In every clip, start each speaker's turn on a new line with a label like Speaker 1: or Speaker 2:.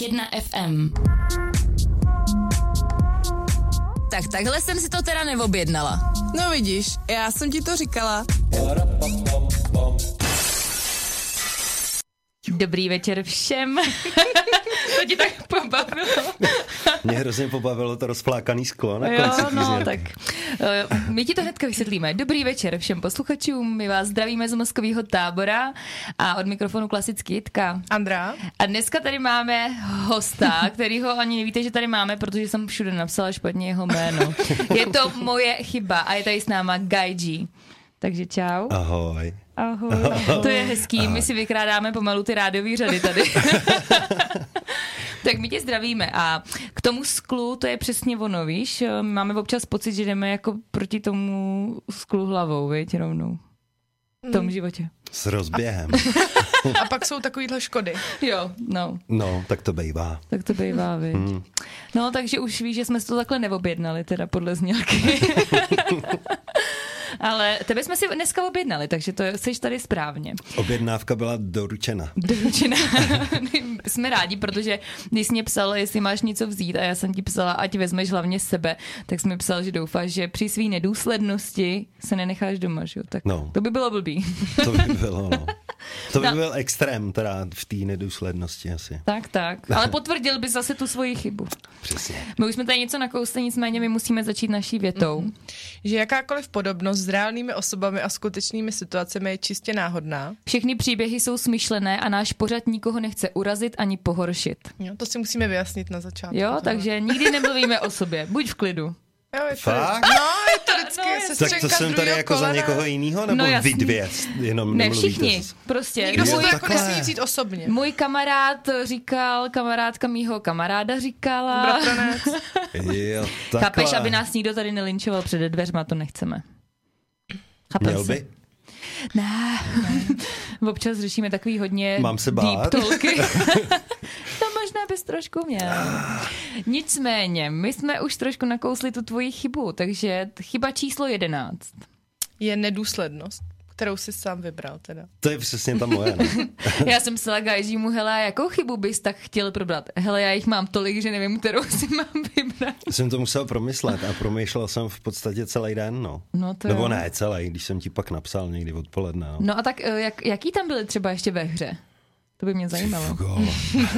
Speaker 1: 1 FM. Tak takhle jsem si to teda neobjednala.
Speaker 2: No vidíš, já jsem ti to říkala.
Speaker 1: Dobrý večer všem. to ti tak pobavilo.
Speaker 3: Mě hrozně pobavilo to rozflákaný sklo na
Speaker 1: Jo,
Speaker 3: konci
Speaker 1: no,
Speaker 3: písně.
Speaker 1: tak eh, my ti to hnedka vysvětlíme. Dobrý večer všem posluchačům, my vás zdravíme z mozkového tábora a od mikrofonu klasicky Jitka.
Speaker 2: Andra?
Speaker 1: A dneska tady máme hosta, kterýho ani nevíte, že tady máme, protože jsem všude napsala špatně jeho jméno. Je to moje chyba a je tady s náma Gaiji. Takže čau.
Speaker 3: Ahoj.
Speaker 1: Ahoj. To je hezký, my si vykrádáme pomalu ty rádiový řady tady. Tak my tě zdravíme a k tomu sklu to je přesně ono, víš? My Máme občas pocit, že jdeme jako proti tomu sklu hlavou, viď, rovnou. V tom životě.
Speaker 3: S rozběhem.
Speaker 2: A pak jsou takovýhle škody.
Speaker 1: Jo, no,
Speaker 3: No, tak to bejvá.
Speaker 1: tak to bývá, viď. No, takže už víš, že jsme si to takhle neobjednali, teda podle znělky. Ale tebe jsme si dneska objednali, takže to je- jsi tady správně.
Speaker 3: Objednávka byla doručena.
Speaker 1: Doručená. jsme rádi, protože když jsi mě psal, jestli máš něco vzít a já jsem ti psala, ať vezmeš hlavně sebe, tak jsi mi psal, že doufáš, že při svý nedůslednosti se nenecháš doma, že jo? Tak
Speaker 3: No.
Speaker 1: to by bylo blbý.
Speaker 3: To by bylo, no. To by
Speaker 1: No.
Speaker 3: byl extrém, teda v té nedůslednosti asi.
Speaker 1: tak, tak. Ale potvrdil by zase tu svoji chybu.
Speaker 3: Přesně.
Speaker 1: My už jsme tady něco nakousli, nicméně my musíme začít naší větou.
Speaker 3: Mhm.
Speaker 4: že jakákoliv podobnost s reálnými osobami a skutečnými situacemi je čistě náhodná.
Speaker 1: Všechny příběhy jsou smyšlené a náš pořad nikoho nechce urazit ani pohoršit.
Speaker 4: Jo, to si musíme vyjasnit na začátku.
Speaker 1: Jo,
Speaker 4: tohle.
Speaker 1: takže nikdy nemluvíme o sobě. Buď v klidu.
Speaker 4: Jo, je to,
Speaker 3: Fakt?
Speaker 4: No, je to vždycky
Speaker 1: No,
Speaker 4: no,
Speaker 3: Tak to jsem tady jako za někoho jiného, nebo
Speaker 1: No,
Speaker 3: no,
Speaker 1: jasný.
Speaker 3: vy dvě jenom
Speaker 1: Ne,
Speaker 3: nemluvíte
Speaker 1: všichni.
Speaker 3: zase?
Speaker 1: Prostě.
Speaker 4: Nikdo si
Speaker 3: Jo,
Speaker 4: to jako
Speaker 3: takhle.
Speaker 4: nesmí vzít osobně.
Speaker 1: Můj kamarád říkal, kamarádka mýho kamaráda říkala.
Speaker 4: Bratranec.
Speaker 3: Jo, takhle.
Speaker 1: Chápeš, aby nás nikdo tady nelinčoval před dveřma, to nechceme. Chápeš
Speaker 3: Měl
Speaker 1: se?
Speaker 3: by?
Speaker 1: Ne. Občas řešíme takový hodně
Speaker 3: Mám se
Speaker 1: deep
Speaker 3: bát?
Speaker 1: talky. to možná bys trošku měl. Nicméně, my jsme už trošku nakousli tu tvoji chybu, takže chyba číslo 11.
Speaker 4: Je nedůslednost, kterou si sám vybral teda.
Speaker 3: To je přesně ta moje. No.
Speaker 1: Já jsem psala Gajžímu, hele, jakou chybu bys tak chtěl probrat? Hele, já jich mám tolik, že nevím, kterou si mám vybrat.
Speaker 3: Jsem to musel promyslet a promýšlel jsem v podstatě celý den, no.
Speaker 1: No to
Speaker 3: Nebo
Speaker 1: jo.
Speaker 3: ne celý, když jsem ti pak napsal někdy odpoledne. No.
Speaker 1: No a tak eh, jak, jaký tam byly třeba ještě ve hře? To by mě zajímalo.
Speaker 3: Gól.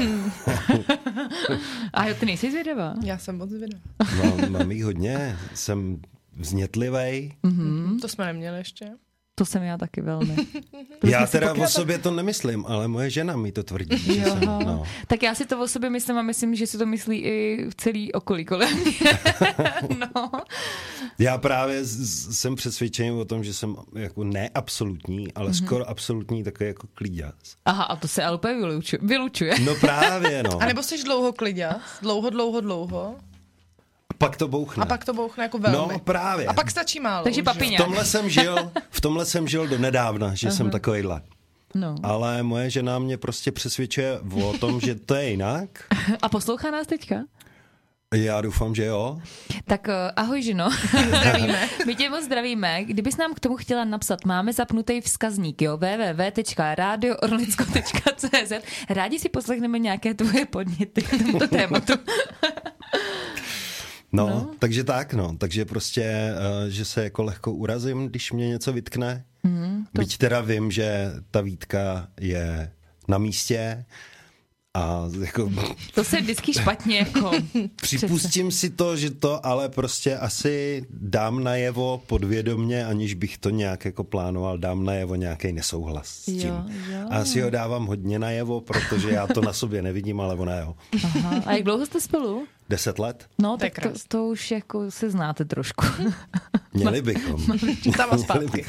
Speaker 1: A jo, ty nejsi zvědavá.
Speaker 4: Já jsem moc zvědavá.
Speaker 3: Mám, mám jich hodně, jsem vznětlivej.
Speaker 1: Hm?
Speaker 4: To jsme neměli ještě.
Speaker 1: To jsem já taky velmi.
Speaker 3: Já teda o sobě to nemyslím, ale moje žena mi to tvrdí. Že jsem, no.
Speaker 1: Tak já si to o sobě myslím a myslím, že si to myslí i celý okolí kolem mě. no.
Speaker 3: Já právě z- z- jsem přesvědčený o tom, že jsem jako neabsolutní,
Speaker 4: Mhm.
Speaker 3: ale mm-hmm. skoro absolutní takový jako klíďas.
Speaker 1: Aha, a to se ale úplně vylučuje. vylučuje.
Speaker 3: No právě, no.
Speaker 4: A nebo jsi dlouho kliděl, dlouho, dlouho, dlouho,
Speaker 3: Pak to bouchne.
Speaker 4: a pak to bouchne jako velmi.
Speaker 3: No právě.
Speaker 4: A pak stačí málo.
Speaker 1: Takže
Speaker 4: už,
Speaker 1: papiňák.
Speaker 4: jo.
Speaker 3: v tomhle jsem žil, v tomhle jsem žil do nedávna, že jsem takovejhle.
Speaker 1: No.
Speaker 3: Ale moje žena mě prostě přesvědčuje o tom, že to je jinak.
Speaker 1: A poslouchá nás teďka?
Speaker 3: Já doufám, že jo.
Speaker 1: Tak eh, ahoj, ženo. zdravíme. My tě moc zdravíme. Kdybys nám k tomu chtěla napsat, máme zapnutý vzkazník, jo, www.radioorlicko.cz. Rádi si poslechneme nějaké tvoje podněty k tomuto tématu.
Speaker 3: No, no, takže tak, no. Takže prostě, eh, že se jako lehko urazím, když mě něco vytkne. Mm, to... Byť teda vím, že ta výtka je na místě a jako
Speaker 1: To se vždycky špatně jako...
Speaker 3: připustím si to, že to ale prostě asi dám najevo podvědomně, aniž bych to nějak jako plánoval, dám najevo nějaký nesouhlas s tím.
Speaker 1: Jo, jo.
Speaker 3: A asi ho dávám hodně najevo, protože já to na sobě nevidím, ale ona jo.
Speaker 1: Aha. A jak dlouho jste spolu?
Speaker 3: Deset let?
Speaker 1: No,
Speaker 4: To je
Speaker 1: tak to,
Speaker 4: krásný.
Speaker 1: to už jako se znáte trošku.
Speaker 3: Měli bychom.
Speaker 4: Tam a zpátky.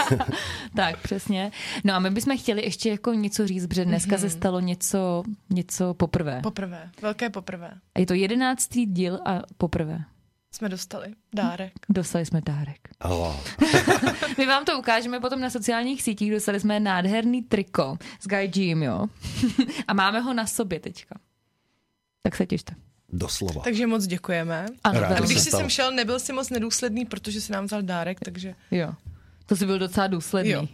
Speaker 1: tak, přesně. No a my bychom chtěli ještě jako něco říct, protože dneska se stalo něco, něco poprvé.
Speaker 4: Poprvé, velké poprvé.
Speaker 1: A je to jedenáctý díl a poprvé.
Speaker 4: Jsme dostali dárek.
Speaker 1: Dostali jsme dárek.
Speaker 3: Halo.
Speaker 1: My vám to ukážeme potom na sociálních sítích. Dostali jsme nádherný triko s Guy Jim, jo. A máme ho na sobě teďka. Tak se těšte.
Speaker 3: Doslova.
Speaker 4: Takže moc děkujeme.
Speaker 1: Ano,
Speaker 3: Rád
Speaker 1: velmi.
Speaker 4: Když
Speaker 3: se
Speaker 4: jsi
Speaker 3: stalo.
Speaker 4: sem šel, nebyl jsi moc nedůsledný, protože si nám vzal dárek, takže
Speaker 1: Jo. To jsi byl docela důsledný.
Speaker 4: Jo.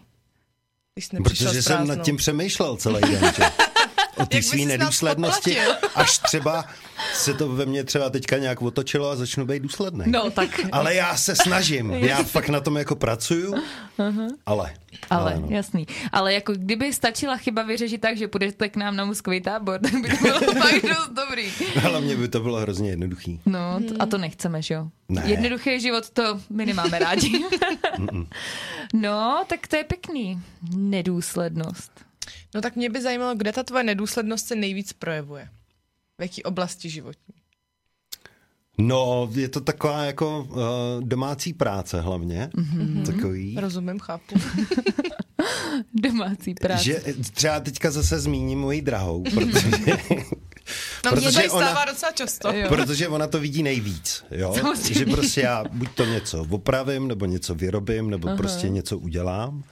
Speaker 4: když jsi nepřišel
Speaker 3: Protože
Speaker 4: s
Speaker 3: jsem
Speaker 4: prázdnou.
Speaker 3: nad tím přemýšlel celý den, že? o té
Speaker 4: Jak by
Speaker 3: svý
Speaker 4: sis nás
Speaker 3: nedůslednosti,
Speaker 4: podplatil.
Speaker 3: až třeba se to ve mně třeba teďka nějak otočilo a začnu být důsledný.
Speaker 1: No, tak.
Speaker 3: Ale já se snažím, já fakt na tom jako pracuju, ale,
Speaker 1: Ale, no. jasný. Ale jako kdyby stačila chyba vyřešit tak, že půjdete k nám na mozkový tábor, tak by to bylo fakt dost dobrý.
Speaker 3: hlavně by to bylo hrozně jednoduchý.
Speaker 1: No t- a to nechceme, že jo?
Speaker 3: Ne.
Speaker 1: Jednoduchý život, to my nemáme rádi. no, tak to je pěkný. Nedůslednost.
Speaker 4: No tak mě by zajímalo, kde ta tvoje nedůslednost se nejvíc projevuje. V jaký oblasti životní?
Speaker 3: No, je to taková jako uh, domácí práce hlavně,
Speaker 4: Mhm.
Speaker 3: mm-hmm. takový.
Speaker 4: Rozumím, chápu.
Speaker 1: Domácí práce.
Speaker 3: Že třeba teďka zase zmíním moji drahou, protože,
Speaker 4: No, mě to
Speaker 3: Protože
Speaker 4: tady
Speaker 3: ona-
Speaker 4: stává docela často.
Speaker 3: protože ona to vidí nejvíc, jo?
Speaker 1: Samozřejmě.
Speaker 3: že prostě já buď to něco opravím, nebo něco vyrobím, nebo Aha. prostě něco udělám,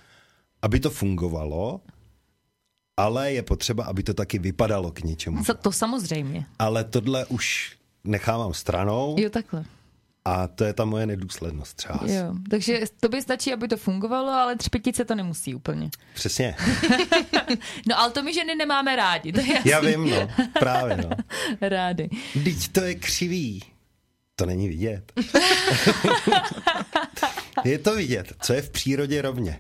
Speaker 3: aby to fungovalo, ale je potřeba, aby to taky vypadalo k něčemu.
Speaker 1: Co- To samozřejmě.
Speaker 3: Ale tohle už nechávám stranou
Speaker 1: Jo, takhle.
Speaker 3: a to je ta moje nedůslednost třeba.
Speaker 1: Jo. Takže tobě stačí, aby to fungovalo, ale třpitit se to nemusí úplně.
Speaker 3: Přesně,
Speaker 1: No ale to my ženy nemáme rádi, to je
Speaker 3: já vím, no, právě, no.
Speaker 1: rádi.
Speaker 3: Teď to je křivý. To není vidět. je to vidět, co je v přírodě rovně.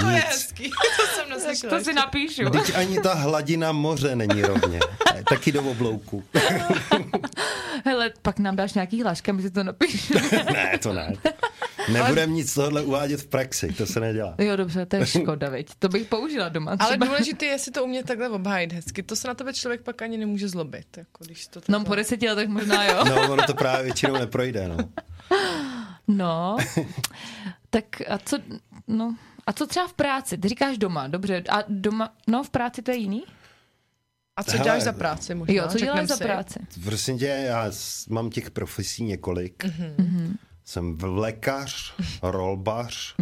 Speaker 4: To je
Speaker 3: Nic.
Speaker 4: hezký, to jsem neslyšela.
Speaker 1: To si napíšu.
Speaker 3: Teď ani ta hladina moře není rovně. Taky do oblouku.
Speaker 1: Hele, pak nám dáš nějaký hlášky, my si to napíšeme.
Speaker 3: ne, to ne. Nebudem nic z tohohle uvádět v praxi, to se nedělá.
Speaker 1: Jo, dobře, to je škoda, viď. To bych použila doma třeba.
Speaker 4: Ale důležité je si to umět takhle obhájit hezky. To se na tebe člověk pak ani nemůže zlobit. Jako když to
Speaker 1: No, po
Speaker 4: takhle-
Speaker 1: deseti letech možná jo.
Speaker 3: No, ono to právě většinou neprojde, no.
Speaker 1: No, tak a co, no, a co třeba v práci? Ty říkáš doma, dobře. A doma, no v práci to je jiný?
Speaker 4: A co
Speaker 3: Hele.
Speaker 4: děláš za práci možná?
Speaker 1: Jo, co děláš
Speaker 4: Řeknem
Speaker 1: za
Speaker 4: si.
Speaker 1: práci?
Speaker 3: Prosím tě, já s- mám těch profesí několik. Jsem vlekař, rolbař,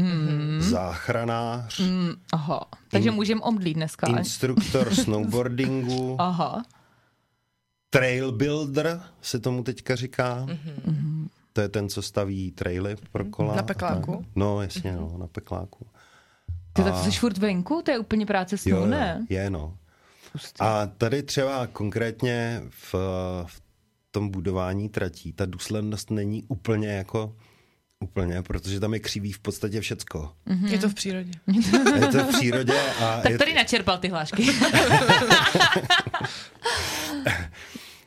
Speaker 3: záchranář,
Speaker 1: Mm, aha, takže můžem omdlít dneska. ale-
Speaker 3: instruktor snowboardingu,
Speaker 1: Aha,
Speaker 3: trail builder se tomu teďka říká. To je ten, co staví traily pro
Speaker 4: Na
Speaker 3: kola. a tak.
Speaker 4: pekláku?
Speaker 3: No, jasně, no, na pekláku.
Speaker 1: ty tak jsi furt venku, to je úplně práce snů, ne?
Speaker 3: je, no. A tady třeba konkrétně v, v tom budování tratí, ta důslednost není úplně jako úplně, protože tam je křivý v podstatě všecko.
Speaker 1: Mhm.
Speaker 4: Je to v přírodě.
Speaker 3: Je to v přírodě a
Speaker 1: Tak
Speaker 3: je,
Speaker 1: tady načerpal ty hlášky.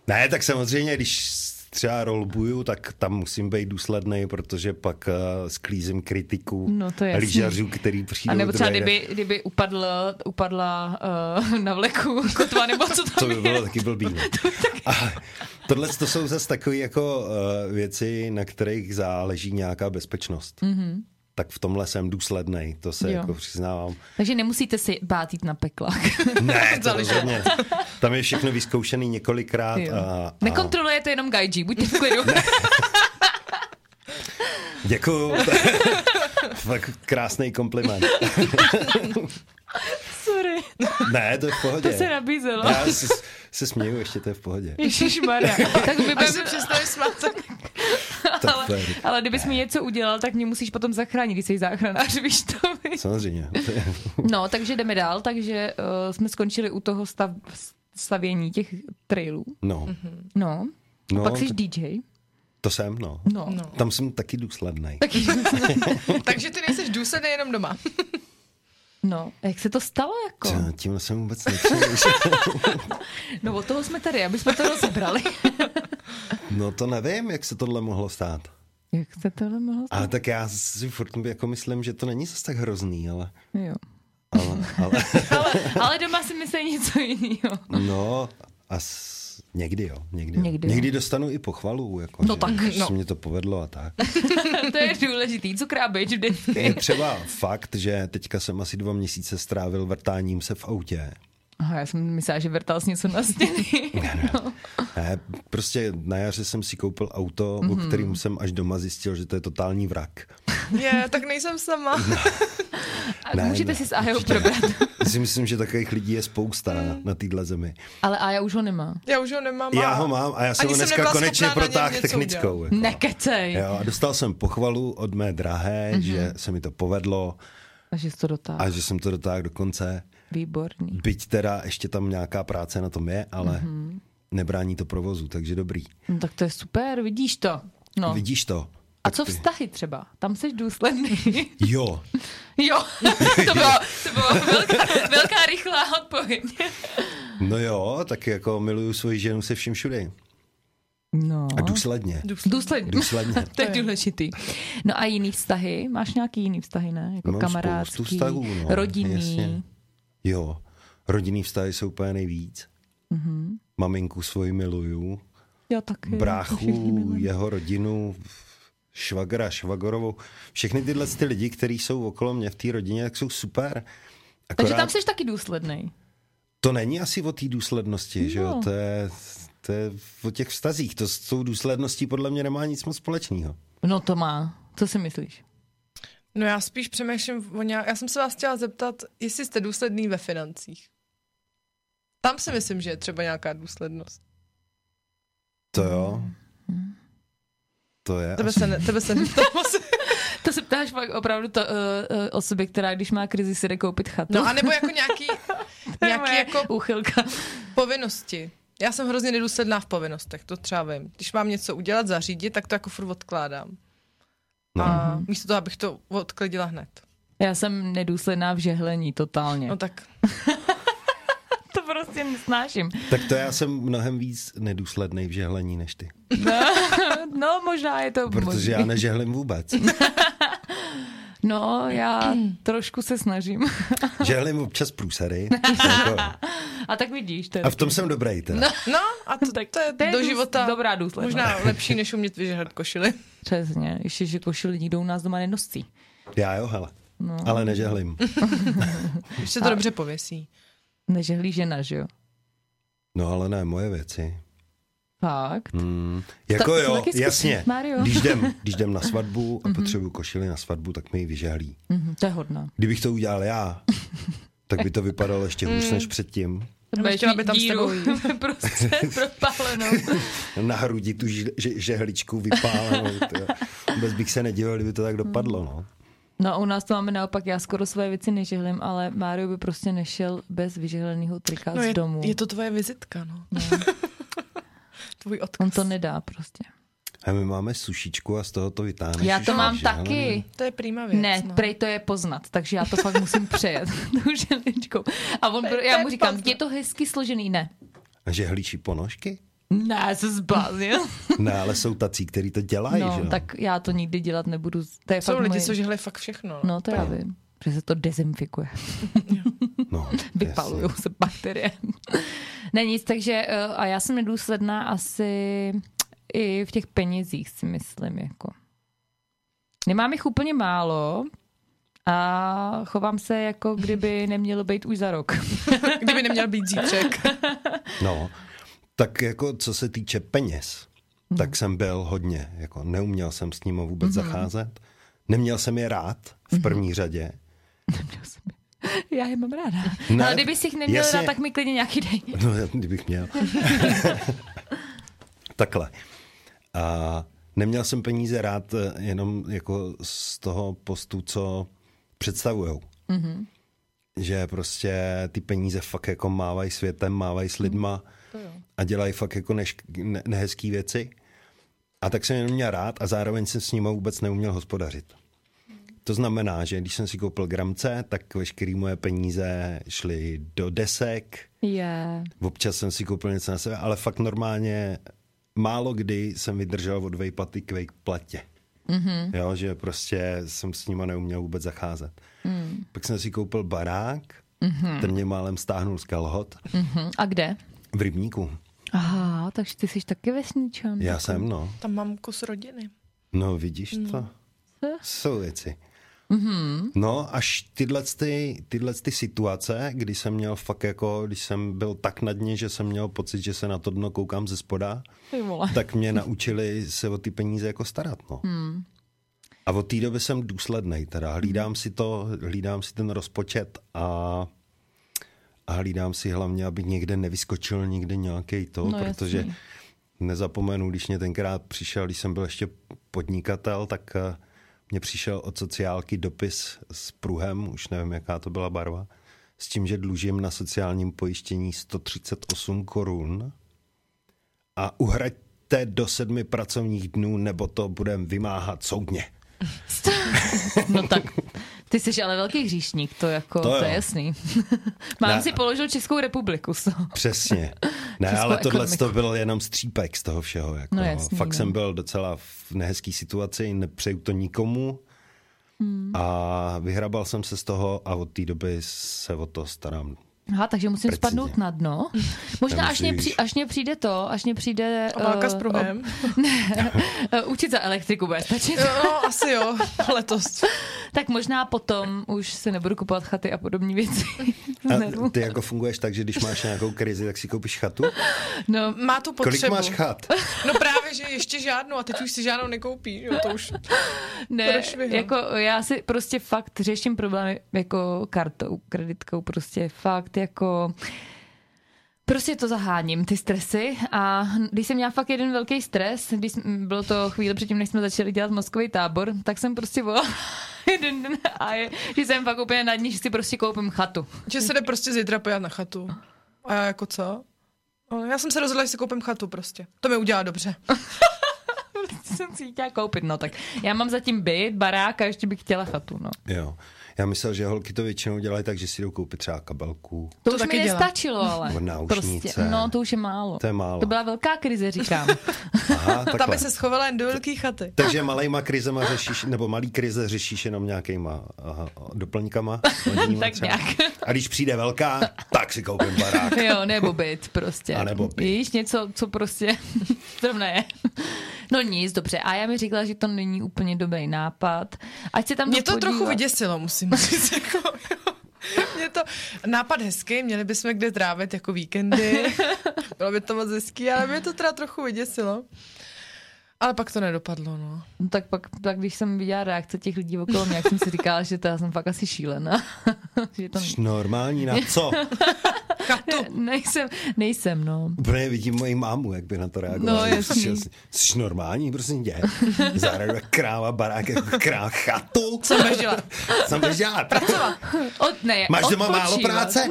Speaker 3: Ne, tak samozřejmě, když třeba rolbuju, tak tam musím být důsledný, protože pak uh, sklízím kritiku
Speaker 1: No, to je jasný.
Speaker 3: lyžařů, který přijde.
Speaker 1: A nebo třeba kdyby, kdyby upadl, upadla uh, na vleku kotva, nebo co tam
Speaker 3: To by
Speaker 1: je.
Speaker 3: bylo taky blbý. no. A tohle to jsou zase takové jako uh, věci, na kterých záleží nějaká bezpečnost. Mm-hmm. Tak v tomhle jsem důsledný, to se
Speaker 1: Mhm. Jo.
Speaker 3: jo. jako přiznávám.
Speaker 1: Takže nemusíte si bát jít na peklák.
Speaker 3: Ne, to rozhodně. Tam je všechno vyzkoušený několikrát.
Speaker 1: Jo.
Speaker 3: A, a
Speaker 1: Nekontrolujete jenom gaiji, buďte v klidu.
Speaker 3: děkuju. Fakt krásný kompliment.
Speaker 1: Sorry,
Speaker 3: Ne, to je v pohodě.
Speaker 1: to se nabízelo.
Speaker 3: Já se, se směju, ještě to je v pohodě.
Speaker 1: Ježišmarja. Tak
Speaker 4: Až
Speaker 1: vyber,
Speaker 4: se přestane smát, tak
Speaker 3: Tak to je,
Speaker 1: ale kdybys mi něco udělal, tak mě musíš potom zachránit, když jsi záchranář, víš to. víš?
Speaker 3: samozřejmě. To je,
Speaker 1: No, takže jdeme dál, takže uh, jsme skončili u toho stav, stavění těch trailů.
Speaker 3: no,
Speaker 1: No.
Speaker 3: no
Speaker 1: no Pak jsi
Speaker 3: to,
Speaker 1: DJ.
Speaker 3: to jsem, no.
Speaker 1: No. no.
Speaker 3: Tam jsem taky důsledný.
Speaker 4: Takže ty nejsi důsledný jenom doma.
Speaker 1: No, a jak se to stalo jako?
Speaker 3: Tímhle jsem vůbec nepřijel.
Speaker 1: No od toho jsme tady, aby jsme to rozebrali.
Speaker 3: No to nevím, jak se tohle mohlo stát.
Speaker 1: jak se tohle mohlo stát?
Speaker 3: Ale tak já si furt jako myslím, že to není zase tak hrozný, ale,
Speaker 1: Jo.
Speaker 3: ale, ale
Speaker 1: Ale, ale doma si myslí něco jiného.
Speaker 3: no a s, někdy jo, někdy. jo.
Speaker 1: Někdy jo.
Speaker 3: někdy dostanu i pochvalu, jako,
Speaker 1: No
Speaker 3: že,
Speaker 1: tak,
Speaker 3: že
Speaker 1: no.
Speaker 3: se mě to povedlo a tak.
Speaker 1: To je důležitý. Cukr a beč
Speaker 3: Je třeba fakt, že teďka jsem asi dva měsíce strávil vrtáním se v autě.
Speaker 1: Aha, já jsem myslela, že vrtal jsi něco na stěny.
Speaker 3: Ne, prostě na jaře jsem si koupil auto, mm-hmm. o
Speaker 1: Mhm.
Speaker 3: kterým jsem až doma zjistil, že to je totální vrak.
Speaker 4: Je, tak nejsem sama.
Speaker 1: A
Speaker 3: Ne,
Speaker 1: můžete
Speaker 3: ne,
Speaker 1: si s Ajo
Speaker 3: určitě ne.
Speaker 1: probrat.
Speaker 3: Já si myslím, že takových lidí je spousta na, na téhle zemi.
Speaker 1: Ale Aja už ho nemá.
Speaker 4: Já už ho nemám.
Speaker 3: Já
Speaker 4: a-
Speaker 3: ho mám a já jsem
Speaker 4: Ani
Speaker 3: ho
Speaker 4: jsem
Speaker 3: dneska
Speaker 4: nebyla
Speaker 3: konečně
Speaker 4: schopná na něm
Speaker 3: protáhl
Speaker 4: něco
Speaker 3: technickou. Jako.
Speaker 1: Nekecej.
Speaker 3: Jo, a dostal jsem pochvalu od mé drahé, mm-hmm. že se mi to povedlo
Speaker 1: Takže jsi to dotáhl.
Speaker 3: a že jsem to dotáhl do konce.
Speaker 1: Výborný.
Speaker 3: Byť teda ještě tam nějaká práce na tom je, ale mm-hmm. nebrání to provozu, takže dobrý.
Speaker 1: No tak to je super, vidíš to. No.
Speaker 3: Vidíš to?
Speaker 1: A co vztahy třeba? Tam jsi důsledný.
Speaker 3: Jo,
Speaker 1: jo, to bylo, to bylo velká, velká rychlá odpověď.
Speaker 3: no jo, tak jako miluju svoji ženu se vším všudy.
Speaker 1: No.
Speaker 3: A důsledně.
Speaker 1: Důsledně.
Speaker 3: Důsledně.
Speaker 1: To je důležitý. No a jiný vztahy? Máš nějaký jiný vztahy, ne? Jako
Speaker 3: Mám
Speaker 1: kamarádský,
Speaker 3: spoustu vztahů, no,
Speaker 1: rodinný.
Speaker 3: jasně. Jo, rodinný vztahy jsou úplně nejvíc. Mm-hmm. Maminku svoji miluju,
Speaker 1: Jo, taky. Všichni
Speaker 3: bráchu,
Speaker 1: milujeme.
Speaker 3: jeho rodinu, švagra, švagorovou. Všechny tyhle ty lidi, kteří jsou okolo mě v té rodině, tak jsou super.
Speaker 1: Takže tam jsi taky důsledný.
Speaker 3: To není asi o té důslednosti, no. že jo?
Speaker 1: No.
Speaker 3: To je, to je o těch vztazích. To s tou důsledností podle mě nemá nic moc společného.
Speaker 1: No to má. Co si myslíš?
Speaker 4: No já spíš přemýšlím o nějak... Já jsem se vás chtěla zeptat, jestli jste důsledný ve financích. Tam si myslím, že je třeba nějaká důslednost.
Speaker 3: To jo. To je.
Speaker 4: Tebe
Speaker 3: asi-
Speaker 4: se, ne, tebe se ne,
Speaker 1: To se ptáš fakt opravdu to, uh, uh, osoby, která když má krizi, si jde koupit chatu.
Speaker 4: No, anebo jako nějaký,
Speaker 1: To je
Speaker 4: nějaký
Speaker 1: moje
Speaker 4: jako
Speaker 1: Úchylka.
Speaker 4: povinnosti. Já jsem hrozně nedůsledná v povinnostech, to třeba vím. Když mám něco udělat, zařídit, tak to jako furt odkládám.
Speaker 3: No.
Speaker 4: A místo toho, abych to odklidila hned.
Speaker 1: Já jsem nedůsledná v žehlení totálně.
Speaker 4: No tak
Speaker 1: to prostě nesnáším.
Speaker 3: Tak to já jsem mnohem víc nedůsledný v žehlení než ty.
Speaker 1: No možná je to
Speaker 3: Protože
Speaker 1: možný.
Speaker 3: já nežehlím vůbec.
Speaker 1: No já trošku se snažím.
Speaker 3: Žehlím občas průsery. jako.
Speaker 1: A tak vidíš, to je
Speaker 3: A v tom jsem dobrý teda.
Speaker 4: No a to,
Speaker 1: Tak
Speaker 4: to je
Speaker 1: to je
Speaker 4: do
Speaker 1: důs-
Speaker 4: života
Speaker 1: dobrá důslednost.
Speaker 4: možná lepší, než umět vyžehlat košili.
Speaker 1: přesně. Ještě, že košili nikdo u nás doma nenosí.
Speaker 3: Já jo, hele. No. Ale nežehlím.
Speaker 4: Když se to dobře pověsí.
Speaker 1: Nežehlí žena, že jo?
Speaker 3: No ale ne, moje věci.
Speaker 1: Fakt.
Speaker 3: Mm. Jako
Speaker 1: to
Speaker 3: jo,
Speaker 1: taky zkusím,
Speaker 3: jasně.
Speaker 1: Mario.
Speaker 3: Když jdem, když jdem na svatbu a potřebuju košili na svatbu, tak mi ji vyžehlí.
Speaker 1: Mhm, to je hodná.
Speaker 3: Kdybych to udělal já, tak by to vypadalo ještě
Speaker 1: Hmm.
Speaker 3: hůř než předtím.
Speaker 1: To budeš
Speaker 4: chtěla
Speaker 1: mít
Speaker 4: by tam s
Speaker 1: díru.
Speaker 4: tebou
Speaker 1: prostě propálenou.
Speaker 3: Na hrudi tu ž- ž- žehličku vypálenou. to jo. Vůbec bych se nedivil, kdyby to tak
Speaker 1: Hmm.
Speaker 3: dopadlo. No.
Speaker 1: No a u nás to máme naopak, já skoro své věci nežehlím, ale Mário by prostě nešel bez vyžehleného trika
Speaker 4: No
Speaker 1: z
Speaker 4: je,
Speaker 1: domu.
Speaker 4: je to tvoje vizitka, no. Tvůj odkaz.
Speaker 1: On to nedá prostě.
Speaker 3: A my máme sušičku a z toho to vytáhneš.
Speaker 1: Já
Speaker 3: už
Speaker 1: to mám
Speaker 3: nežehlený.
Speaker 1: taky.
Speaker 4: To je prýma věc.
Speaker 1: Ne,
Speaker 4: no.
Speaker 1: prej to je poznat, takže já to fakt musím přejet tou želičkou. A on, pro- já mu říkám, je to hezky složený, ne.
Speaker 3: A žehlíčí ponožky?
Speaker 1: Ne, se zbláznil.
Speaker 3: Ne, ale jsou tací, který to dělají, že
Speaker 1: No,
Speaker 3: jo?
Speaker 1: tak já to nikdy dělat nebudu. To je
Speaker 4: Jsou
Speaker 1: fakt
Speaker 4: lidi,
Speaker 1: moje...
Speaker 4: co žehli fakt všechno.
Speaker 1: No, to já vím. Že se to dezinfikuje.
Speaker 3: No,
Speaker 1: Vypalují
Speaker 3: jasně.
Speaker 1: se bakterie. ne nic, takže eh, a já jsem nedůsledná asi i v těch penězích si myslím. Jako. Nemám jich úplně málo a chovám se jako kdyby nemělo být už za rok.
Speaker 4: Kdyby neměl být zítřek.
Speaker 3: No, tak jako co se týče peněz, tak jsem byl hodně, jako neuměl jsem s nimi vůbec zacházet. Neměl jsem je rád v první řadě.
Speaker 1: já je mám ráda.
Speaker 3: Ne,
Speaker 1: Ne, Ale kdyby si jich neměl
Speaker 3: jasně.
Speaker 1: rád, tak mi klidně nějaký dej.
Speaker 3: No, já- kdybych měl. Takhle. A neměl jsem peníze rád eh, jenom jako z toho postu, co představujou. Mm-hmm. Že prostě ty peníze fakt jako mávají světem, mávají s lidma a dělají fakt jako nešk- ne- nehezký věci. A tak jsem je neměl rád a zároveň jsem s nimi vůbec neuměl hospodařit. To znamená, že když jsem si koupil gramce, tak veškeré moje peníze šly do desek,
Speaker 1: Je.
Speaker 3: Občas jsem si koupil něco na sebe, ale fakt normálně málo kdy jsem vydržel od vejplaty k vejplatě. Mm-hmm. Jo, že prostě jsem s nima neuměl vůbec zacházet. Mm. Pak jsem si koupil barák, mm-hmm. ten mě málem stáhnul z kalhot
Speaker 1: Mhm. A kde?
Speaker 3: v Rybníku.
Speaker 1: Aha, takže ty jsi taky vesničan.
Speaker 3: Já jsem, no.
Speaker 4: Tam mám kus rodiny.
Speaker 3: No, vidíš to? Jsou věci. Mm-hmm. No, až tyhle, ty, tyhle ty situace, kdy jsem měl fakt jako, když jsem byl tak na dně, že jsem měl pocit, že se na to dno koukám ze spoda,
Speaker 1: Ty vole.
Speaker 3: tak mě naučili se o ty peníze jako starat. No. Hmm. A od té doby jsem důsledný, teda hlídám si to, hlídám si ten rozpočet a, a hlídám si hlavně, aby někde nevyskočil někde nějaký to,
Speaker 1: No, jasný.
Speaker 3: protože nezapomenu, když mě tenkrát přišel, když jsem byl ještě podnikatel, tak eh, mě přišel od sociálky dopis s pruhem, už nevím, jaká to byla barva, s tím, že dlužím na sociálním pojištění 138 korun a uhraďte do sedmi pracovních dnů, nebo to budem vymáhat soudně.
Speaker 1: No tak, ty jsi ale velký hříšník, to jako,
Speaker 3: To
Speaker 1: to,
Speaker 3: jo.
Speaker 1: to je jasný. Mám
Speaker 3: Ne.
Speaker 1: si položil Českou republiku, so.
Speaker 3: Přesně. Ne,
Speaker 1: Českou
Speaker 3: ale tohle
Speaker 1: ekonomiku.
Speaker 3: to byl jenom střípek z toho všeho. Jako,
Speaker 1: No
Speaker 3: no,
Speaker 1: jasný,
Speaker 3: Fakt
Speaker 1: no.
Speaker 3: jsem byl docela v nehezký situaci, nepřeju to nikomu. Hmm. A vyhrabal jsem se z toho a od té doby se o to starám.
Speaker 1: Aha, takže musím
Speaker 3: Precizně.
Speaker 1: spadnout na dno. Možná až mě, při,
Speaker 3: Nemusíš.
Speaker 1: až mě přijde to, až mě přijde...
Speaker 4: Válka s
Speaker 1: eh,
Speaker 4: pruhem.
Speaker 1: eh, Učit za elektriku bude stačit.
Speaker 4: No, asi jo, letos.
Speaker 1: Tak možná potom už se nebudu kupovat chaty a podobní věci. Z nervů.
Speaker 3: A ty jako funguješ tak, že když máš nějakou krizi, tak si koupíš chatu?
Speaker 1: No,
Speaker 4: Má tu potřebu.
Speaker 3: Kolik máš chat?
Speaker 4: No právě, že ještě žádnou a teď už si žádnou nekoupí. Jo, to už...
Speaker 1: ne,
Speaker 4: proč vy, no?
Speaker 1: jako já si prostě fakt řeším problémy jako kartou, kreditkou, prostě fakt jako... Prostě to zaháním, ty stresy. A když jsem měla fakt jeden velký stres, když jsme- bylo to chvíli předtím, než jsme začali dělat mozkový tábor, tak jsem prostě volala jeden den a je, že jsem fakt úplně na dní, že si prostě koupím chatu.
Speaker 4: Že se jde prostě zítra pojat na chatu. A já jako co? No, Já jsem se rozhodla, že si koupím chatu prostě. To mi udělá dobře.
Speaker 1: Jsem si ji chtěla koupit, no tak já mám zatím byt, barák a ještě bych chtěla chatu, no.
Speaker 3: Jo. Já myslel, že holky to většinou dělají tak, že si jdou koupit třeba kabelku.
Speaker 1: To,
Speaker 4: To
Speaker 1: už
Speaker 4: taky
Speaker 1: mi
Speaker 4: dělám.
Speaker 1: nestačilo, ale.
Speaker 3: Nebo náušnice.
Speaker 1: no, to už je málo.
Speaker 3: eh, To je málo.
Speaker 1: To byla velká krize, říkám.
Speaker 3: Aha,
Speaker 4: Tam by
Speaker 3: takhle.
Speaker 4: se schovala jen do velké chaty.
Speaker 3: Takže malejma krizema řešíš, nebo malý krize řešíš jenom nějakýma aha, doplňkama. vodníma
Speaker 1: Tak
Speaker 3: třeba.
Speaker 1: nějak.
Speaker 3: A když přijde velká, tak si koupím barák.
Speaker 1: jo, nebo byt prostě.
Speaker 3: A nebo byt.
Speaker 1: Víš, něco, co prostě zrovna je. No nic, dobře. A já mi říkala, že to není úplně dobrý nápad. Ať se tam
Speaker 4: Mě
Speaker 1: jdu
Speaker 4: to trochu
Speaker 1: No, podívat.
Speaker 4: vyděsilo, musím říct. Jako, jo. Mě to, nápad hezky, měli bychom kde trávit jako víkendy. Bylo by to moc hezký, ale mě to teda trochu vyděsilo. Ale pak to nedopadlo, no.
Speaker 1: No, tak pak, tak když jsem viděla reakce těch lidí okolo mě, jak jsem si říkala, že to já jsem fakt asi šílená. že to
Speaker 3: Jsi Normální na co?
Speaker 4: Chatu.
Speaker 1: ne, nejsem, nejsem, no.
Speaker 3: Úplně vidím moji mámu, jak by na to reagovala.
Speaker 1: No,
Speaker 3: Že
Speaker 1: jasný.
Speaker 3: přišel si, Jsi normální, prosím tě. Zahradu jak kráva, barák, jako kráva, chatu.
Speaker 4: Co budeš dělat?
Speaker 3: Co budeš dělat?
Speaker 1: Od, ne,
Speaker 3: Máš doma málo
Speaker 1: odpočívat.
Speaker 3: práce?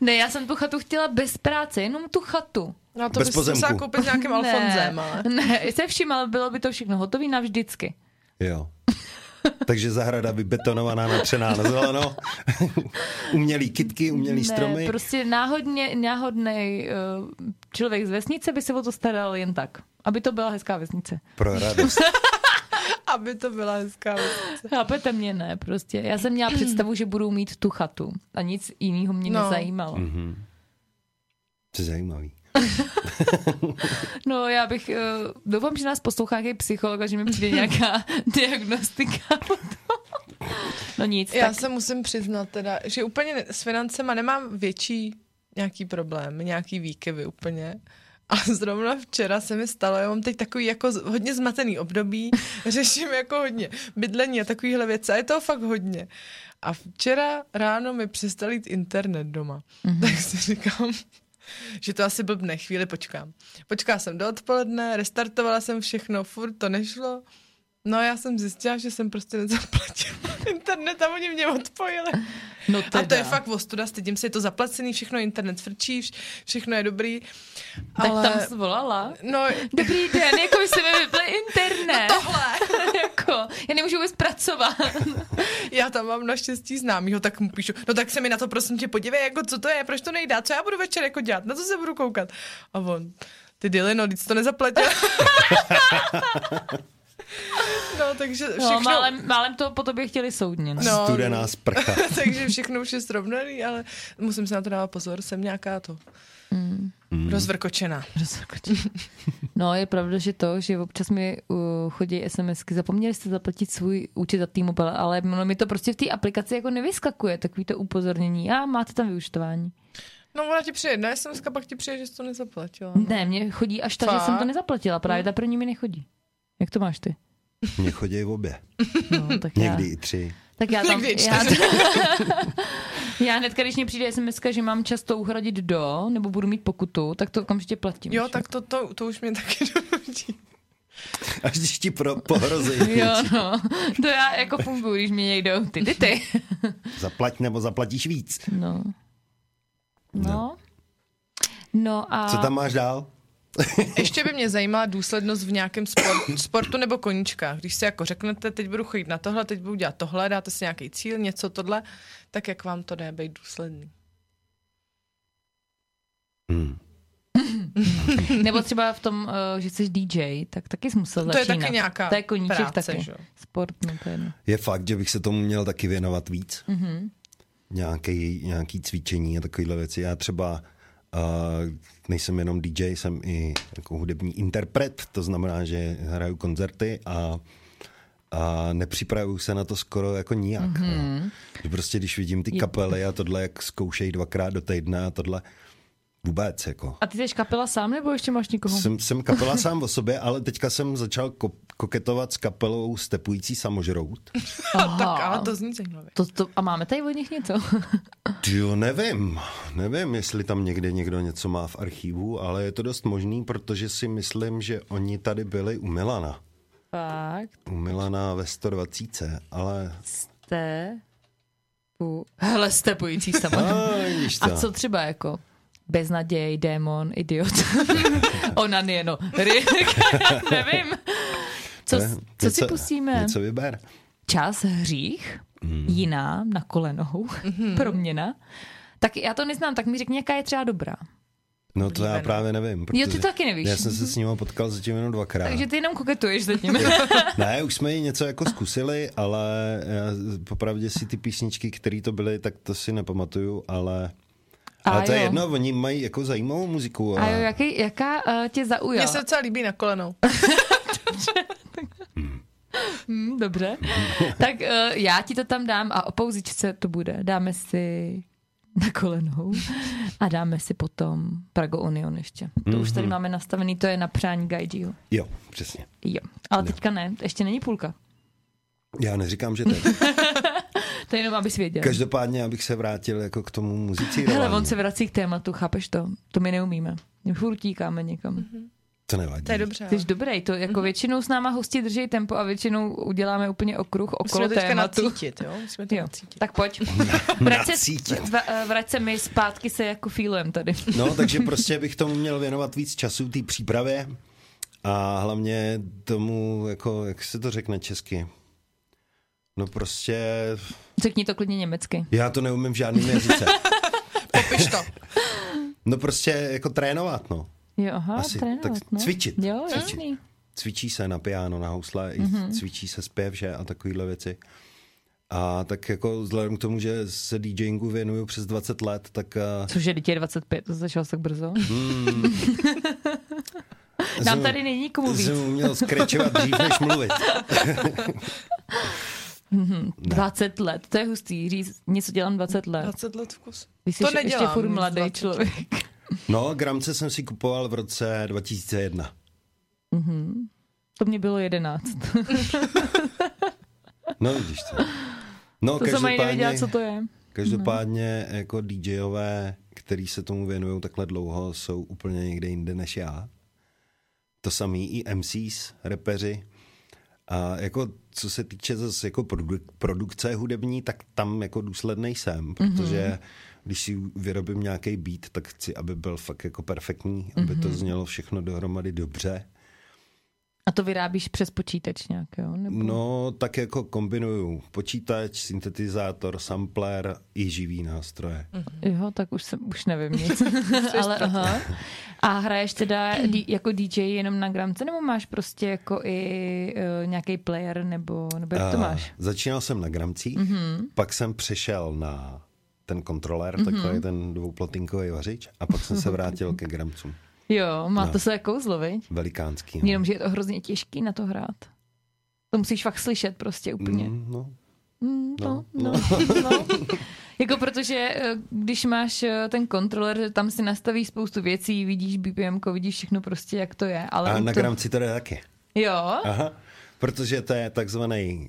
Speaker 1: Ne, já jsem tu chatu chtěla bez práce, jenom tu chatu.
Speaker 4: No to
Speaker 3: Bez
Speaker 4: bys
Speaker 3: pozemku.
Speaker 4: musela koupit nějakým Alfonzem,
Speaker 1: ne,
Speaker 4: ale.
Speaker 1: Ne, se vším, ale bylo by to všechno hotové navždycky.
Speaker 3: Jo. Takže zahrada vybetonovaná, natřená na zeleno. umělý kitky, umělý stromy.
Speaker 1: Ne, prostě náhodně, náhodný uh, člověk z vesnice by se o to staral jen tak. Aby to byla hezká vesnice.
Speaker 3: Pro radost.
Speaker 4: Aby to byla hezká
Speaker 1: Chápete mě? Ne, prostě. Já jsem měla představu, že budu mít tu chatu a nic jiného mě no.
Speaker 4: No.
Speaker 1: nezajímalo.
Speaker 3: To je zajímavý.
Speaker 1: No já bych, uh, doufám, že nás poslouchá nějaký psycholog a že mi přijde nějaká diagnostika. potom. no nic,
Speaker 4: Já
Speaker 1: tak
Speaker 4: se musím přiznat teda, že úplně ne- s financema nemám větší nějaký problém, nějaký výkyvy úplně. A zrovna včera se mi stalo, já mám teď takový jako z- hodně zmatený období, řeším jako hodně bydlení a takovýhle věci a je toho fakt hodně. A včera ráno mi přestal jít internet doma, mm-hmm. tak si říkám, že to asi blbne, chvíli počkám. Počkala jsem do odpoledne, restartovala jsem všechno, furt to nešlo. No a já jsem zjistila, že jsem prostě nezaplatila internet a oni mě odpojili.
Speaker 1: no teda.
Speaker 4: A to je fakt ostuda, stydím se, je to zaplacený, všechno internet frčí, vš- všechno je dobrý.
Speaker 1: Tak
Speaker 4: ale...
Speaker 1: tam zvolala.
Speaker 4: No,
Speaker 1: Dobrý den, jako se mi vypl internet. No tohle. jako, já nemůžu vůbec pracovat.
Speaker 4: já tam mám naštěstí známýho, tak mu píšu, no tak se mi na to prosím tě podívej, jako co to je, proč to nejdá, co já budu večer jako dělat, na co se budu koukat. A on, ty dily, no, nic to nezaplatil. no, takže všechno...
Speaker 1: No, málem, málem to po tobě chtěli soudně. No.
Speaker 4: No.
Speaker 3: Studená sprcha.
Speaker 4: takže všechno už je srovnaný, ale musím se na to dávat pozor, jsem nějaká to mm. rozvrkočená.
Speaker 1: no, je pravda, že to, že občas mi uh, chodí SMSky, zapomněli jste zaplatit svůj účet za T-Mobile, ale no, mi to prostě v té aplikaci jako nevyskakuje, takový to upozornění. A máte tam vyučtování.
Speaker 4: No ona ti přijde na SMS, pak ti přijde, že jsi to nezaplatila.
Speaker 1: Ne, mně chodí až tak, že jsem to
Speaker 4: Fakt?
Speaker 1: nezaplatila, právě ta první mi nechodí. Jak to máš ty?
Speaker 3: Mně chodí obě.
Speaker 1: No, tak já.
Speaker 3: Někdy i tři.
Speaker 1: Tak já tam,
Speaker 4: Někdy i
Speaker 1: já, já hnedka, když mě přijde SMS, že mám často uhradit do, nebo budu mít pokutu, tak to okamžitě platím.
Speaker 4: Jo,
Speaker 1: že?
Speaker 4: tak to, to, to už mě taky donutí.
Speaker 3: až když ti pro, pohrozí.
Speaker 1: Jo, no. To já jako funguji, když mi někdo ty, ty, ty.
Speaker 3: Zaplať nebo zaplatíš víc.
Speaker 1: No. No. No a...
Speaker 3: Co tam máš dál?
Speaker 4: Ještě by mě zajímala důslednost v nějakém sport, sportu nebo koníčkách. Když si jako řeknete, teď budu chodit na tohle, teď budu dělat tohle, dáte si nějaký cíl, něco tohle, tak jak vám to jde být důsledný?
Speaker 3: Hmm.
Speaker 1: Nebo třeba v tom, eh, že jsi DJ, tak taky jsi musel
Speaker 4: To je
Speaker 1: začínat.
Speaker 4: taky nějaká
Speaker 1: To je koníček
Speaker 4: práce,
Speaker 1: taky.
Speaker 4: že jo?
Speaker 1: Sport, no to je jedno.
Speaker 3: Je fakt, že bych se tomu měl taky věnovat víc. Mm-hmm. Nějaký, nějaký cvičení a takovéhle věci. Já třeba uh, nejsem jenom DJ, jsem i jako hudební interpret, to znamená, že hraju koncerty a a nepřipravuju se na to skoro jako nijak. Mm-hmm. Že prostě když vidím ty kapely a tohle, jak zkoušejí dvakrát do týdne a tohle, vůbec jako.
Speaker 1: A ty jsi kapela sám, nebo ještě máš někoho?
Speaker 3: Jsem, jsem kapela sám o sobě, ale teďka jsem začal ko- koketovat s kapelou Stepující samožrout.
Speaker 1: Aha.
Speaker 4: Tak ale to zní zajímavě.
Speaker 1: To, to, a máme tady od nich něco?
Speaker 3: Jo, nevím. Nevím, jestli tam někde někdo něco má v archivu, ale je to dost možný, protože si myslím, že oni tady byli u Milana.
Speaker 1: Fakt.
Speaker 3: U Milana ve 120, ale...
Speaker 1: Jste... pu- Hele, stepující sama.
Speaker 3: A, vidíš
Speaker 1: A
Speaker 3: to.
Speaker 1: co třeba jako beznaděj, démon, idiot, onan je, no, ryk, nevím. Co,
Speaker 3: Ne,
Speaker 1: co si pustíme?
Speaker 3: Eh, Něco vyber.
Speaker 1: Čas, hřích, jiná, na kolenou, proměna. Tak já to neznám, tak mi řekni, jaká je třeba dobrá.
Speaker 3: No to já právě nevím.
Speaker 1: Jo, ty taky nevíš.
Speaker 3: Já jsem se s ním potkal zatím jenom dvakrát.
Speaker 1: Takže ty jenom koketuješ zatím.
Speaker 3: Ne, už jsme ji něco jako zkusili, ale já, popravdě si ty písničky, které to byly, tak to si nepamatuju, ale...
Speaker 1: A
Speaker 3: Ale to je
Speaker 1: jo.
Speaker 3: jedno, oni mají jako zajímavou muziku.
Speaker 1: A jo, jaký, jaká uh, tě zaujala?
Speaker 4: Mně se docela líbí na kolenou.
Speaker 1: Hm, dobře. tak uh, já ti to tam dám a o pouzičce to bude. Dáme si na kolenou a dáme si potom Prago Union ještě. To už tady máme nastavený, to je na přání Gaijiho.
Speaker 3: jo, přesně.
Speaker 1: Jo, ale teďka ne, ještě není půlka.
Speaker 3: Já neříkám, že to je
Speaker 1: To je jenom, abys věděl.
Speaker 3: Každopádně, abych se vrátil jako k tomu muzicírování.
Speaker 1: Hele, on se vrací k tématu, chápeš to? To my neumíme. My furt tíkáme někam.
Speaker 3: To nevadí.
Speaker 4: To je dobře.
Speaker 1: Jsi dobrý, to jako většinou s náma hosti drží tempo a většinou uděláme úplně okruh okolo
Speaker 4: Musíme to teďka
Speaker 1: tématu.
Speaker 4: nacítit, jo? Musíme to
Speaker 1: Jo,
Speaker 4: nacítit.
Speaker 1: tak pojď. Vrať se,
Speaker 3: Nacítit.
Speaker 1: v- vrať se mi zpátky se jako feelem tady.
Speaker 3: No, takže prostě bych tomu měl věnovat víc času, té přípravě a hlavně tomu, jako, jak se to řekne česky? No prostě,
Speaker 1: Řekni to klidně německy.
Speaker 3: já to neumím v žádném jazyce.
Speaker 4: Popiš to.
Speaker 3: No prostě jako trénovat, no.
Speaker 1: Jo, aha,
Speaker 3: Asi,
Speaker 1: trénovat,
Speaker 3: tak
Speaker 1: no.
Speaker 3: cvičit,
Speaker 1: Jo,
Speaker 3: cvičit.
Speaker 1: jasný.
Speaker 3: Cvičí se na piano, na housle,
Speaker 1: Mhm.
Speaker 3: mm-hmm. cvičí se zpěv, že a takovéhle věci. A tak jako vzhledem k tomu, že se DJingu věnuju přes 20 let, tak eh,
Speaker 1: Což je dítě 25, to začal tak brzo. Nám
Speaker 3: jsem-
Speaker 1: tady není komu víc.
Speaker 3: jsem uměl skrečovat dřív, než mluvit.
Speaker 1: 20 let, to je hustý říct, něco dělám 20 let.
Speaker 4: 20 let vkus.
Speaker 1: Ty jsi
Speaker 4: To
Speaker 1: ještě- ještě
Speaker 4: nedělám
Speaker 1: furt
Speaker 4: nic
Speaker 1: mladý
Speaker 4: 20
Speaker 1: člověk.
Speaker 3: No, gramce jsem si kupoval v roce 2001.
Speaker 1: To mě bylo 11.
Speaker 3: No, vidíš to. No,
Speaker 1: To jsem ani nevěděla, co to je.
Speaker 3: každopádně jako DJové, který se tomu věnují takhle dlouho, jsou úplně někde jinde než já. To samý i MCs, repeři. A jako co se týče zase jako produ- produkce hudební, tak tam jako důslednej jsem, protože mm-hmm. když si vyrobím nějaký beat, tak chci, aby byl fakt jako perfektní, aby mm-hmm. to znělo všechno dohromady dobře.
Speaker 1: A to vyrábíš přes počítač nějak, jo? Nebo...
Speaker 3: No, tak jako kombinuju počítač, syntetizátor, sampler i živý nástroje.
Speaker 1: Jo, tak už, jsem, už nevím nic. Ale aha. A hraješ teda dí- jako DJ jenom na gramce, nebo máš prostě jako i uh, nějaký player, nebo, nebo jak to
Speaker 3: A
Speaker 1: máš?
Speaker 3: Eh,
Speaker 1: Mhm.
Speaker 3: Začínal jsem na gramcích, mm-hmm. pak jsem přešel na ten kontroler, mm-hmm. takový ten dvouplotinkový vařič, a pak jsem se vrátil ke gramcům.
Speaker 1: Jo, má
Speaker 3: No.
Speaker 1: to své kouzlo, viď?
Speaker 3: Velikánský. no.
Speaker 1: Jenom, že je to hrozně těžký na to hrát. To musíš fakt slyšet prostě úplně.
Speaker 3: Mm, no.
Speaker 1: Mm, no,
Speaker 3: no,
Speaker 1: no, no. Jako protože, eh, když máš eh, ten kontroler, tam si nastavíš spoustu věcí, vidíš BPM, vidíš všechno prostě, jak to je. Ale
Speaker 3: A
Speaker 1: u
Speaker 3: na
Speaker 1: to...
Speaker 3: gramci to jde taky.
Speaker 1: Jo,
Speaker 3: Aha. Protože to je takzvaný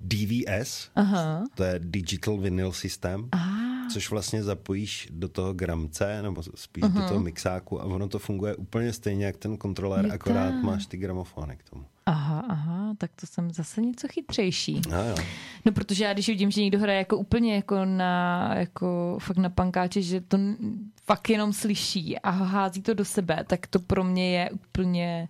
Speaker 3: DVS,
Speaker 1: aha.
Speaker 3: to je Digital Vinyl System.
Speaker 1: Ah.
Speaker 3: což vlastně zapojíš do toho gramce, nebo spíš uh-huh.
Speaker 1: Mhm.
Speaker 3: do toho mixáku a ono to funguje úplně stejně jak ten kontroler,
Speaker 1: Je
Speaker 3: akorát
Speaker 1: tak.
Speaker 3: máš ty gramofony k tomu.
Speaker 1: Aha, aha, tak to jsem zase něco chytřejší.
Speaker 3: No jo.
Speaker 1: No protože já když vidím, že někdo hraje jako úplně jako na, jako fakt na pankáče, že to n- fakt jenom slyší a hází to do sebe, tak to pro mě je úplně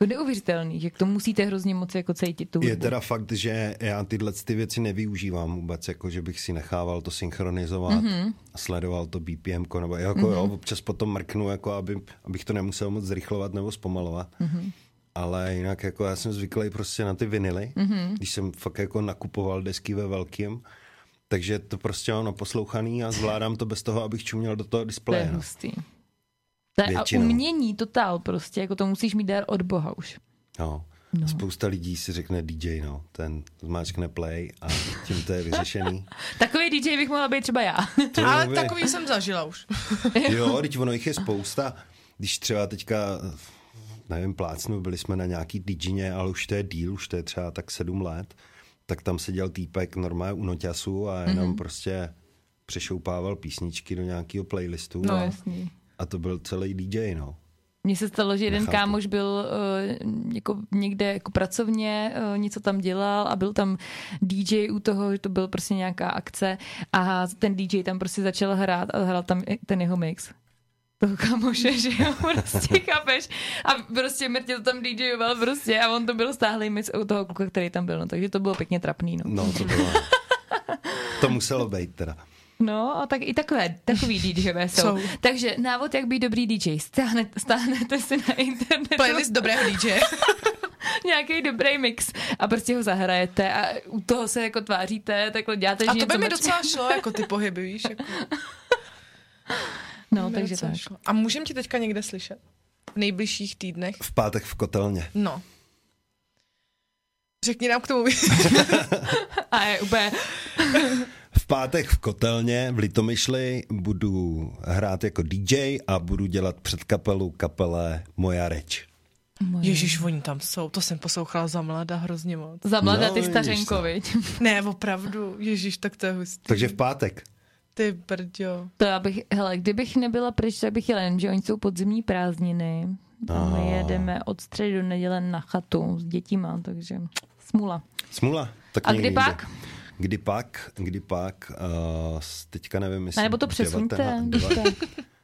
Speaker 1: jako neuvěřitelný, jak to musíte hrozně moc jako cítit tu
Speaker 3: Je
Speaker 1: hudbu.
Speaker 3: teda fakt, že já tyhle ty věci nevyužívám vůbec, jako že bych si nechával to synchronizovat, mm-hmm.
Speaker 4: Mhm.
Speaker 3: sledoval to BPM, ko, nebo jako mm-hmm. jo, občas potom mrknu, jako aby, abych to nemusel moc zrychlovat nebo zpomalovat.
Speaker 4: Mhm.
Speaker 3: Mm-hmm. Ale jinak jako já jsem zvyklý prostě na ty vinily,
Speaker 4: Mhm.
Speaker 3: mm-hmm. když jsem fakt jako nakupoval desky ve velkým, takže to prostě mám naposlouchaný a zvládám to bez toho, abych čuměl do toho
Speaker 1: To je
Speaker 3: displeje. no.
Speaker 1: hustý. To je a
Speaker 3: Většinou.
Speaker 1: umění totál prostě, jako to musíš mít dar od Boha už.
Speaker 3: No. No. Spousta lidí si řekne DJ, no, ten zmáčkne play a tím to je vyřešený.
Speaker 1: Takový DJ bych mohla být třeba já.
Speaker 3: To
Speaker 4: Ale
Speaker 3: vy-
Speaker 4: takový jsem zažila už.
Speaker 3: Jo, teď ono jich je spousta. Když třeba teďka, nevím, plácnu, byli jsme na nějaký DJině, ale už to je díl, už to je třeba tak sedm let, tak tam seděl týpek normálně u noťasu a jenom mm-hmm. prostě přešoupával písničky do nějakého playlistu.
Speaker 1: No,
Speaker 3: a,
Speaker 1: jasný.
Speaker 3: a to byl celý DJ, no.
Speaker 1: Mně se stalo, že jeden
Speaker 3: Nechápu.
Speaker 1: kámoš byl uh, jako někde jako pracovně, uh, něco tam dělal a byl tam DJ u toho, že to byl prostě nějaká akce a ten DJ tam prostě začal hrát a hrál tam i ten jeho mix toho kamoše, že jo, prostě chápeš a prostě mrtě to tam DJoval prostě a on to byl stáhlý mix u toho kluka, který tam byl, no, takže to bylo pěkně trapný, no.
Speaker 3: No, to bylo... to muselo být teda.
Speaker 1: No, a tak i takové, takový DJové jsou.
Speaker 4: Jsou.
Speaker 1: Takže návod, jak být dobrý DJ. Stáhnete, stáhnete si na internetu
Speaker 4: Playlist dobrého DJ.
Speaker 1: nějaký dobrý mix a prostě ho zahrajete a u toho se jako tváříte, takhle děláte,
Speaker 4: A
Speaker 1: že
Speaker 4: to by
Speaker 1: něco
Speaker 4: mi
Speaker 1: mačka-
Speaker 4: docela šlo, jako ty pohyby, víš. Jako,
Speaker 1: No,
Speaker 4: mi
Speaker 1: takže
Speaker 4: docela
Speaker 1: tak.
Speaker 4: šlo. A můžem tě teďka někde slyšet? V nejbližších týdnech?
Speaker 3: V pátek v kotelně.
Speaker 4: No. Řekni nám k tomu víc.
Speaker 1: A je úplně,
Speaker 3: V pátek v kotelně v Litomyšli budu hrát jako DJ a budu dělat předkapelu kapele Moja reč.
Speaker 4: Ježíš, oni tam jsou, to jsem poslouchala za mlada hrozně moc.
Speaker 1: za mladé
Speaker 3: No,
Speaker 1: ty
Speaker 3: vidíš
Speaker 1: stařenko,
Speaker 3: to.
Speaker 1: viď?
Speaker 4: Ne, opravdu, ježíš, tak to je hustý.
Speaker 3: Takže v pátek.
Speaker 4: Ty brďo.
Speaker 1: To já bych, hele, kdybych nebyla pryč, tak bych jela, že oni jsou podzimní prázdniny. A my
Speaker 3: Ah.
Speaker 1: jedeme od středy do neděle na chatu s dětima, takže smula.
Speaker 3: Smula. Tak
Speaker 1: A
Speaker 3: někdy
Speaker 1: kdy pak?
Speaker 3: jinde. Kdy pak, kdy pak, uh, teďka nevím, jestli...
Speaker 1: A nebo to přesuňte.
Speaker 3: devatena-
Speaker 1: když
Speaker 3: deva-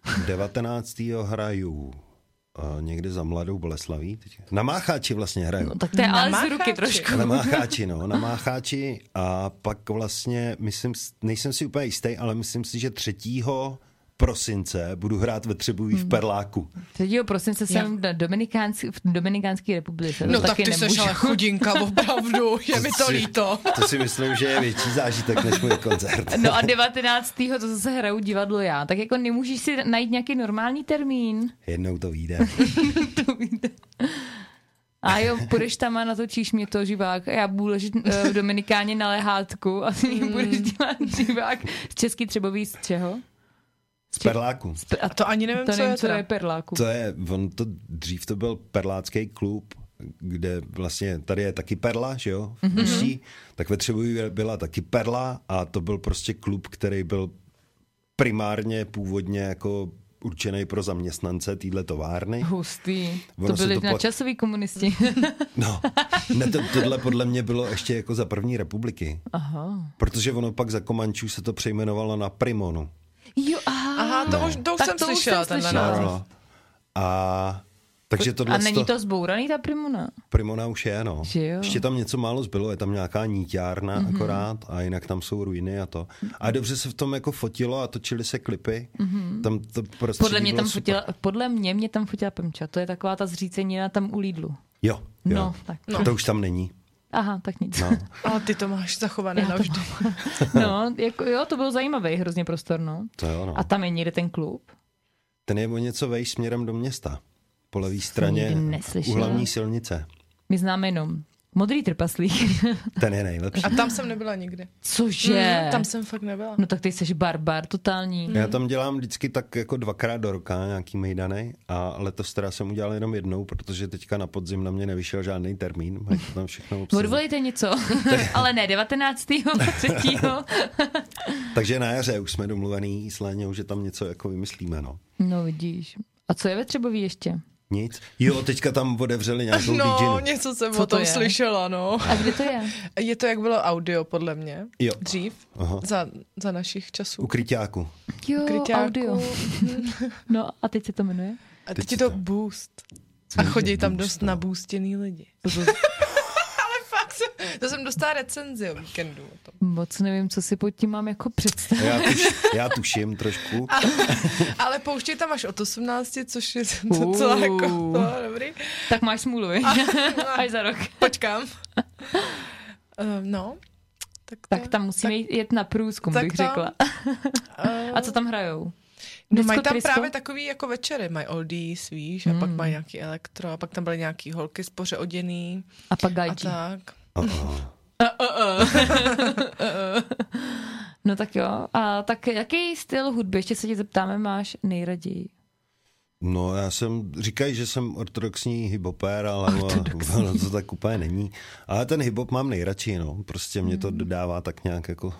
Speaker 1: tak.
Speaker 3: 19. hraju uh, někde za Mladou Boleslaví. Teď. Na Mácháči vlastně hraju.
Speaker 1: No, tak to je ale z
Speaker 4: Namácháči.
Speaker 1: ruky trošku.
Speaker 3: Na Mácháči, no, na Mácháči a pak vlastně, myslím, s- nejsem si úplně jistý, ale myslím si, že 3. prosince budu hrát ve Třebuví
Speaker 1: Mhm.
Speaker 3: v Perláku.
Speaker 1: 3. prosince jsem na Dominikánský, v Dominikánské republice. to
Speaker 4: No tak
Speaker 1: taky
Speaker 4: ty seš
Speaker 1: nemůžu.
Speaker 4: ale chudinka, opravdu, je mi to
Speaker 3: si-
Speaker 4: líto.
Speaker 3: To si myslím, že je větší zážitek než můj koncert.
Speaker 1: No a 19. to zase hraju divadlo já. Tak jako nemůžeš si najít nějaký normální termín?
Speaker 3: Jednou to vyjde.
Speaker 1: To víte. A jo, půjdeš tam a natočíš mě to živák. A já budu ležet eh, v Dominikáně na lehátku a ty
Speaker 4: Hmm.
Speaker 1: mm. budeš dělat živák z český třebový z čeho?
Speaker 3: Z Perláku.
Speaker 1: A
Speaker 4: To ani nevím,
Speaker 1: to
Speaker 4: co
Speaker 1: nevím,
Speaker 4: je
Speaker 1: co
Speaker 4: teda.
Speaker 1: je perláku.
Speaker 3: To je, on to, dřív to byl perlácký klub, kde vlastně tady je taky perla, že jo, v
Speaker 1: Mhm.
Speaker 3: mm-hmm. tak ve Třebojí byla taky perla a to byl prostě klub, který byl primárně původně jako určený pro zaměstnance téhle továrny.
Speaker 1: Hustý. To
Speaker 3: Ono se
Speaker 1: byli
Speaker 3: to
Speaker 1: to
Speaker 3: plat-
Speaker 1: nadčasoví komunisti.
Speaker 3: No, ne, to, tohle podle mě bylo ještě jako za první republiky,
Speaker 1: Aha.
Speaker 3: protože ono pak za Komančů se to přejmenovalo na Primonu.
Speaker 1: Jo, aha.
Speaker 4: Aha, to už, to už
Speaker 1: Tak
Speaker 4: jsem
Speaker 1: to už
Speaker 4: slyšela,
Speaker 1: jsem
Speaker 4: tenhle
Speaker 1: slyšela.
Speaker 4: název.
Speaker 3: No. A takže tohle
Speaker 1: A není to zbouraný ta primuna?
Speaker 3: Primona už je, no.
Speaker 1: Že jo. Mhm.
Speaker 3: Ještě tam něco málo zbylo, je tam nějaká níťárna mm-hmm. akorát a jinak tam jsou ruiny a to. A dobře se v tom jako fotilo a točily se klipy. Mm-hmm. Tam to prostě
Speaker 1: Mhm. Podle mě tam fotila, podle mě mě tam fotila Pemča. To je taková ta zřícenina tam u Lidlu.
Speaker 3: Jo, jo.
Speaker 1: No, tak.
Speaker 3: No. To už tam není.
Speaker 1: Aha, tak nic.
Speaker 3: No.
Speaker 4: Ale ty to máš zachované
Speaker 1: Já to
Speaker 4: navždy.
Speaker 1: No, jako, jo, to byl zajímavý hrozně prostor, no.
Speaker 3: To jo, no.
Speaker 1: A tam je někde ten klub?
Speaker 3: Ten je o něco vejš směrem do města. Po levé straně
Speaker 1: nikdy neslyšela.
Speaker 3: u hlavní silnice.
Speaker 1: My známe jenom Modrý trpaslík.
Speaker 3: Ten je nejlepší.
Speaker 4: A tam jsem nebyla nikdy.
Speaker 1: Cože?
Speaker 4: Mm, tam jsem fakt nebyla.
Speaker 1: No tak ty jsi barbar, totální.
Speaker 3: Já tam dělám vždycky tak jako dvakrát do roka nějaký mejdanej a letos teda jsem udělal jenom jednou, protože teďka na podzim na mě nevyšel žádný termín, mají to tam všechno obsazené.
Speaker 1: Odvolejte něco, ale ne 19. 3.
Speaker 3: Takže na jaře už jsme domluvený s Léňou, že tam něco jako vymyslíme, no.
Speaker 1: no vidíš. A co je ve Třebový ještě?
Speaker 3: Nic. Jo, teďka tam odevřeli nějakou no,
Speaker 4: No,
Speaker 3: DJinu.
Speaker 4: něco jsem
Speaker 1: Co to
Speaker 4: o tom
Speaker 1: je?
Speaker 4: slyšela, no.
Speaker 1: A kde to je?
Speaker 4: Je to, jak bylo audio, podle mě.
Speaker 3: Jo.
Speaker 4: Dřív,
Speaker 3: Aha.
Speaker 4: za, za našich časů.
Speaker 3: U kryťáku.
Speaker 1: Jo,
Speaker 4: Kryťáku.
Speaker 1: audio. No a teď se to jmenuje?
Speaker 4: A
Speaker 3: Teď
Speaker 4: teď je
Speaker 3: to-
Speaker 4: to boost. A chodí tam dost nabůstěný lidi. Ale fakt, jsem, to jsem dostala recenzi o víkendu o tom.
Speaker 1: Moc nevím, co si pod tím mám jako představit.
Speaker 3: Já, tuš, já tuším trošku.
Speaker 4: Ale pouštěj tam až od 18, což je docela
Speaker 1: Uuu.
Speaker 4: jako, no, dobrý.
Speaker 1: Tak máš smůlu, viď? až za rok.
Speaker 4: Počkám. Ehm, No, tak, to-
Speaker 1: Tak tam musíme jít- jet na průzkum,
Speaker 4: tak
Speaker 1: bych
Speaker 4: tam,
Speaker 1: řekla.
Speaker 4: eh,
Speaker 1: A co tam hrajou?
Speaker 4: No
Speaker 1: Disco
Speaker 4: mají tam
Speaker 1: Crisco?
Speaker 4: právě takový jako večery, mají oldies, víš, a pak mají nějaký elektro, a pak tam byly nějaký holky spoře oděný
Speaker 1: A pak
Speaker 4: a
Speaker 1: gajčí.
Speaker 4: tak.
Speaker 3: Aha.
Speaker 1: No tak jo. A tak jaký styl hudby, ještě se tě zeptáme, máš nejraději?
Speaker 3: No já jsem, říkají, že jsem ortodoxní hipopér, ale ono to tak úplně není. Ale ten hip-hop mám nejradši, no. Prostě mě to dodává tak nějak jako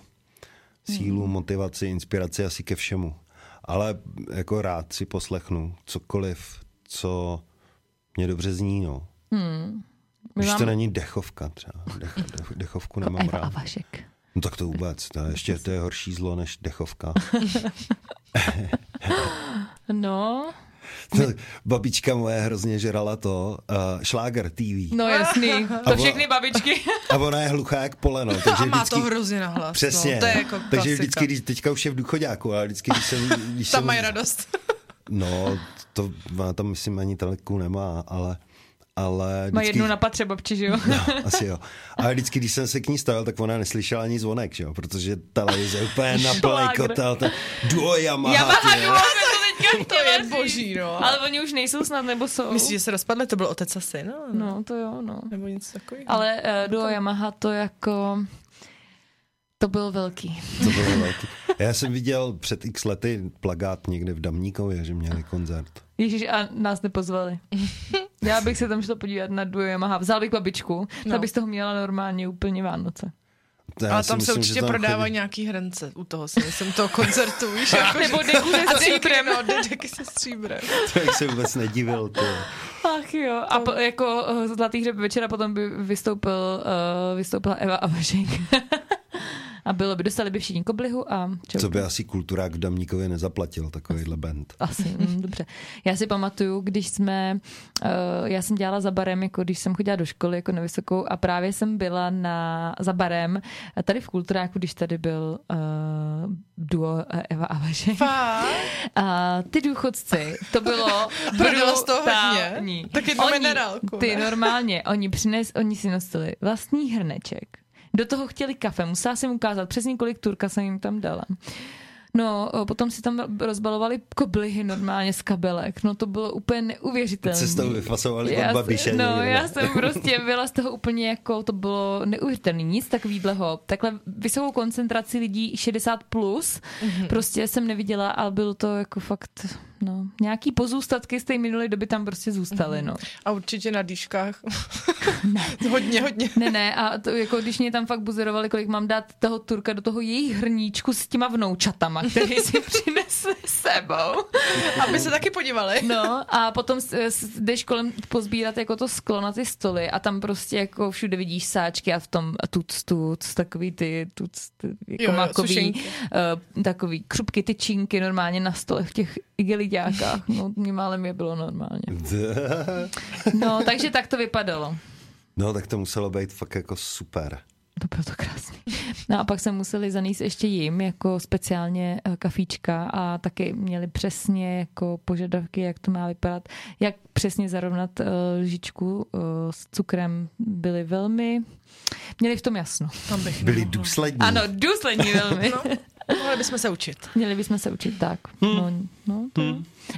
Speaker 3: sílu, motivaci, inspiraci asi ke všemu. Ale jako rád si poslechnu cokoliv, co mě dobře zní, no.
Speaker 1: My
Speaker 3: Když
Speaker 1: mám
Speaker 3: to není dechovka třeba. Dech, dech, dechovku nemám
Speaker 1: Eva a
Speaker 3: rád.
Speaker 1: Vašek.
Speaker 3: No tak to vůbec, to je ještě to je horší zlo než dechovka.
Speaker 1: No,
Speaker 3: To, babička moje hrozně žrala to, uh, šláger TV.
Speaker 1: no jasný.
Speaker 3: A
Speaker 1: To
Speaker 3: bo-
Speaker 1: všechny babičky.
Speaker 3: A ona je hluchá jak poleno. Takže
Speaker 4: A má
Speaker 3: vždycky,
Speaker 4: to hrozně na hlas.
Speaker 3: Přesně.
Speaker 4: No. To je jako
Speaker 3: takže
Speaker 4: klasika.
Speaker 3: vždycky, když teďka už je v důchodáku, ale vždycky, když jsem... Když
Speaker 4: Tam
Speaker 3: jsem,
Speaker 4: mají radost.
Speaker 3: No, to má tam, myslím, ani teleku nemá, ale... ale vždycky, No,
Speaker 1: Má jednu na patře babči, že jo?
Speaker 3: Asi jo. Ale vždycky, když jsem se k ní stavil, tak ona neslyšela ani zvonek, že jo? Protože televize úplně na plný
Speaker 1: Šlágr.
Speaker 3: kotel. ta- Duo Yamaha.
Speaker 1: Yamaha
Speaker 3: ty
Speaker 1: Duo,
Speaker 3: vole.
Speaker 1: jsem to teďka
Speaker 4: To je
Speaker 1: chtěla říct.
Speaker 4: boží, no.
Speaker 1: Ale oni už nejsou snad, nebo jsou.
Speaker 4: Myslíš, že se rozpadli? To byl otec a syn? ale-
Speaker 1: No, to jo, no.
Speaker 4: Nebo něco takového.
Speaker 1: Ale uh, duo Yamaha to jako... To byl velký.
Speaker 3: To bylo velký. Já jsem viděl před x lety plagát někde v Damníkově, že měli koncert.
Speaker 1: Ježíš, a nás nepozvali. Já bych se tam šla podívat na duo Yamaha. Vzal bych babičku, no. ta
Speaker 4: No.
Speaker 1: by z toho měla normálně úplně Vánoce.
Speaker 3: To já
Speaker 4: Ale
Speaker 3: si
Speaker 4: tam se
Speaker 3: myslím, že
Speaker 4: určitě prodávají
Speaker 3: chodí-
Speaker 4: nějaký hrnce u toho, si myslím, toho koncertu, víš, jako,
Speaker 1: Nebo
Speaker 4: že-
Speaker 1: deku se
Speaker 4: A deky,
Speaker 1: stříbrem.
Speaker 4: No, de- deky se stříbrem.
Speaker 3: To jak se vůbec nedivil. To.
Speaker 1: Ach jo. A po, jako eh, Zlatý hřeb večera potom by vystoupil, uh, vystoupila Eva a Vašek. a bylo by, dostali by všichni koblihu a čau.
Speaker 3: Co by asi kulturák v Damníkově nezaplatil, takovýhle band.
Speaker 1: Asi, mm, dobře. Já si pamatuju, když jsme, uh, já jsem dělala za barem, jako když jsem chodila do školy, jako na vysokou, a právě jsem byla na, za barem, eh, tady v Kulturáku, když tady byl uh, duo eh, Eva a Vašek.
Speaker 4: Fakt?
Speaker 1: A ty důchodci, to bylo
Speaker 4: Prodala z toho hodně.
Speaker 1: brutální.
Speaker 4: Tak jednu
Speaker 1: Oni-
Speaker 4: minerálku,
Speaker 1: Ty
Speaker 4: ne?
Speaker 1: normálně, oni, přines, oni si nosili vlastní hrneček. Do toho chtěli kafe, musela jsem ukázat, přesně kolik turka jsem jim tam dala. No, o, potom si tam rozbalovali koblihy normálně z kabelek. No to bylo úplně neuvěřitelné.
Speaker 3: Cestou vyfasovali od
Speaker 1: Já
Speaker 3: babiše.
Speaker 1: jsem- No,
Speaker 3: někde.
Speaker 1: já jsem prostě byla z toho úplně jako, to bylo neuvěřitelné, nic takového. Takhle vysokou koncentraci lidí 60 plus, mm-hmm. prostě jsem neviděla, ale bylo to jako fakt, no, nějaký pozůstatky z té minulé doby tam prostě zůstaly, no.
Speaker 4: A určitě na dýškách. hodně, hodně.
Speaker 1: Ne, ne, a to, jako když mě tam fakt buzerovali, kolik mám dát toho Turka do toho jejich hrníčku s těma vnoučatama, který si přinesli s sebou.
Speaker 4: Aby se taky podívali.
Speaker 1: No a potom s- s- jdeš kolem pozbírat jako to sklo na ty stoly a tam prostě jako všude vidíš sáčky a v tom tuc, tuc, takový ty tuc, ty, jako
Speaker 4: Jo, jo,
Speaker 1: makový,
Speaker 4: sušenky.
Speaker 1: uh, takový křupky, tyčinky normálně na stolech v těch igeliďákách. No, mě málem je bylo normálně. No, takže tak to vypadalo.
Speaker 3: No, tak to muselo být fakt jako super.
Speaker 1: To bylo to krásný. No a pak jsme museli zanést ještě jim jako speciálně eh, kafíčka a taky měli přesně jako požadavky, jak to má vypadat, jak přesně zarovnat eh, lžičku eh, s cukrem. Byli velmi, měli v tom jasno.
Speaker 4: Tam bych
Speaker 3: Byli důslední.
Speaker 1: Ano, důslední velmi.
Speaker 4: No, mohli bychom se učit.
Speaker 1: Měli bychom se učit tak. No, no, to.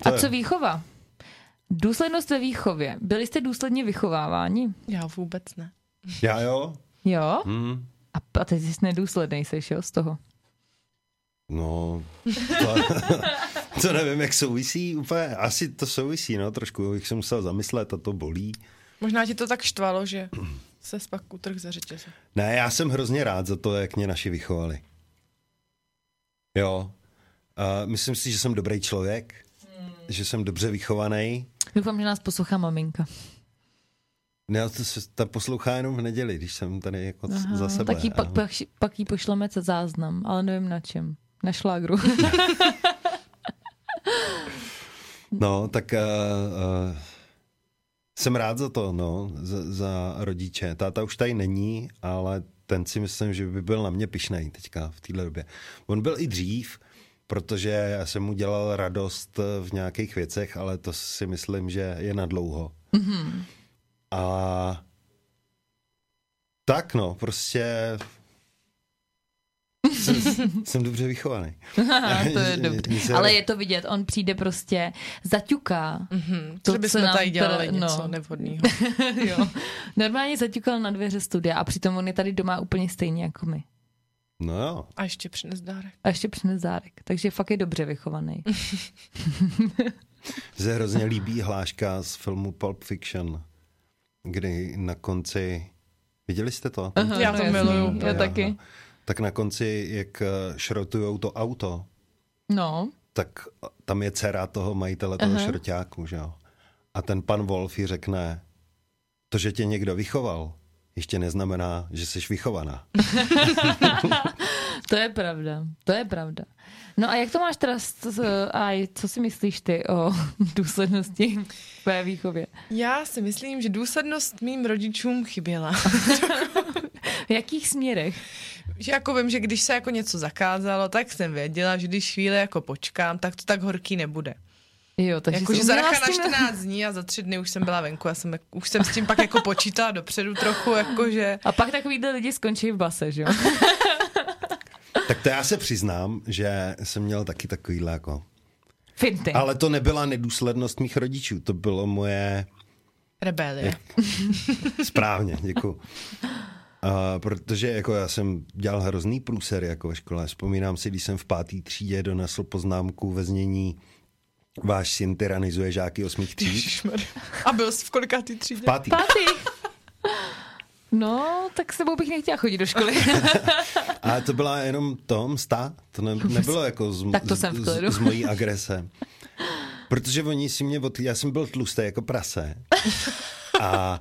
Speaker 1: A
Speaker 3: To je-
Speaker 1: co výchova? Důslednost ve výchově. Byli jste důsledně vychováváni?
Speaker 4: Já vůbec ne.
Speaker 3: Já jo?
Speaker 1: Jo?
Speaker 3: Hm.
Speaker 1: A, a teď jsi nedůsledný, seš, jo, z toho.
Speaker 3: No, to, to nevím, jak souvisí úplně. Asi to souvisí, no, trošku bych se musel zamyslet a to bolí.
Speaker 4: Možná ti to tak štvalo, že se pak utrh ze řetězu.
Speaker 3: Ne, já jsem hrozně rád za to, jak mě naši vychovali. Jo. A myslím si, že jsem dobrý člověk,
Speaker 1: Hmm.
Speaker 3: že jsem dobře vychovaný.
Speaker 1: Doufám, že nás poslouchá maminka.
Speaker 3: Ne, to se ta poslouchá jenom v neděli, když jsem tady jako Aha,
Speaker 1: Aha,
Speaker 3: za sebe.
Speaker 1: tak jí pak, pak, pak jí pošleme se záznam, ale nevím na čem. Na šlágru.
Speaker 3: No, tak uh, uh, jsem rád za to, no, za, za rodiče. Táta už tady není, ale ten si myslím, že by byl na mě pišnej teďka v téhle době. On byl i dřív, protože já jsem mu dělal radost eh, v nějakých věcech, ale to si myslím, že je na dlouho. Mm-hmm. A tak no, prostě jsem, jsem dobře vychovaný.
Speaker 1: Aha, to je
Speaker 3: Že-
Speaker 1: dobrý.
Speaker 3: že-
Speaker 1: Ale je to vidět, on přijde prostě, zaťuká.
Speaker 4: Hm,
Speaker 1: Mhm, To,
Speaker 4: to, že bychom
Speaker 1: co nám
Speaker 4: tady dělali
Speaker 1: teda- no.
Speaker 4: něco nevhodného.
Speaker 1: jo. Normálně zaťukal na dveře studia a přitom on je tady doma úplně stejně jako my.
Speaker 3: No jo.
Speaker 4: A ještě přines dárek.
Speaker 1: A ještě přines dárek. Takže fakt je dobře vychovaný.
Speaker 3: Mně se hrozně líbí hláška z filmu Pulp Fiction, kdy na konci... Viděli jste to?
Speaker 1: Aha, no
Speaker 4: Já to
Speaker 1: jasný,
Speaker 4: miluju,
Speaker 1: Já
Speaker 4: úplně.
Speaker 1: taky.
Speaker 3: Tak na konci, jak eh, šrotujou to auto,
Speaker 1: No,
Speaker 3: tak eh, tam je dcera toho majitele toho
Speaker 1: Aha.
Speaker 3: šroťáku, že jo? A ten pan Wolf jí řekne, to, že tě někdo vychoval, ještě neznamená, že jsi vychovaná.
Speaker 1: to je pravda. To je pravda. No a jak to máš teda s, s, a co si myslíš ty o důslednosti tvé výchově?
Speaker 4: Já si myslím, že důslednost mým rodičům chyběla.
Speaker 1: V jakých směrech?
Speaker 4: že jako vím, že když se jako něco zakázalo, tak jsem věděla, že když chvíli jako počkám, tak to tak horký nebude.
Speaker 1: Jo, takže
Speaker 4: Jakože
Speaker 1: jsi
Speaker 4: za
Speaker 1: uměla
Speaker 4: racha
Speaker 1: s
Speaker 4: na
Speaker 1: tím-
Speaker 4: 14 dní a za tři dny už jsem byla venku a jsem, už jsem s tím pak jako počítala dopředu trochu, jakože...
Speaker 1: A pak takovýhle lidi skončí v base, že jo?
Speaker 3: Tak to já se přiznám, že jsem měl taky takovýhle jako...
Speaker 1: Finty.
Speaker 3: Ale to nebyla nedůslednost mých rodičů, to bylo moje...
Speaker 4: Rebelie.
Speaker 3: Správně, děkuji. A protože jako já jsem dělal hrozný průser jako ve škole. Vzpomínám si, když jsem v pátý třídě donesl poznámku ve znění Váš syn tyranizuje žáky osmých tříd.
Speaker 4: Ježišmarja. A byl jsi v kolikátý třídě?
Speaker 3: Pátý.
Speaker 1: Pátý. No, tak s sebou bych nechtěla chodit do školy.
Speaker 3: A to byla jenom to msta. To ne, nebylo jako z,
Speaker 1: Tak to
Speaker 3: z,
Speaker 1: jsem v klidu.
Speaker 3: z, z mojí agrese. Protože oni si mě... Od... Já jsem byl tlustý jako prase. A,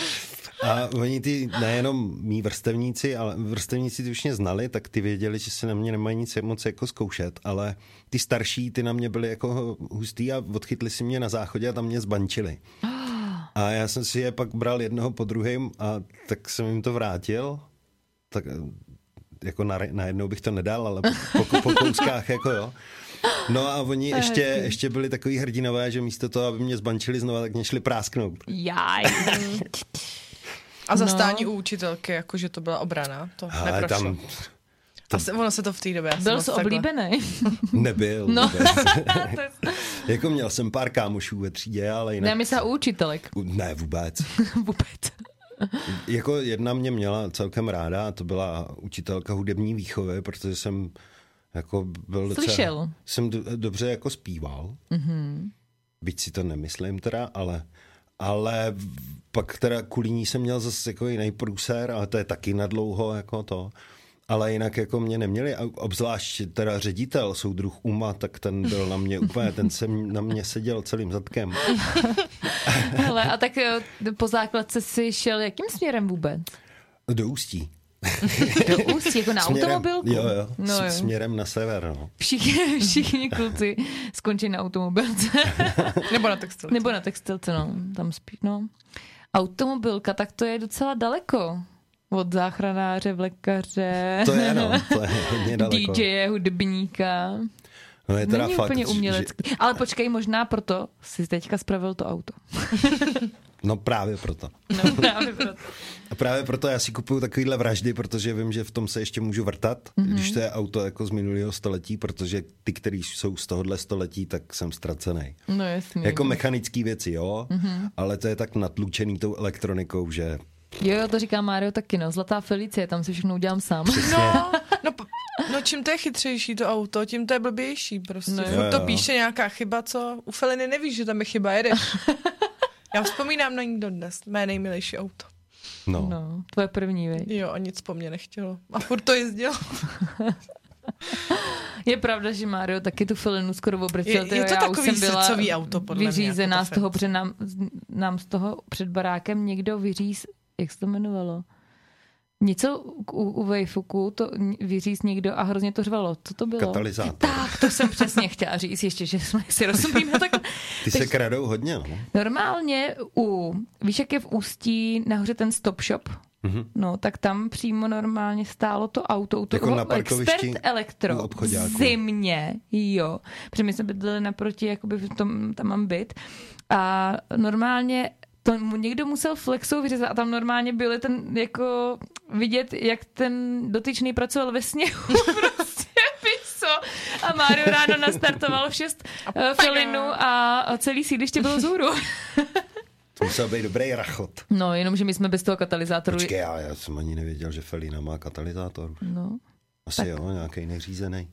Speaker 3: a oni ty, nejenom mý vrstevníci, ale vrstevníci ty už mě znali, tak ty věděli, že se na mě nemají nic moc jako zkoušet, ale ty starší, ty na mě byli jako hustý a odchytli si mě na záchodě a tam mě zbančili. A já jsem si je pak bral jednoho po druhém a tak jsem jim to vrátil. Tak eh, jako na, najednou bych to nedal, ale po, po, po kouskách jako jo. No a oni ještě, ještě byli takový hrdinové, že místo toho, aby mě zbančili znova, tak mě šli prásknout.
Speaker 1: Jaj.
Speaker 4: A
Speaker 1: No.
Speaker 4: zastání u učitelky, jakože to byla obrana. To
Speaker 3: Ale
Speaker 4: neprošlo. A
Speaker 3: tam
Speaker 4: se, ono se to v té době... já jsem
Speaker 1: Byl
Speaker 4: moc
Speaker 1: jsi
Speaker 4: takhle-
Speaker 1: oblíbený.
Speaker 3: nebyl.
Speaker 1: No.
Speaker 3: vůbec. jako měl jsem pár kámošů ve třídě, ale jinak...
Speaker 1: Ne, my se u učitelek.
Speaker 3: Ne, vůbec.
Speaker 1: Vůbec.
Speaker 3: Jako jedna mě měla celkem ráda, a to byla učitelka hudební výchovy, protože jsem jako byl docela...
Speaker 1: Slyšel. Mhm.
Speaker 3: Jsem do, dobře jako zpíval. Mm-hmm. Byť si to nemyslím teda, ale... Ale v- pak teda kvůli ní jsem měl zase jako jiný průser, ale to je taky nadlouho jako to. Ale jinak jako mě neměli, a obzvlášť teda ředitel, soudruh Uma, tak ten byl na mě úplně, ten jsem na mě seděl celým zadkem.
Speaker 1: Hele, a tak eh, po základce si šel jakým směrem vůbec?
Speaker 3: Do ústí.
Speaker 1: Do ústí, jako na automobilku?
Speaker 3: Jo, jo,
Speaker 1: No,
Speaker 3: no,
Speaker 1: jo.
Speaker 3: směrem na sever, no.
Speaker 1: Všichni, všichni kluci skončí na automobilce.
Speaker 4: Nebo na textil.
Speaker 1: Nebo na textilce, no. Tam spíš, no. Automobilka, tak to je docela daleko. Od záchranáře, vlekaře.
Speaker 3: To je, no, to je hodně daleko.
Speaker 1: DJ, hudebníka.
Speaker 3: No je teda
Speaker 1: Není
Speaker 3: fakt,
Speaker 1: úplně
Speaker 3: že-
Speaker 1: umělecký. Že... Ale počkej, možná proto si teďka spravil to auto.
Speaker 3: Že, no právě proto.
Speaker 1: No, právě proto.
Speaker 3: A právě proto já si kupuju takovýhle vraždy, protože vím, že v tom se ještě můžu vrtat,
Speaker 1: Mhm.
Speaker 3: mm-hmm. když to je auto jako z minulého století, protože ty, který jsou z tohohle století, tak jsem ztracený.
Speaker 1: No jasně. Mhm.
Speaker 3: Jako mechanické věci, jo, mm-hmm. ale to je tak natlučený tou elektronikou, že
Speaker 1: Jo, jo, to říká Mário taky, no. Zlatá Felicie, tam si všechno udělám sám.
Speaker 4: No, no, p- no čím to je chytřejší to auto, tím to je blbější prostě.
Speaker 1: No
Speaker 4: No,
Speaker 1: jo.
Speaker 4: Furt
Speaker 3: Jo,
Speaker 4: to
Speaker 3: jo.
Speaker 4: píše nějaká chyba, co u Feliny nevíš, že tam je chyba, jedeš. Já vzpomínám na ní dodnes, mé nejmilejší auto.
Speaker 3: No. no.
Speaker 1: No, tvoje první, vej.
Speaker 4: Jo, a nic po mně nechtělo. A furt to jezdilo.
Speaker 1: Je pravda, že Mário taky tu filinu skoro obrčil.
Speaker 4: Je-
Speaker 1: tyjo,
Speaker 4: je to
Speaker 1: já už
Speaker 4: takový
Speaker 1: jsem byla
Speaker 4: srdcový auto, podle mě,
Speaker 1: vyřízená
Speaker 4: jako
Speaker 1: z
Speaker 4: ta
Speaker 1: toho, protože nám, z- nám z toho před barákem někdo vyříz, jak se to jmenovalo? Něco k- u, u Wayfuku to n- vyříz někdo a hrozně to řvalo. Co to bylo?
Speaker 3: Katalyzátor.
Speaker 1: Tak, to jsem přesně chtěla říct, ještě, že jsme si rozumíme takhle.
Speaker 3: Ty se kradou hodně, no.
Speaker 1: Normálně u, víš, jak je v Ústí nahoře ten stop shop? Mm-hmm. No, tak tam přímo normálně stálo to auto, u
Speaker 3: Mhm. Jako
Speaker 1: toho
Speaker 3: na
Speaker 1: expert
Speaker 3: parkovišti
Speaker 1: elektro.
Speaker 3: u obchoďáků.
Speaker 1: Zimně, jo. Protože my jsme bydleli naproti, jakoby v tom, tam mám byt. A normálně to mu někdo musel flexou vyřezat a tam normálně byly ten, jako vidět, jak ten dotyčný pracoval ve sněhu. prostě, víš co? A Mário ráno nastartoval v šest eh, felinu a a celý sídliště bylo zůru.
Speaker 3: To musel být dobrý rachot.
Speaker 1: No, jenomže my jsme bez toho katalyzátoru...
Speaker 3: Počkej, já, já jsem ani nevěděl, že Felina má katalyzátor.
Speaker 1: No,
Speaker 3: Asi jo, nějaký neřízený.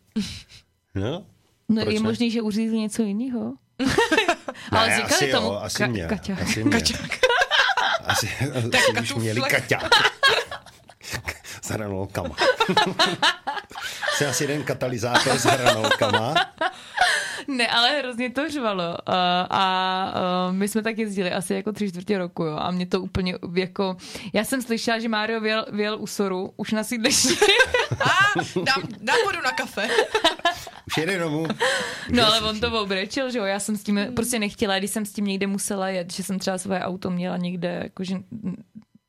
Speaker 3: No,
Speaker 1: no
Speaker 3: Proč
Speaker 1: je
Speaker 3: ne?
Speaker 1: možný, že uřízli něco jiného.
Speaker 3: Ne,
Speaker 1: Ale říkali
Speaker 3: asi
Speaker 1: tomu
Speaker 3: jo, asi
Speaker 1: ka-
Speaker 3: mě.
Speaker 1: kaťák.
Speaker 3: Asi mě. Asi, asi už
Speaker 4: katuflek.
Speaker 3: měli kaťák. S hranolkama. Jsi asi jeden katalyzátor s hranolkama.
Speaker 1: Ne, ale hrozně to řvalo. Uh, a uh, my jsme tak jezdili asi jako tři čtvrtě roku, jo. A mě to úplně jako... Já jsem slyšela, že Mário věl, věl u Soru, už na sídlišti.
Speaker 4: A dám, dám vodu na kafe.
Speaker 3: Už jede domů.
Speaker 1: No ale on to obrečil, že jo, já jsem s
Speaker 3: Hmm.
Speaker 1: tím prostě nechtěla, když jsem s tím někde musela jet, že jsem třeba svoje auto měla někde, jakože mm,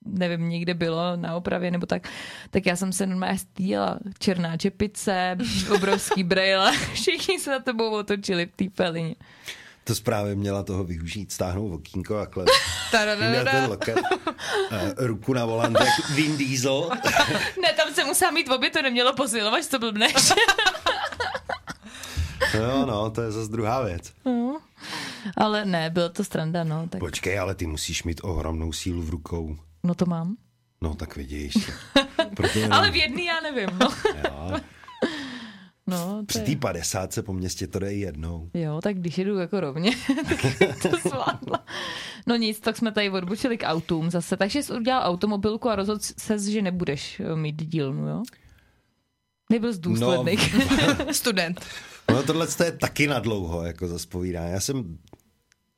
Speaker 1: nevím, někde bylo na opravě nebo tak, tak já jsem se normálně stýla. Černá čepice, obrovský brejle, všichni se na tebou otočili v té pelině.
Speaker 3: To právě měla toho využít, stáhnout okýnko a klep.
Speaker 1: No,
Speaker 3: Měl ten
Speaker 4: Tadadadada.
Speaker 3: loket, eh, ruku na volant, jak Vin Diesel.
Speaker 1: Ne, tam se musela mít v obě, to nemělo posilovač, to blbneš.
Speaker 3: No, no, to je zase druhá věc.
Speaker 1: ale ne, bylo to stranda, no, tak,
Speaker 3: Počkej, ale ty musíš mít ohromnou sílu v rukou.
Speaker 1: no to mám.
Speaker 3: No, tak vidíš. Proto jenom,
Speaker 1: Ale v jedný já nevím, no.
Speaker 3: jo.
Speaker 1: no to
Speaker 3: Při
Speaker 1: je-
Speaker 3: té 50 se po městě to jde jednou.
Speaker 1: Jo, tak když jedu jako rovně, tak to zvládla. No nic, tak jsme tady odbočili k autům zase. Takže jsi udělal automobilku a rozhodl se, že nebudeš eh, mít dílnu, jo? Nebyl z důsledných. No.
Speaker 4: Student.
Speaker 3: No tohle to je taky nadlouho, jako zaspovídá. Já jsem,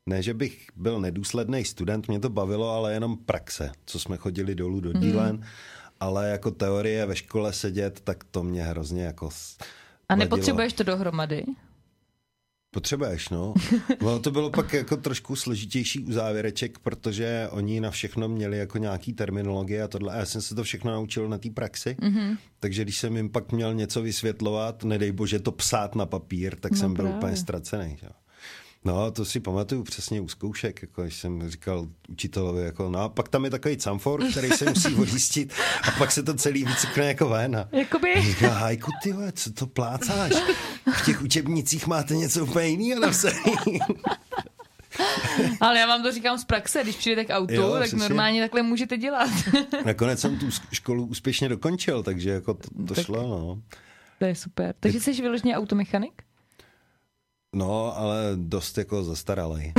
Speaker 3: ne že bych byl nedůsledný student, mě to bavilo, ale jenom praxe, co jsme chodili dolů do dílen, hmm. ale jako teorie ve škole sedět, tak to mě hrozně jako... s-
Speaker 1: a
Speaker 3: vadilo.
Speaker 1: nepotřebuješ to dohromady?
Speaker 3: Potřebuješ, no. Ono to bylo pak jako trošku složitější u závěreček, protože oni na všechno měli jako nějaký terminologie a tohle. A já jsem se to všechno naučil na té praxi, mm-hmm. takže když jsem jim pak měl něco vysvětlovat, nedej bože to psát na papír, tak no jsem byl
Speaker 1: právě.
Speaker 3: úplně ztracený. Jo. No, to si pamatuju přesně u zkoušek, jako když jsem říkal učitelovi, jako, no a pak tam je takový camfor, který se musí odjistit a pak se to celý vycikne jako ven. A...
Speaker 1: Jakoby...
Speaker 3: A Říká, hajku, ty vole, co to plácáš? V těch učebnicích máte něco úplně jiného napsaný.
Speaker 1: Ale já vám to říkám z praxe, když přijdete k autu,
Speaker 3: Jo,
Speaker 1: jo, tak
Speaker 3: přesně.
Speaker 1: normálně takhle můžete dělat.
Speaker 3: Nakonec jsem tu sk- školu úspěšně dokončil, takže jako to, to
Speaker 1: Tak-
Speaker 3: šlo, no.
Speaker 1: to je super. Takže jsi vyloženě automechanik?
Speaker 3: No, ale dost jako zastaralej.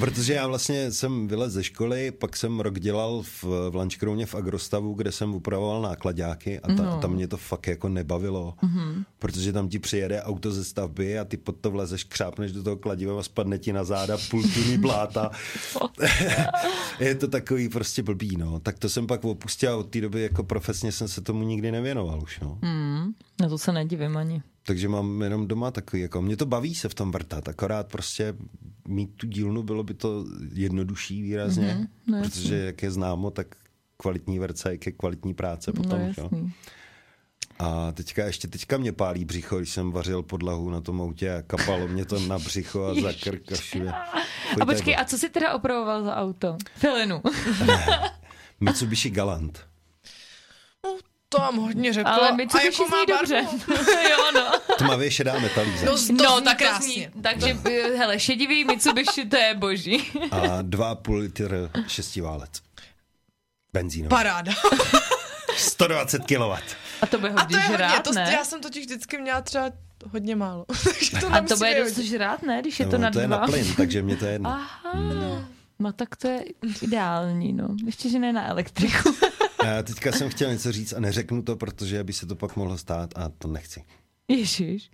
Speaker 3: Protože já vlastně jsem vylez ze školy, pak jsem rok dělal v, v Lančkrouně v Agrostavu, kde jsem upravoval nákladáky a, ta, a tam mě to fakt jako nebavilo. Protože tam ti přijede auto ze stavby a ty pod to vlezeš, křápneš do toho kladiva a spadne ti na záda půl tuny bláta. Je to takový prostě blbý, no. Tak to jsem pak opustil a od té doby jako profesně jsem se tomu nikdy nevěnoval už, no.
Speaker 1: No to se nedivím ani.
Speaker 3: Takže mám jenom doma takový, jako mě to baví se v tom vrtat, akorát prostě mít tu dílnu bylo by to jednodušší výrazně, mm-hmm,
Speaker 1: no
Speaker 3: no protože jak je známo, tak kvalitní verce je kvalitní práce potom.
Speaker 1: no
Speaker 3: jo?
Speaker 1: jasný.
Speaker 3: A teďka ještě teďka mě pálí břicho, když jsem vařil podlahu na tom autě a kapalo mě to na břicho a jako za krk a všude.
Speaker 1: A počkej,
Speaker 4: jako-
Speaker 1: a co jsi teda opravoval za auto? Felinu.
Speaker 3: Mitsubishi Galant.
Speaker 4: No, to mám hodně řeklo.
Speaker 1: Ale my co
Speaker 4: A
Speaker 1: když
Speaker 4: jakou
Speaker 1: zní
Speaker 4: má
Speaker 1: dobře.
Speaker 4: barvu?
Speaker 1: jo, no.
Speaker 3: Tmavě šedá metalíza.
Speaker 4: No, to
Speaker 1: no,
Speaker 4: zní
Speaker 1: tak
Speaker 4: krásně.
Speaker 1: krásně. Takže, eh, hele, šedivý Mitsubishi, to je boží.
Speaker 3: A 2,5 litr šestiválec. Benzínová.
Speaker 4: Paráda.
Speaker 3: 120 kW.
Speaker 1: A to by
Speaker 4: A to
Speaker 1: hodně
Speaker 4: je hodně,
Speaker 1: žrát,
Speaker 4: to,
Speaker 1: ne?
Speaker 4: já jsem totiž vždycky měla třeba hodně málo. Takže to
Speaker 1: A
Speaker 4: nemusí
Speaker 1: to bude
Speaker 4: být
Speaker 1: dost
Speaker 4: hodně.
Speaker 1: žrát, ne, když je to
Speaker 3: No,
Speaker 1: na
Speaker 3: to
Speaker 1: dva?
Speaker 3: je na plyn, takže mě to je jedno.
Speaker 1: Aha. No tak to je ideální, no. Ještě, že ne na elektriku.
Speaker 3: Já teďka jsem chtěl něco říct a neřeknu to, protože by se to pak mohlo stát a to nechci.
Speaker 1: Ježíš.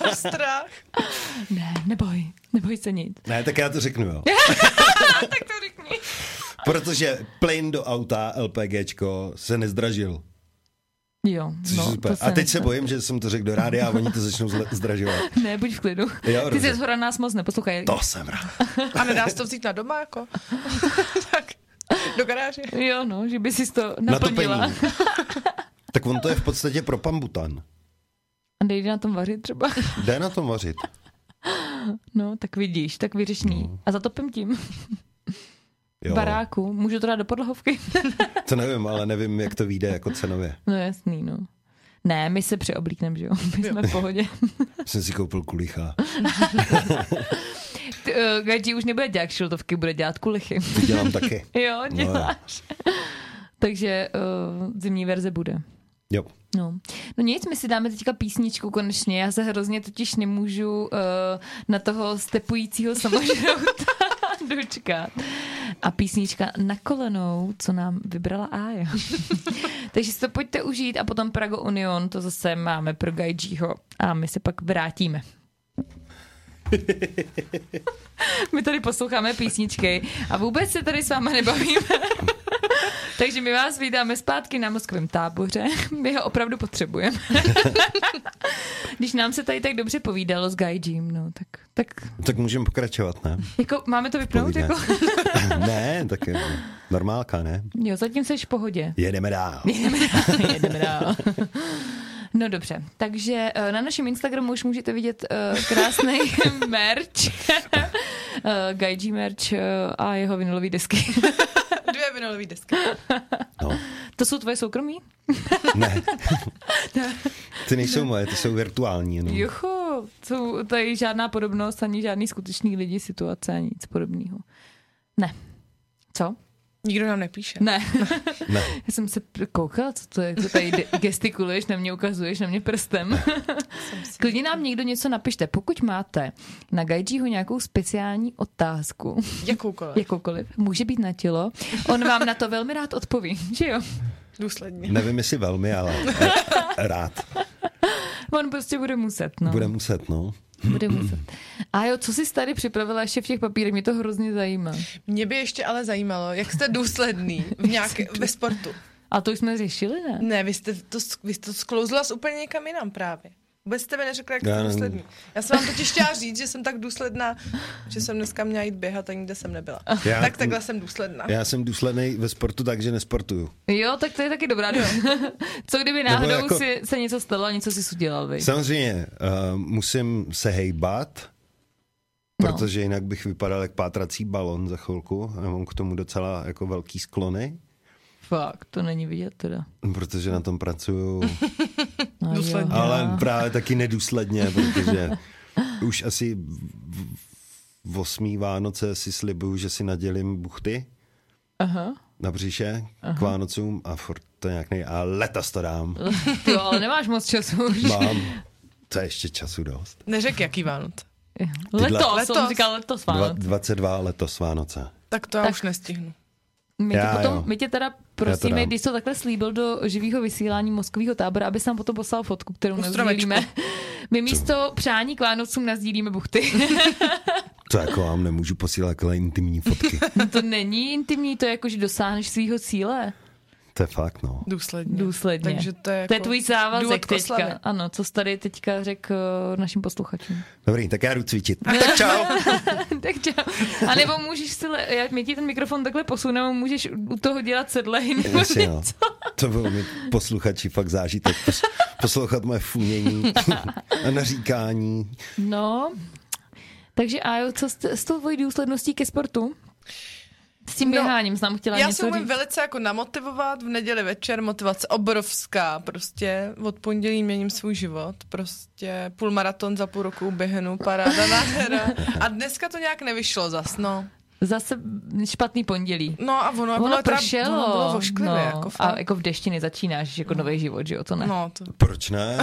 Speaker 4: jako strach.
Speaker 1: ne, neboj. Neboj se nic.
Speaker 3: Ne, tak já to řeknu, jo.
Speaker 1: tak to řekni.
Speaker 3: Protože plyn do auta LPGčko se nezdražil.
Speaker 1: Jo,
Speaker 3: Což
Speaker 1: no,
Speaker 3: je super.
Speaker 1: to
Speaker 3: A teď se
Speaker 1: nestane.
Speaker 3: bojím, že jsem to řekl do rádia a oni to začnou zle- zdražovat.
Speaker 1: Ne, buď v klidu.
Speaker 3: Jo,
Speaker 1: Ty
Speaker 3: dobře.
Speaker 1: se zhora nás moc neposlouchají.
Speaker 3: To jsem rád.
Speaker 4: A nedá se to vzít na doma, jako? tak, do garáže.
Speaker 1: Jo, no, že by si to
Speaker 3: Natopení.
Speaker 1: naplnila.
Speaker 3: Tak on to je v podstatě pro pambutan.
Speaker 1: A nejde na tom vařit třeba.
Speaker 3: Jde na tom vařit.
Speaker 1: No, tak vidíš, tak vyřešný. A zatopím tím
Speaker 3: No. Jo.
Speaker 1: baráku. Můžu to dát do podlahovky?
Speaker 3: To nevím, ale nevím, jak to vyjde jako cenově.
Speaker 1: No jasný, no. Ne, my se přeoblíkneme, že jo? My jsme v pohodě.
Speaker 3: Jsem si koupil kulicha.
Speaker 1: Ty, eh, Gaji už nebude dělat šiltovky, bude dělat kulichy.
Speaker 3: Ty dělám taky.
Speaker 1: Jo,
Speaker 3: No,
Speaker 1: děláš. Takže uh, zimní verze bude.
Speaker 3: Jo.
Speaker 1: No. no nic, my si dáme teďka písničku konečně. Já se hrozně totiž nemůžu uh, na toho stepujícího samožrouta dočkat. A písnička na kolenou, co nám vybrala Aja. Takže si to pojďte užít a potom Prago Union, to zase máme pro Gajjiho a my se pak vrátíme. My tady posloucháme písničky a vůbec se tady s váma nebavíme. Takže my vás vítáme zpátky na mozkovém táboře. My ho opravdu potřebujeme. Když nám se tady tak dobře povídalo s Gaijim, no tak, tak
Speaker 3: Tak můžeme pokračovat, ne?
Speaker 1: jako máme to vypnout?
Speaker 3: Povídne.
Speaker 1: Jako,
Speaker 3: ne, tak je normálka, ne?
Speaker 1: jo, zatím seš v pohodě.
Speaker 3: Jedeme dál.
Speaker 1: Jedeme dál. Jedeme dál. No dobře, takže eh, na našem Instagramu už můžete vidět eh, krásný merch, Eh, Gaiji merch eh, a jeho vinilové desky.
Speaker 4: Dvě vinilové desky.
Speaker 3: No,
Speaker 1: To jsou tvoje soukromí?
Speaker 3: ne. Ty nejsou moje, ty jsou virtuální jenom.
Speaker 1: Juchu, jsou tady žádná podobnost, ani žádný skutečný lidi, situace, ani nic podobného. Ne. Co?
Speaker 4: Nikdo nám nepíše.
Speaker 1: Ne.
Speaker 3: Ne.
Speaker 1: Já jsem se pr- koukala, co to je, co tady de- gestikuluješ, na mě ukazuješ, na mě prstem. Klidně nám někdo něco napište. Pokud máte na Gajjiho nějakou speciální otázku,
Speaker 4: Jakoukoliv.
Speaker 1: jakoukoliv, může být na tělo, on vám na to velmi rád odpoví, že jo?
Speaker 4: Důsledně.
Speaker 3: Nevím, jestli velmi, ale rád.
Speaker 1: On prostě bude muset, no.
Speaker 3: Bude muset, no.
Speaker 1: bude muset. A jo, co jsi tady připravila ještě v těch papírech, mě to hrozně zajímá.
Speaker 4: Mě by ještě ale zajímalo, jak jste důsledný v nějaké, ve sportu.
Speaker 1: A to už jsme řešili, ne?
Speaker 4: Ne, vy jste to, sk- vy jste to sklouzla z úplně někam jinam právě. Vůbec jste mi neřekla, jak
Speaker 3: Já
Speaker 4: jste
Speaker 3: nevím.
Speaker 4: důsledný. Já jsem vám totiž chtěla říct, že jsem tak důsledná, že jsem dneska měla jít běhat a nikde jsem nebyla.
Speaker 3: Já-
Speaker 4: tak takhle jsem důsledná.
Speaker 3: Já jsem důsledný ve sportu, takže nesportuju.
Speaker 1: Jo, tak to je taky dobrá doba. Co kdyby náhodou
Speaker 3: jako-
Speaker 1: jako... si, se něco stalo a něco jsi udělal, vy?
Speaker 3: Samozřejmě uh, musím se hejbat,
Speaker 1: No.
Speaker 3: protože jinak bych vypadal jak pátrací balon za chvilku. Já mám k tomu docela jako velký sklony,
Speaker 1: Fakt, to není vidět teda.
Speaker 3: protože na tom pracuju,
Speaker 1: No,
Speaker 4: Důsledně.
Speaker 1: jo.
Speaker 3: ale právě taky nedůsledně, protože už asi v- v osmý Vánoce si slibuju, že si nadělím buchty
Speaker 1: Aha.
Speaker 3: na břiše k Vánocům a furt to nějak nej... A letos to dám.
Speaker 1: Ty jo, ale nemáš moc času už.
Speaker 3: Mám. To je ještě času dost.
Speaker 4: Neřek, jaký Vánoc.
Speaker 1: Letos, letos, jsem
Speaker 4: Letos.
Speaker 1: říkal letos,
Speaker 3: Dva,
Speaker 1: Vánoc.
Speaker 3: 22 letos Vánoce.
Speaker 4: Tak to já
Speaker 1: Tak.
Speaker 4: už nestihnu.
Speaker 1: My, tě
Speaker 3: Já jo.
Speaker 1: potom, my tě teda prosíme,
Speaker 3: dám.
Speaker 1: když to takhle slíbil do živého vysílání mozkového tábora, aby nám potom poslal fotku, kterou
Speaker 4: Postromečku.
Speaker 1: nezdílíme. My místo přání k Vánocům nazdílíme buchty.
Speaker 3: To jako vám nemůžu posílat takhle intimní fotky.
Speaker 1: to není intimní, to je jako, že dosáhneš svého cíle.
Speaker 3: To je fakt, no.
Speaker 4: Důsledně.
Speaker 1: Důsledně.
Speaker 4: Takže to je, jako
Speaker 1: To je tvůj
Speaker 4: důvod
Speaker 1: závazek
Speaker 4: k
Speaker 1: teďka.
Speaker 4: oslavě.
Speaker 1: Ano, co jsi tady teďka řekl eh, našim posluchačům.
Speaker 3: Dobrý, tak já jdu cvičit. Tak čau.
Speaker 1: tak čau. A nebo můžeš si, le- já, my ti ten mikrofon takhle posuneme, můžeš u toho dělat sedlej nebo
Speaker 3: Jasně, no.
Speaker 1: něco.
Speaker 3: To byl mi posluchači fakt zážitek. Pos- poslouchat moje funění a naříkání.
Speaker 1: No, takže Ajo, co s, s tou tvojí důsledností ke sportu? S tím
Speaker 4: No,
Speaker 1: běháním jsem chtěla
Speaker 4: Já se
Speaker 1: něco
Speaker 4: umím
Speaker 1: říct.
Speaker 4: velice jako namotivovat v neděli večer, motivace obrovská prostě. Od pondělí měním svůj život, prostě půl maraton za půl roku uběhnu, paráda nádhera. A dneska to nějak nevyšlo zas, no.
Speaker 1: Zase špatný pondělí.
Speaker 4: No a ono,
Speaker 1: Ono
Speaker 4: bylo,
Speaker 1: pršelo.
Speaker 4: Teda, ono bylo ošklivé,
Speaker 1: no,
Speaker 4: jako fakt.
Speaker 1: a jako v dešti nezačínáš jako nový život, že jo, to ne. No.
Speaker 4: No, to,
Speaker 3: Proč ne?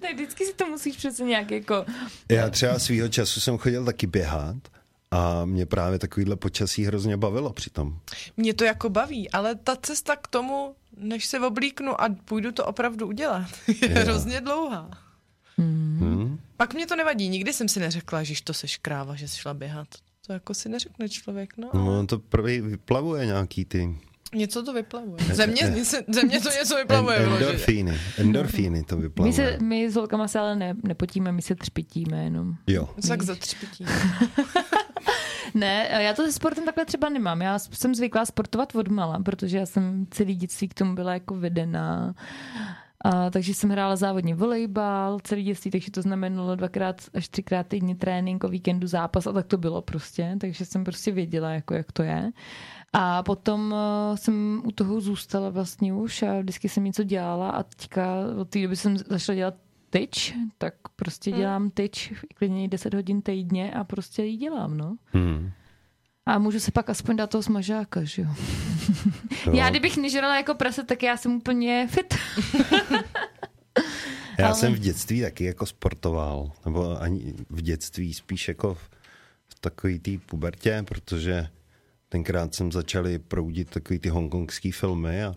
Speaker 1: Tak vždycky si to musíš přece nějak jako...
Speaker 3: Já třeba svýho času jsem chodil taky běhat a mě právě takovýhle počasí hrozně bavilo přitom.
Speaker 4: mě to jako baví, ale ta cesta k tomu, než se oblíknu a půjdu to opravdu udělat, je
Speaker 3: Jo.
Speaker 4: hrozně dlouhá.
Speaker 1: Mm.
Speaker 3: Hmm?
Speaker 4: Pak mě to nevadí, nikdy jsem si neřekla, že to se škráva, že jsi šla běhat. To jako si neřekne člověk, no.
Speaker 3: No, ono to prvý vyplavuje nějaký ty
Speaker 4: Něco to vyplavuje. Země, země to něco
Speaker 3: en-
Speaker 4: vyplavuje. vyloženě.
Speaker 3: endorfíny. Endorfíny to
Speaker 1: no, My,
Speaker 3: vyplavuje.
Speaker 1: se, my s holkama se ale ne, nepotíme, my se třpitíme jenom.
Speaker 3: Jo.
Speaker 4: Tak za třpití.
Speaker 1: Ne, já to se sportem takhle třeba nemám. Já jsem zvyklá sportovat od mala, protože já jsem celý dětství k tomu byla jako vedená. A, takže jsem hrála závodně volejbal celý dětství, takže to znamenalo dvakrát až třikrát týdně trénink, o víkendu zápas a tak to bylo prostě, takže jsem prostě věděla, jako jak to je. A potom eh, jsem u toho zůstala vlastně už a vždycky jsem něco dělala a teďka od té doby jsem začala dělat tyč, tak prostě dělám tyč klidně i 10 hodin týdně a prostě ji dělám, no.
Speaker 3: Hmm.
Speaker 1: A můžu se pak aspoň dát toho smažáka, že jo?
Speaker 3: Jo.
Speaker 1: Já kdybych nežrala jako prase, tak já jsem úplně fit.
Speaker 3: Já
Speaker 1: Ale-
Speaker 3: jsem v dětství taky jako sportoval, nebo ani v dětství, spíš jako v, v takový té pubertě, protože tenkrát jsem začali proudit takový ty hongkongský filmy a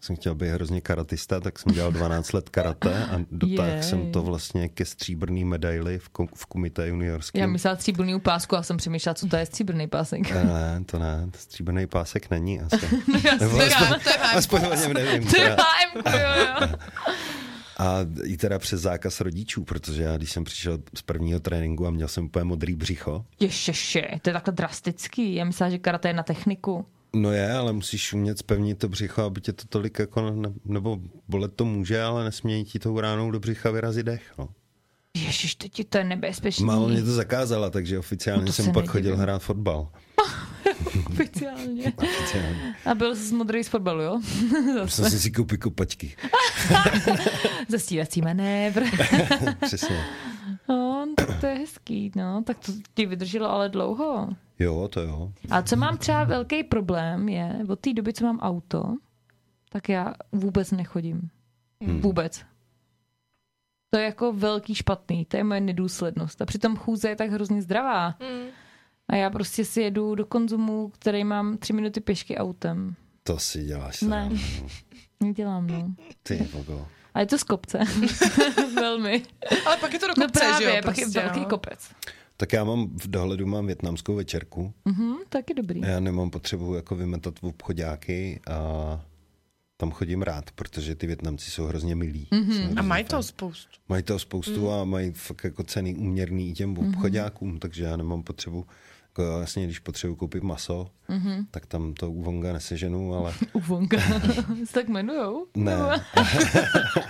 Speaker 3: jsem chtěl být hrozně karatista, tak jsem dělal 12 let karate a dotáhl
Speaker 1: Jej.
Speaker 3: jsem to vlastně ke stříbrný medaili v, kom, v kumite juniorském.
Speaker 1: Já myslela stříbrný pásku a jsem přemýšlela, co to je stříbrný pásek.
Speaker 3: Ne, to ne, to stříbrný pásek není asi.
Speaker 1: Já
Speaker 3: Nebo
Speaker 1: si říkám,
Speaker 3: aspoň, aspoň o něm nevím.
Speaker 1: to je
Speaker 3: teda.
Speaker 1: HM, jo, jo.
Speaker 3: A i teda přes zákaz rodičů, protože já když jsem přišel z prvního tréninku a měl jsem úplně modrý břicho,
Speaker 1: Ježiši, to je takhle drastický. Já myslela, že karate je na techniku.
Speaker 3: No je, ale musíš umět spevnit to břicho, aby tě to tolik jako, ne, nebo bolet to může, ale nesmějí ti tou ránou do břicha vyrazit dech. No.
Speaker 1: Ježiš, teď je to je nebezpečný.
Speaker 3: Málo mě to zakázala, takže oficiálně
Speaker 1: Hmm. No to
Speaker 3: no jsem
Speaker 1: se
Speaker 3: pak
Speaker 1: nedivím.
Speaker 3: chodil hrát fotbal.
Speaker 1: Oficiálně.
Speaker 3: Oficiálně.
Speaker 1: A byl jsi modrý z fotbalu, jo?
Speaker 3: Musel jsem si koupit kopačky.
Speaker 1: Zastírací manévr.
Speaker 3: Přesně.
Speaker 1: No, tak to je hezký, no. Tak to ti vydrželo ale dlouho.
Speaker 3: Jo, to jo.
Speaker 1: A co mám třeba velký problém je, od té doby, co mám auto, tak já vůbec nechodím.
Speaker 3: Hmm.
Speaker 1: Vůbec. To je jako velký špatný, to je moje nedůslednost. A přitom chůze je tak hrozně zdravá.
Speaker 4: Hmm.
Speaker 1: A já prostě si jedu do konzumu, který mám tři minuty pěšky autem.
Speaker 3: To si děláš.
Speaker 1: Ne.
Speaker 3: srandu.
Speaker 1: Nedělám, no.
Speaker 3: Ty vogo.
Speaker 1: A je to z kopce. Velmi.
Speaker 4: Ale pak je to do
Speaker 1: No
Speaker 4: kopce,
Speaker 1: právě,
Speaker 4: že jo?
Speaker 1: pak je
Speaker 4: prostě,
Speaker 1: velký
Speaker 4: no.
Speaker 1: kopec.
Speaker 3: Tak já mám, v dohledu mám větnamskou večerku.
Speaker 1: Mhm, taky dobrý.
Speaker 3: Já nemám potřebu jako vymetat v obchodáky a tam chodím rád, protože ty Větnamci jsou hrozně milí. Mm-hmm.
Speaker 4: Mhm. A mají to Mhm. spoustu.
Speaker 3: Mají toho spoustu a mají fakt jako ceny úměrný i těm
Speaker 4: Mhm.
Speaker 3: obchodákům, takže já nemám potřebu, jako jasně, když potřebuji koupit maso,
Speaker 4: Mhm.
Speaker 3: tak tam to u Vonga neseženu, ale
Speaker 1: U Vonga. Se tak jmenujou?
Speaker 3: ne.
Speaker 4: No.
Speaker 1: Nebo-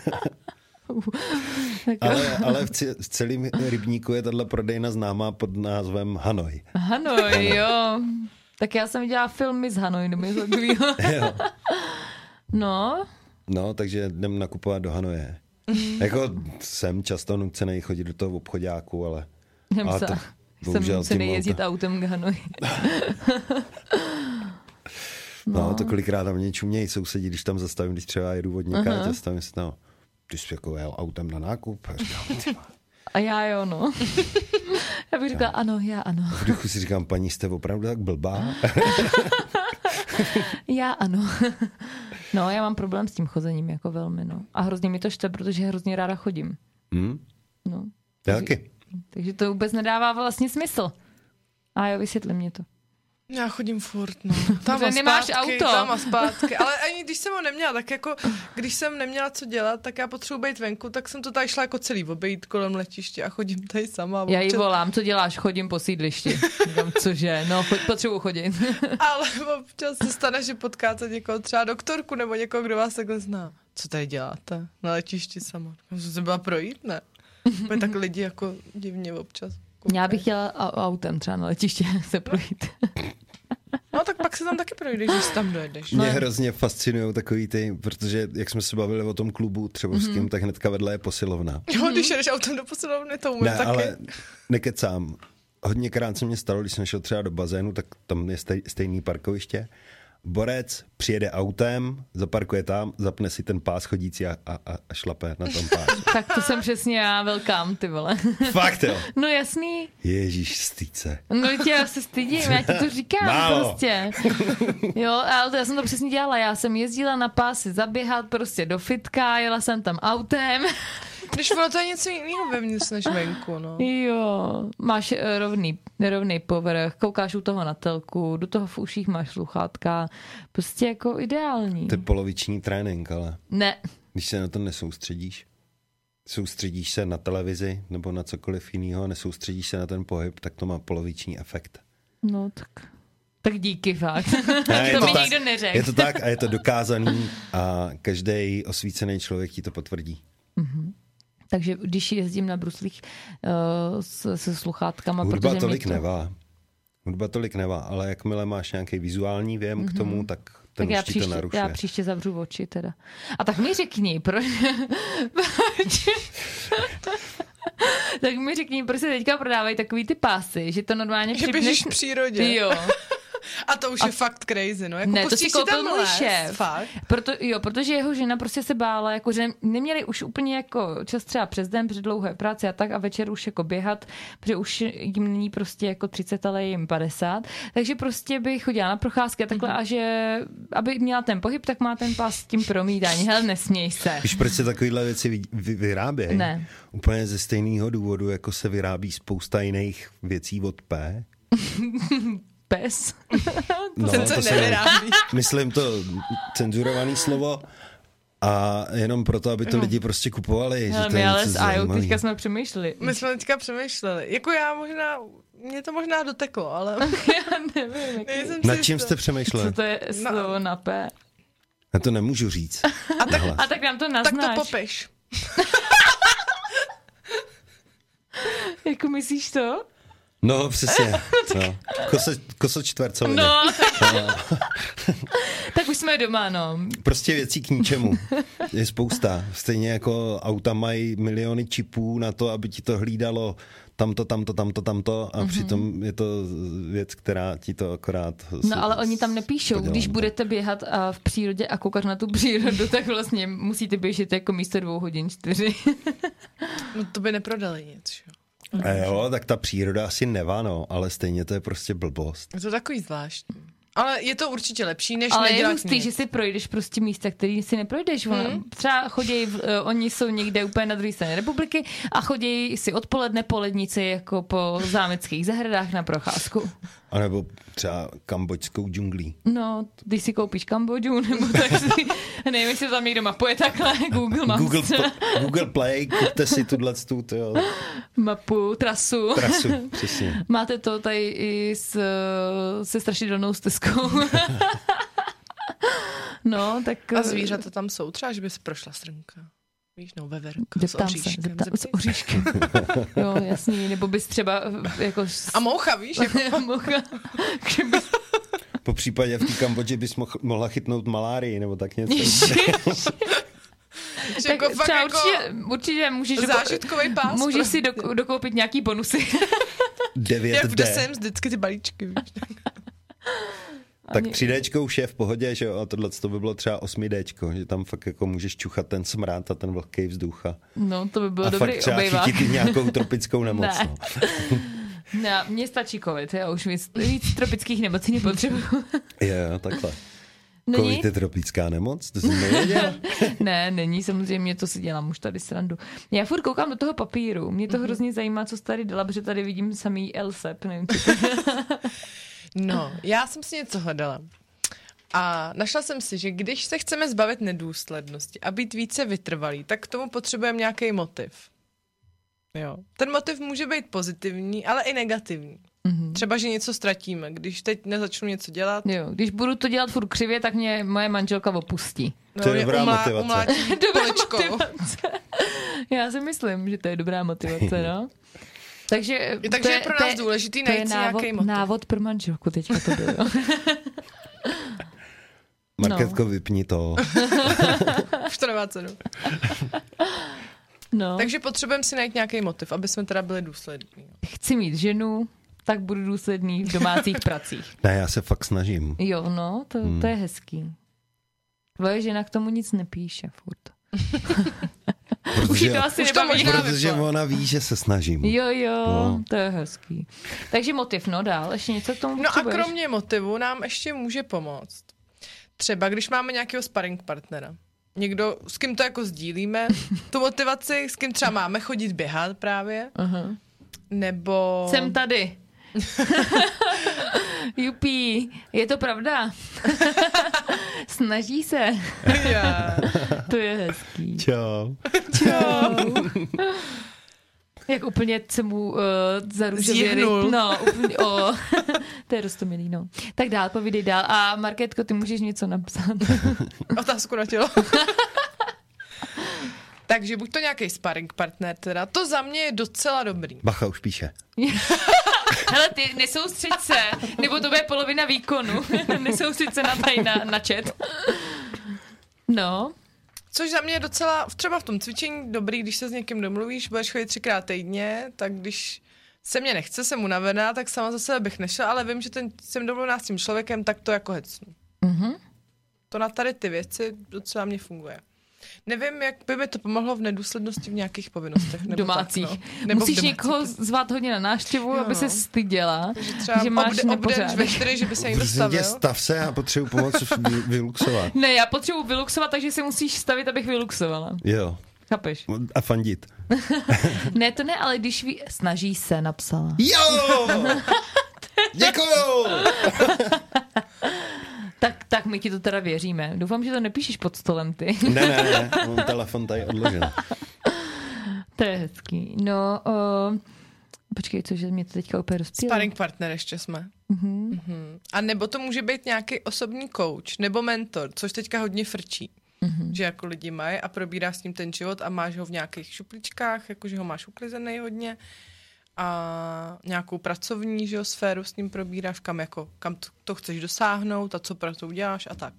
Speaker 1: Tak,
Speaker 3: ale, ale v, ce- v celém rybníku je tahle prodejna známá pod názvem Hanoj.
Speaker 1: Hanoj, jo. Tak já jsem viděla filmy z Hanoj, nebo něco takového.
Speaker 3: Jo.
Speaker 1: No,
Speaker 3: No, takže jdem nakupovat do Hanoje. Jako jsem často nucený chodit do toho obchodáku, ale
Speaker 1: jsem
Speaker 3: A
Speaker 1: se.
Speaker 3: to- bohužel
Speaker 1: Jsem se
Speaker 3: tím
Speaker 1: nejezdit autem k Hanoj.
Speaker 3: No, to kolikrát tam něčím mějí sousedí, když tam zastavím, když třeba jedu od někáč, uh-huh. zastavím si tam, ty jsi jako jel autem na nákup. A říkám, "Ty vole."
Speaker 1: A já jo, no. Já bych řekla, ano, já ano.
Speaker 3: v duchu si říkám, paní, jste opravdu tak blbá?
Speaker 1: Já ano. No, já mám problém s tím chozením, jako velmi, no. A hrozně mi to šte, protože hrozně ráda chodím.
Speaker 3: Hm?
Speaker 1: No.
Speaker 3: Já taky.
Speaker 1: Takže to vůbec nedává vlastně smysl. A jo, vysvětli mě to.
Speaker 4: Já chodím furt, no. Tam
Speaker 1: Protože
Speaker 4: a
Speaker 1: nemáš
Speaker 4: zpátky,
Speaker 1: auto.
Speaker 4: Tam a zpátky. Ale ani když jsem ho neměla, tak jako, když jsem neměla co dělat, tak já potřebuji být venku, tak jsem to tady šla jako celý obejít kolem letiště a chodím tady sama.
Speaker 1: Já jí
Speaker 4: občas-
Speaker 1: volám, co děláš? Chodím po sídlišti. Říkám, cože? No, pojď, potřebuji chodit.
Speaker 4: Ale občas se stane, že potkáte někoho, třeba doktorku nebo někoho, kdo vás takhle zná. Co tady děláte? Na letišti sama. Já jsem se byla projít, ne? Úplně tak lidi jako divně občas. koukají.
Speaker 1: Já bych chtěla au- autem třeba na letiště se projít.
Speaker 4: No tak pak se tam taky projdeš, když tam dojedeš. no.
Speaker 1: Mhm.
Speaker 3: Mě hrozně fascinují takový ty, protože jak jsme se bavili o tom klubu třeba
Speaker 1: Mhm.
Speaker 3: s kým, tak hnedka vedle je posilovna.
Speaker 4: Jo, když jedeš autem do posilovny, to umím
Speaker 3: Ne,
Speaker 4: taky.
Speaker 3: ale nekecám. hodněkrát se mě stalo, když jsem šel třeba do bazénu, tak tam je stej, stejný parkoviště. Borec přijede autem, zaparkuje tam, zapne si ten pás chodící a, a, a- a šlape na tom pásu.
Speaker 1: Tak to jsem přesně já velkám, ty vole.
Speaker 3: Fakt jo.
Speaker 1: No jasný,
Speaker 3: Ježíš, stýce.
Speaker 1: no tě já se stydím, já ti to říkám
Speaker 3: Málo.
Speaker 1: prostě. Jo, ale to já jsem to přesně dělala, já jsem jezdila na pásy zaběhat prostě do fitka, jela jsem tam autem.
Speaker 4: Když ono to je něco jiného vevnitř než venku, no.
Speaker 1: Jo, máš eh, rovný, rovný povrch, koukáš u toho na telku, do toho v uších máš sluchátka, prostě jako ideální.
Speaker 3: To je poloviční trénink, ale
Speaker 1: Ne,
Speaker 3: když se na to nesoustředíš, soustředíš se na televizi nebo na cokoliv jiného a nesoustředíš se na ten pohyb, tak to má poloviční efekt.
Speaker 1: no tak... Tak díky fakt.
Speaker 3: Ne,
Speaker 1: to mi
Speaker 3: tak,
Speaker 1: nikdo neřekl.
Speaker 3: Je to tak a je to dokázaný a každý osvícený člověk ti to potvrdí.
Speaker 1: Takže když jezdím na bruslích uh, se, se sluchátkama,
Speaker 3: Hudba
Speaker 1: No, protože
Speaker 3: tolik
Speaker 1: mě to...
Speaker 3: nevá. Hudba tolik nevá, ale jakmile máš nějaký vizuální věm k tomu, tak ten
Speaker 1: Mhm. Tak
Speaker 3: tak
Speaker 1: já
Speaker 3: už ti to
Speaker 1: příště,
Speaker 3: narušuje.
Speaker 1: já příště zavřu oči teda. A tak mi řekni, proč... proč- tak mi řekni, proč se teďka prodávají takový ty pásy, že to normálně
Speaker 4: Že běžíš
Speaker 1: připneš...
Speaker 4: v přírodě.
Speaker 1: Ty jo.
Speaker 4: A to už je fakt crazy, no. Jako
Speaker 1: Ne, to si
Speaker 4: pustíš
Speaker 1: koupil
Speaker 4: tam
Speaker 1: můj
Speaker 4: les,
Speaker 1: šéf.
Speaker 4: Fakt.
Speaker 1: Proto, jo, protože jeho žena prostě se bála, jako, že neměli už úplně jako čas třeba přes den, před dlouhé práci a tak a večer už jako běhat, protože už jim není prostě jako 30, ale je jim 50. Takže prostě by chodila na procházky a takhle
Speaker 3: Mhm.
Speaker 1: a že aby měla ten pohyb, tak má ten pás s tím promítání. Hele, nesměj se.
Speaker 3: Víš, proč se takovéhle věci vy- vy- vyrábějí?
Speaker 1: Ne.
Speaker 3: Úplně ze stejného důvodu, jako se vyrábí spousta jiných věcí od P.
Speaker 1: Pes.
Speaker 3: No,
Speaker 4: Ten, co
Speaker 3: se-
Speaker 4: nevyrábí.
Speaker 3: myslím to cenzurované slovo. A jenom proto, aby to lidi prostě kupovali.
Speaker 1: Mhm. Hele,
Speaker 3: že to je
Speaker 1: my ale
Speaker 3: něco
Speaker 1: s Ajou
Speaker 3: zajímavý.
Speaker 1: teďka jsme přemýšleli.
Speaker 4: My jsme teďka přemýšleli. Jako já možná, mě to možná doteklo, ale
Speaker 1: Já nevím, jak-
Speaker 4: nejsem si
Speaker 3: Nad čím
Speaker 4: jistá.
Speaker 3: jste
Speaker 1: co
Speaker 3: přemýšleli?
Speaker 1: to je
Speaker 4: No.
Speaker 1: slovo na P.
Speaker 3: Já to nemůžu říct.
Speaker 4: A tak,
Speaker 1: A tak nám to
Speaker 4: tak to
Speaker 1: naznáš.
Speaker 4: popiš.
Speaker 1: Jako myslíš to?
Speaker 3: No, přesně. No. Kose, kosočtvercoviny.
Speaker 1: No, tak už jsme doma, no.
Speaker 3: Prostě věcí k ničemu. Je spousta. Stejně jako auta mají miliony čipů na to, aby ti to hlídalo tamto, tamto, tamto, tamto a
Speaker 1: Mhm.
Speaker 3: mm-hmm. přitom je to věc, která ti to akorát... s-
Speaker 1: No ale oni tam nepíšou,
Speaker 3: podělám
Speaker 1: když
Speaker 3: to.
Speaker 1: budete běhat a v přírodě a koukat na tu přírodu, tak vlastně musíte běžet jako místo dvou hodin čtyři.
Speaker 4: No to by neprodali nic, že? jo.
Speaker 3: A Eh, jo, tak ta příroda asi nevá, no, ale stejně to je prostě blbost.
Speaker 4: Je to takový zvláštní. Ale je to určitě lepší, než
Speaker 1: ale je
Speaker 4: nedělat
Speaker 1: hustý,
Speaker 4: nic.
Speaker 1: že si projdeš prostě místa, který si neprojdeš. Hmm. Třeba chodí, v, eh, oni jsou někde úplně na druhé straně republiky a chodí si odpoledne polednici jako po zámeckých zahradách na procházku.
Speaker 3: A nebo třeba kambočskou džunglí.
Speaker 1: No, když si koupíš Kambodžu, nebo tak si, nevím, jestli to tam někdo mapuje takhle, Google Maps,
Speaker 3: Google, pl- Google Play, kupte si tuhle tu, tyjo,
Speaker 1: mapu, trasu.
Speaker 3: trasu, přesně.
Speaker 1: Máte to tady i s, eh, se strašidelnou stezkou. no, tak...
Speaker 4: A
Speaker 1: eh,
Speaker 4: zvířata tam jsou, třeba, že by se prošla srnka. Víš, no, veverka
Speaker 1: Zeptám
Speaker 4: s
Speaker 1: se,
Speaker 4: oříškem.
Speaker 1: zeptám
Speaker 4: zeptej
Speaker 1: s oříškem. jo, jasný, nebo bys třeba eh, jako... s-
Speaker 4: A moucha, víš, jako
Speaker 1: mohla, kdyby...
Speaker 3: Po případě v té Kambodži bys moh- mohla chytnout malárii nebo tak něco.
Speaker 4: že
Speaker 1: tak
Speaker 4: jako fakt
Speaker 1: třeba
Speaker 4: jako
Speaker 1: určitě, určitě můžeš, doko-
Speaker 4: zážitkový pás.
Speaker 1: můžeš
Speaker 4: prostě.
Speaker 1: si dok- dokoupit nějaký bonusy.
Speaker 4: Jak kde
Speaker 3: 9D.
Speaker 4: prostě jsem vždycky ty balíčky, víš.
Speaker 3: Tak
Speaker 1: Ani-
Speaker 3: 3D už je v pohodě, že jo, a tohle to by bylo třeba 8D, že tam fakt jako můžeš čuchat ten smrát a ten vlhký vzduch a,
Speaker 1: No, to by bylo
Speaker 3: a
Speaker 1: dobrý
Speaker 3: fakt třeba
Speaker 1: obejvák.
Speaker 3: chytit i nějakou tropickou nemoc.
Speaker 1: Ne.
Speaker 3: No.
Speaker 1: Ne, mně stačí covid, já už víc, víc tropických nemocí nepotřebuju.
Speaker 3: Jo, takhle.
Speaker 1: Není? No.
Speaker 3: Covid je tropická nemoc, to jsem nevěděl.
Speaker 1: ne, není, samozřejmě to si dělám už tady srandu. Já furt koukám do toho papíru, mě
Speaker 4: Mhm.
Speaker 1: to hrozně zajímá, co jsi tady dala, protože tady vidím samý Elsep, nevím, co to
Speaker 4: No, já jsem si něco hledala. A našla jsem si, že když se chceme zbavit nedůslednosti a být více vytrvalí, tak k tomu potřebujeme nějaký motiv. Jo. Ten motiv může být pozitivní, ale i negativní. Mm-hmm.
Speaker 1: Mhm.
Speaker 4: Třeba, že něco ztratíme. Když teď nezačnu něco dělat,
Speaker 1: Jo, když budu to dělat furt křivě, tak mě moje manželka opustí.
Speaker 3: To je
Speaker 4: mě
Speaker 3: dobrá
Speaker 4: umlá-
Speaker 3: motivace.
Speaker 4: umlátí poličkou.
Speaker 1: motivace. Já si myslím, že to je dobrá motivace, no. Takže,
Speaker 4: Takže je pro nás důležitý
Speaker 1: to je
Speaker 4: najít si
Speaker 1: návod,
Speaker 4: nějaký motiv.
Speaker 1: návod pro manželku teďka to bylo.
Speaker 3: Marketko, vypni to.
Speaker 4: Už to nemá cenu.
Speaker 1: No.
Speaker 4: Takže potřebujeme si najít nějaký motiv, aby jsme teda byli důslední.
Speaker 1: chci mít ženu, tak budu důsledný v domácích pracích.
Speaker 3: Ne, já se fakt snažím.
Speaker 1: Jo, no, to,
Speaker 4: Hmm.
Speaker 1: to je hezký. Tvoje žena k tomu nic nepíše furt. Už jí
Speaker 3: Protože,
Speaker 1: to asi
Speaker 4: Už to
Speaker 1: nebaví.
Speaker 4: možná-
Speaker 3: protože
Speaker 4: vypla.
Speaker 3: ona ví, že se snažím.
Speaker 1: vlastně Jo, jo,
Speaker 3: No.
Speaker 1: to je hezký. Takže motiv, no dál, ještě něco k tomu
Speaker 4: No a
Speaker 1: potřebuješ?
Speaker 4: kromě motivu nám ještě může pomoct. Třeba když máme nějakého sparring partnera. Někdo, s kým to jako sdílíme, tu motivaci, s kým třeba máme chodit běhat právě,
Speaker 1: Aha.
Speaker 4: nebo...
Speaker 1: Jsem tady. Jupí, je to pravda. Snaží se.
Speaker 4: Já.
Speaker 1: To je hezký.
Speaker 3: Čau.
Speaker 1: Jak úplně se mu uh, zarůžově
Speaker 4: Zjihnul.
Speaker 1: ryb- No, úplně, o, to je rostomilý, no. Tak dál, povídej dál. A Marketko, ty můžeš něco napsat.
Speaker 4: Otázku na tělo. Takže buď to nějaký sparring partner teda, to za mě je docela dobrý.
Speaker 3: Bacha už píše.
Speaker 1: Hele, ty nesoustřed se, nebo to bude polovina výkonu. nesoustřed se na, tady, na, na chat. No,
Speaker 4: Což za mě je docela, třeba v tom cvičení dobrý, když se s někým domluvíš, budeš chodit třikrát týdně, tak když se mě nechce, jsem unavená, tak sama za sebe bych nešla, ale vím, že ten, jsem domluvená s tím člověkem, tak to jako hecnu. Mm-hmm. To na tady ty věci docela mě funguje. Nevím, jak by mi to pomohlo v nedůslednosti v nějakých povinnostech. Nebo
Speaker 1: domácích.
Speaker 4: Tak, no. Nebo v
Speaker 1: Musíš
Speaker 4: domácích.
Speaker 1: někoho zvát hodně na náštěvu,
Speaker 4: Jo,
Speaker 1: aby se
Speaker 4: no.
Speaker 1: styděla,
Speaker 4: Že třeba
Speaker 1: že máš
Speaker 4: obde, obde,
Speaker 1: nepořádek.
Speaker 4: ve čtyři, že by se někdo
Speaker 3: Prostě
Speaker 4: stavil.
Speaker 3: stav se, já potřebuji pomoc vy- vyluxovat.
Speaker 1: Ne, já potřebuji vyluxovat, takže se musíš stavit, abych vyluxovala.
Speaker 3: Jo.
Speaker 1: Chápeš?
Speaker 3: A fandit.
Speaker 1: Ne, to ne, ale když ví... snaží se, napsala.
Speaker 3: Jo! Děkuju!
Speaker 1: Tak, tak my ti to teda věříme. Doufám, že to nepíšeš pod stolem ty.
Speaker 3: Ne, ne, ne, mám telefon tady odložen.
Speaker 1: to je hezký. No, uh... počkej, cože mě to teďka úplně rozpílo.
Speaker 4: Sparring partner ještě jsme. Mm-hmm. A nebo to může být nějaký osobní coach nebo mentor, což teďka hodně frčí. Mm-hmm. Že jako lidi mají a probírá s ním ten život a máš ho v nějakých šupličkách, jakože ho máš uklizený hodně a nějakou pracovní že jo, sféru s ním probíráš, kam, jako, kam to, to chceš dosáhnout a co pro to uděláš a tak.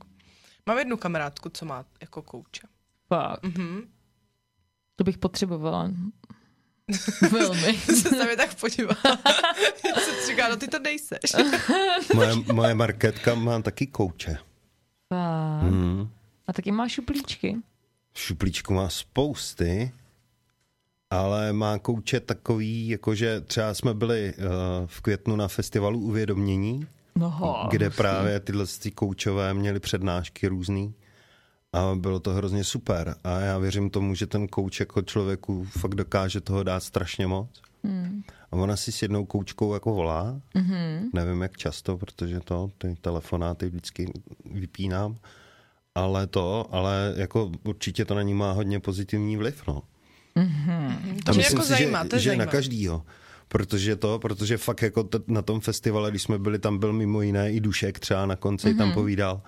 Speaker 4: Mám jednu kamarádku, co má jako kouče.
Speaker 1: Fakt.
Speaker 4: Mhm.
Speaker 1: To bych potřebovala. Velmi.
Speaker 4: Se se mi tak podívala. Jsem říkala, no ty to nejseš.
Speaker 3: Moje, moje marketka má taky kouče.
Speaker 1: Fakt.
Speaker 3: Hmm.
Speaker 1: A taky máš šuplíčky.
Speaker 3: V šuplíčku má spousty, ale má kouče takový, jakože třeba jsme byli eh, v květnu na festivalu uvědomění,
Speaker 1: Noho.
Speaker 3: kde právě tyhle ty koučové měli přednášky různý a bylo to hrozně super. A já věřím tomu, že ten kouč jako člověku fakt dokáže toho dát strašně moc. A ona si s jednou koučkou jako volá, nevím jak často, protože to, ty telefonáty vždycky vypínám, ale to, ale jako určitě to na ní má hodně pozitivní vliv, no.
Speaker 4: To mě jako zajímá,
Speaker 3: že,
Speaker 4: to je
Speaker 3: že na
Speaker 4: zajímavé.
Speaker 3: každýho. Protože to, protože fakt jako t- na tom festivale, když jsme byli, tam byl mimo jiné i Dušek třeba na konci,
Speaker 4: Mhm.
Speaker 3: mm-hmm. tam povídal.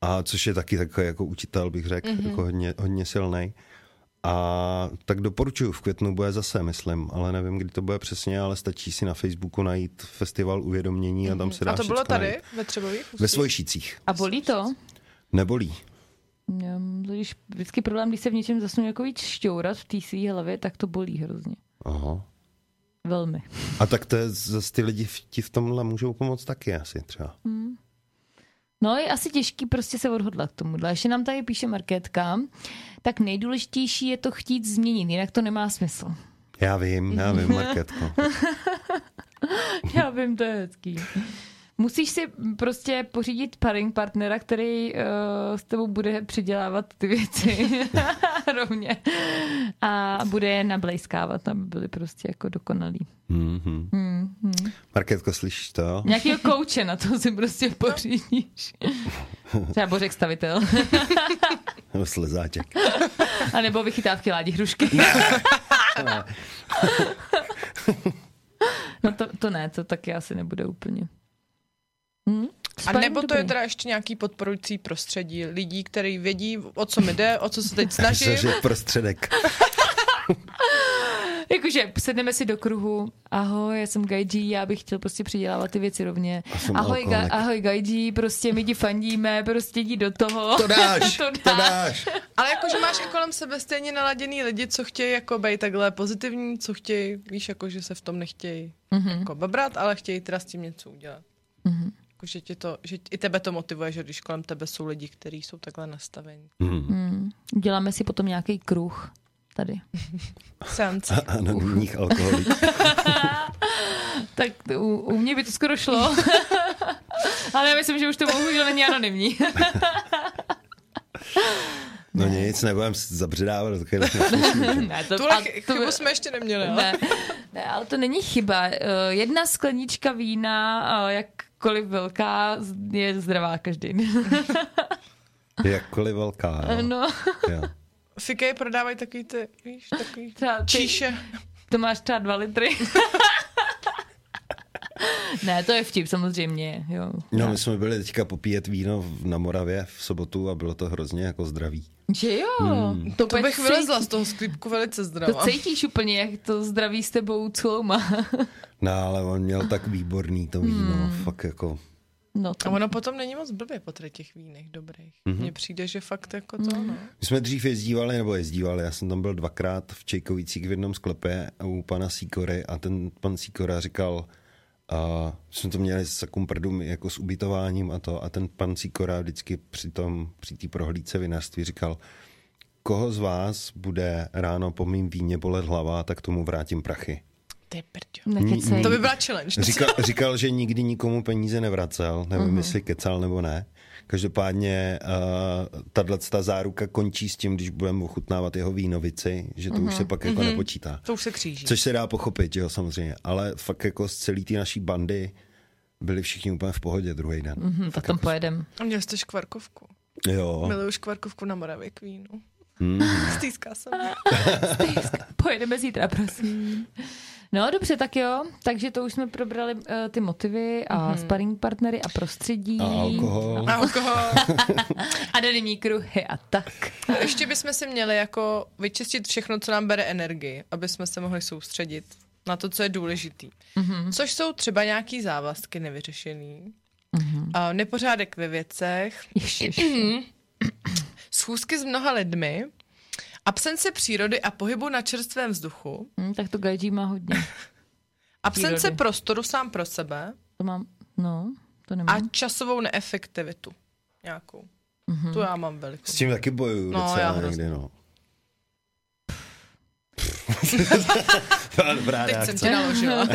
Speaker 3: A což je taky takový jako učitel, bych řekl,
Speaker 4: Mhm.
Speaker 3: mm-hmm. jako hodně, hodně silný. A tak doporučuju, v květnu bude zase, myslím, ale nevím, kdy to bude přesně, ale stačí si na Facebooku najít festival uvědomění a tam se dá
Speaker 4: Mhm. A to bylo
Speaker 3: všecko
Speaker 4: tady
Speaker 3: najít.
Speaker 4: ve Třebových?
Speaker 3: Ve Svojšicích.
Speaker 1: A bolí to?
Speaker 3: Nebolí.
Speaker 1: Já mám totiž vždycky problém, když se v něčem zasnu jako víc šťourat v té svý hlavě, tak to bolí hrozně.
Speaker 3: Aha.
Speaker 1: Velmi.
Speaker 3: A tak to je, zase ty lidi v, ti v tomhle můžou pomoct taky asi třeba.
Speaker 1: No je asi těžký prostě se odhodlat k tomuhle. Ještě nám tady píše Markétka, tak nejdůležitější je to chtít změnit, jinak to nemá smysl.
Speaker 3: Já vím, já vím, Marketko.
Speaker 1: Já vím, to je hezký. Musíš si prostě pořídit paring partnera, který uh, s tebou bude předělávat ty věci rovně a bude je nablejskávat, aby byly prostě jako dokonalý.
Speaker 3: Mm-hmm. Marketko, slyšíš to?
Speaker 1: Nějakého kouče na to si prostě pořídíš. Třeba Bořek stavitel.
Speaker 3: Nebo slezáček.
Speaker 1: A nebo vychytávky ládí hrušky. no to, to ne, to taky asi nebude úplně. Hm?
Speaker 4: A
Speaker 1: Sparring
Speaker 4: nebo to je
Speaker 1: dobrý.
Speaker 4: teda ještě nějaký podporující prostředí lidí, který vědí, o co mi jde, o co se teď snažím.
Speaker 3: Což je prostředek.
Speaker 1: Jakože sedneme si do kruhu. Ahoj, já jsem Gaiji, já bych chtěl prostě přidělávat ty věci rovně.
Speaker 3: A jsem
Speaker 1: Ahoj,
Speaker 3: alkoholik.
Speaker 1: ahoj Gaiji, prostě my ti fandíme, prostě jdi do toho.
Speaker 3: To dáš,
Speaker 1: To dáš.
Speaker 3: to dáš. To dáš.
Speaker 4: Ale jakože máš i kolem sebe stejně naladěný lidi, co chtějí jako být takhle pozitivní, co chtějí, víš, jako že se v tom nechtějí
Speaker 1: Mhm.
Speaker 4: mm-hmm. jako babrat, ale chtějí teda s tím něco udělat. Mm-hmm. Jako, že, tě to, že i tebe to motivuje, že když kolem tebe jsou lidi, kteří jsou takhle nastavení.
Speaker 1: Děláme si potom nějaký kruh tady.
Speaker 4: Seance.
Speaker 3: A anonimních alkoholiků.
Speaker 1: Tak u, u mě by to skoro šlo. Ale já myslím, že už to bohužel není anonymní.
Speaker 3: No nic, nebudem se zabředávat. do takových-
Speaker 1: ne, to,
Speaker 4: Tuhle
Speaker 1: a
Speaker 4: ch-
Speaker 1: to by-
Speaker 4: chybu jsme ještě neměli, no. ale.
Speaker 1: ne, ne, ale to není chyba. Eh, Jedna sklenička vína, eh, jakkoliv velká, je zdravá každý den.
Speaker 3: Jakkoliv velká. Jo.
Speaker 1: No,
Speaker 3: Jo.
Speaker 4: Fikej prodávají takový ty, víš, takový
Speaker 1: třeba ty,
Speaker 4: číše.
Speaker 1: to máš třeba dva litry. ne, to je vtip samozřejmě, jo.
Speaker 3: No, my jsme byli teďka popíjet víno v- na Moravě v sobotu a bylo to hrozně jako zdravý.
Speaker 1: Že jo?
Speaker 4: To, to
Speaker 1: úplně
Speaker 4: bych
Speaker 1: cítí-
Speaker 4: vylezla z toho sklípku velice
Speaker 1: To
Speaker 4: zdravá.
Speaker 1: cítíš úplně, jak to zdraví s tebou clouma.
Speaker 3: No, ale on měl tak výborný to víno, fakt jako...
Speaker 1: No,
Speaker 4: A
Speaker 1: to
Speaker 4: ono potom není moc blbě po tady těch vínech dobrých. Mně mm-hmm. přijde, že fakt jako to, no.
Speaker 3: My jsme dřív jezdívali, nebo jezdívali, já jsem tam byl dvakrát v Čejkovicích v jednom sklepě u pana Sýkory a ten pan Sýkora říkal, a jsme to měli s takovým prdům jako s ubytováním a to a ten pan Sýkora vždycky při tom, při té prohlídce vinařství říkal, koho z vás bude ráno po mým víně bolet hlava, tak tomu vrátím prachy.
Speaker 4: Ty prďo.
Speaker 1: nekecej.
Speaker 4: To by byla challenge.
Speaker 3: Říkal, říkal, že nikdy nikomu peníze nevracel, nevím,
Speaker 4: Mhm.
Speaker 3: uh-huh. jestli kecal nebo ne. Každopádně uh, tahle ta záruka končí s tím, když budeme ochutnávat jeho vínovici, že to uh-huh.
Speaker 4: Mhm.
Speaker 3: už se pak jako uh-huh. nepočítá.
Speaker 4: To už se kříží.
Speaker 3: Což se dá pochopit, jo, samozřejmě. Ale fakt jako z celé té naší bandy byli všichni úplně v pohodě druhý den.
Speaker 4: Mhm,
Speaker 3: Uh-huh.
Speaker 1: Tak tam pojedem.
Speaker 4: A Měl jste škvarkovku.
Speaker 3: Jo.
Speaker 4: Miluju škvarkovku na Moravě k vínu. Stýská se mi.
Speaker 1: Pojedeme zítra, prosím. No dobře, tak jo. Takže to už jsme probrali uh, ty motivy a mm-hmm. sparring partnery a prostředí.
Speaker 3: A alkohol.
Speaker 4: A alkohol.
Speaker 1: A denimní kruhy a tak.
Speaker 4: A Ještě bychom si měli jako vyčistit všechno, co nám bere energii, aby jsme se mohli soustředit na to, co je důležitý. Mm-hmm. Což jsou třeba nějaký závazky nevyřešený, mm-hmm. a nepořádek ve věcech,
Speaker 1: Ježiš.
Speaker 4: schůzky s mnoha lidmi, absence přírody a pohybu na čerstvém vzduchu,
Speaker 1: Hm, tak to gajdí má hodně.
Speaker 4: absence
Speaker 1: Přírody.
Speaker 4: prostoru sám pro sebe
Speaker 1: To mám, no, to
Speaker 4: a
Speaker 1: nemám.
Speaker 4: časovou neefektivitu nějakou. Mm-hmm.
Speaker 1: Mhm.
Speaker 4: Tu já mám velikou.
Speaker 3: S tím taky bojuju
Speaker 4: No,
Speaker 3: no,
Speaker 4: já
Speaker 3: docela
Speaker 4: hrozně.
Speaker 3: někdy, no. Dobrá, Dobrá
Speaker 4: Teď jsem
Speaker 3: reakce.
Speaker 4: tě naložila.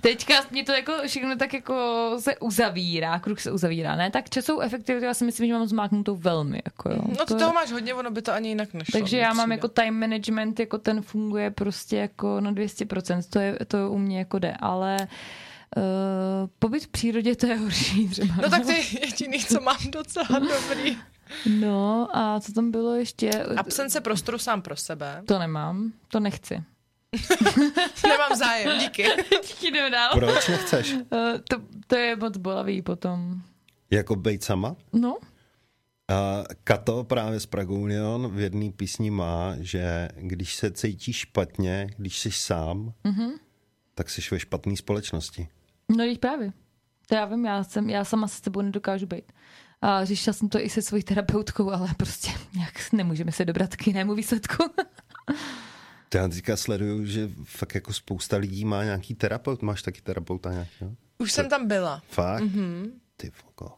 Speaker 1: Teďka mě to jako všechno tak jako se uzavírá, kruh se uzavírá, ne? Tak časovou efektivitu já si myslím, že mám zmáknutou velmi, jako jo.
Speaker 4: No
Speaker 1: To
Speaker 4: ty
Speaker 1: je-
Speaker 4: toho máš hodně, ono by to ani jinak nešlo.
Speaker 1: Takže
Speaker 4: mně
Speaker 1: já mám
Speaker 4: přijde.
Speaker 1: jako time management, jako ten funguje prostě jako na 200%, to je, to u mě jako jde, ale uh, pobyt v přírodě to je horší třeba.
Speaker 4: No tak to je jediný, co mám docela dobrý.
Speaker 1: No a co tam bylo ještě?
Speaker 4: Absence prostoru sám pro sebe.
Speaker 1: To nemám, to nechci.
Speaker 4: Nemám zájem, díky.
Speaker 1: Jdeme dál.
Speaker 3: Proč nechceš?
Speaker 1: Uh, to, to je moc bolavý potom.
Speaker 3: Jako bejt sama?
Speaker 1: No,
Speaker 3: A Kato právě z Prague Union v jedné písni má, že když se cítíš špatně, když jsi sám, mm-hmm.
Speaker 4: Mhm.
Speaker 3: tak jsi ve špatné společnosti.
Speaker 1: no teď právě. To já vím, já, jsem, já sama se sebou nedokážu být. A řešila jsem to i se svojí terapeutkou, ale prostě nějak nemůžeme se dobrat k jinému výsledku.
Speaker 3: To Já teďka sleduju, že fakt jako spousta lidí má nějaký terapeut. Máš taky terapeuta nějakého?
Speaker 4: Už jsem tam byla.
Speaker 3: Fakt? Mm-hmm.
Speaker 4: Mhm.
Speaker 3: Ty voko.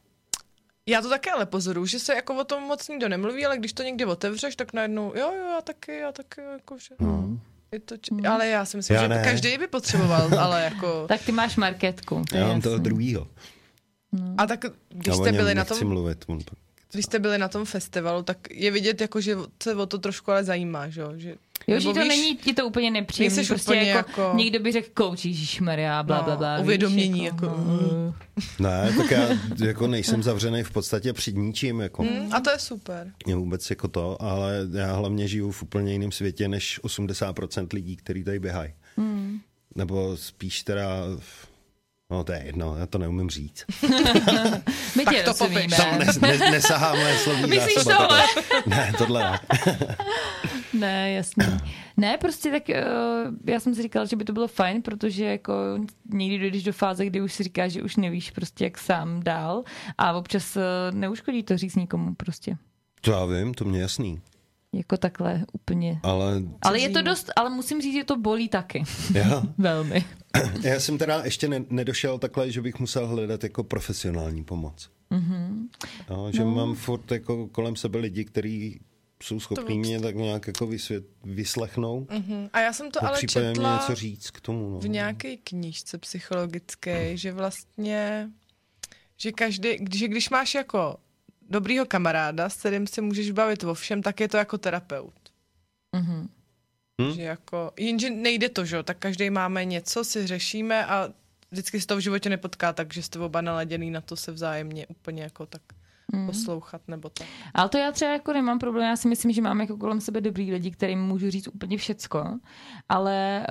Speaker 4: Já to také ale pozoruju, že se jako o tom moc nikdo nemluví, ale když to někdy otevřeš, tak najednou, jo, jo, já taky, já taky, jakože. Mm. Je to či... Ale já si myslím,
Speaker 3: No. Já
Speaker 4: že
Speaker 3: ne.
Speaker 4: každý by potřeboval, ale jako...
Speaker 1: No. tak ty máš marketku. to je
Speaker 3: Já mám
Speaker 1: jasný.
Speaker 3: toho druhýho.
Speaker 4: A tak když
Speaker 3: Já o
Speaker 4: jste
Speaker 3: něm
Speaker 4: byli na
Speaker 3: nechci
Speaker 4: tom
Speaker 3: mluvit. On to-
Speaker 4: když jste byli na tom festivalu, tak je vidět, jako, že se o to trošku ale zajímá, že, jo? že
Speaker 1: Jo,
Speaker 4: nebo
Speaker 1: že to
Speaker 4: víš-
Speaker 1: není ti to úplně nepříjemný,
Speaker 4: nejseš
Speaker 1: prostě
Speaker 4: úplně
Speaker 1: jako,
Speaker 4: jako-
Speaker 1: někdo by řekl kouč, ježišmarja, bla,
Speaker 4: No,
Speaker 1: bla, bla. víš,
Speaker 4: uvědomění, jako,
Speaker 1: no.
Speaker 3: Ne, tak já jako nejsem zavřený v podstatě před ničím. Jako. Mm.
Speaker 4: A to je super.
Speaker 3: Mě vůbec jako to, ale já hlavně žiju v úplně jiném světě než 80% lidí, kteří tady běhají. Hmm. Nebo spíš teda v No to je jedno, já to neumím říct.
Speaker 1: My tě
Speaker 4: to popiš.
Speaker 1: rozumíme.
Speaker 4: no.
Speaker 3: Tam ne, ne, nesahá moje slovní
Speaker 1: Myslíš
Speaker 3: zásoba,
Speaker 1: tohle?
Speaker 3: Ne, tohle ne.
Speaker 1: Ne, jasný. Ne, prostě tak eh, já jsem si říkala, že by to bylo fajn, protože jako někdy dojdeš do fáze, kdy už si říkáš, že už nevíš prostě jak sám dál a občas eh, neuškodí to říct nikomu prostě.
Speaker 3: To já vím, to mě jasný.
Speaker 1: Jako takhle úplně.
Speaker 3: Ale
Speaker 1: Ale je to dost, ale musím říct, že to bolí taky.
Speaker 3: já,
Speaker 1: Velmi.
Speaker 3: já jsem teda ještě ne, nedošel takhle, že bych musel hledat jako profesionální pomoc.
Speaker 1: Mhm.
Speaker 3: Mm-hmm. No, že no. mám furt jako kolem sebe lidi, kteří jsou schopní mě tak nějak jako vysvět, vyslechnout.
Speaker 4: Mhm. A já jsem to
Speaker 3: Po
Speaker 4: ale
Speaker 3: případě mě
Speaker 4: četla...
Speaker 3: něco říct k tomu. No.
Speaker 4: v nějaké knížce psychologické, že vlastně, že každý, že když máš jako dobrýho kamaráda, s kterým se můžeš bavit o všem, tak je to jako terapeut.
Speaker 1: Mhm.
Speaker 3: Hm?
Speaker 4: Že jako, jenže nejde to, že jo, tak každý máme něco, si řešíme a vždycky se to v životě nepotká, takže jste oba naladěný na to se vzájemně úplně jako tak poslouchat nebo tak.
Speaker 1: Ale to já třeba jako nemám problém, já si myslím, že mám jako kolem sebe dobrý lidi, kterým můžu říct úplně všecko, ale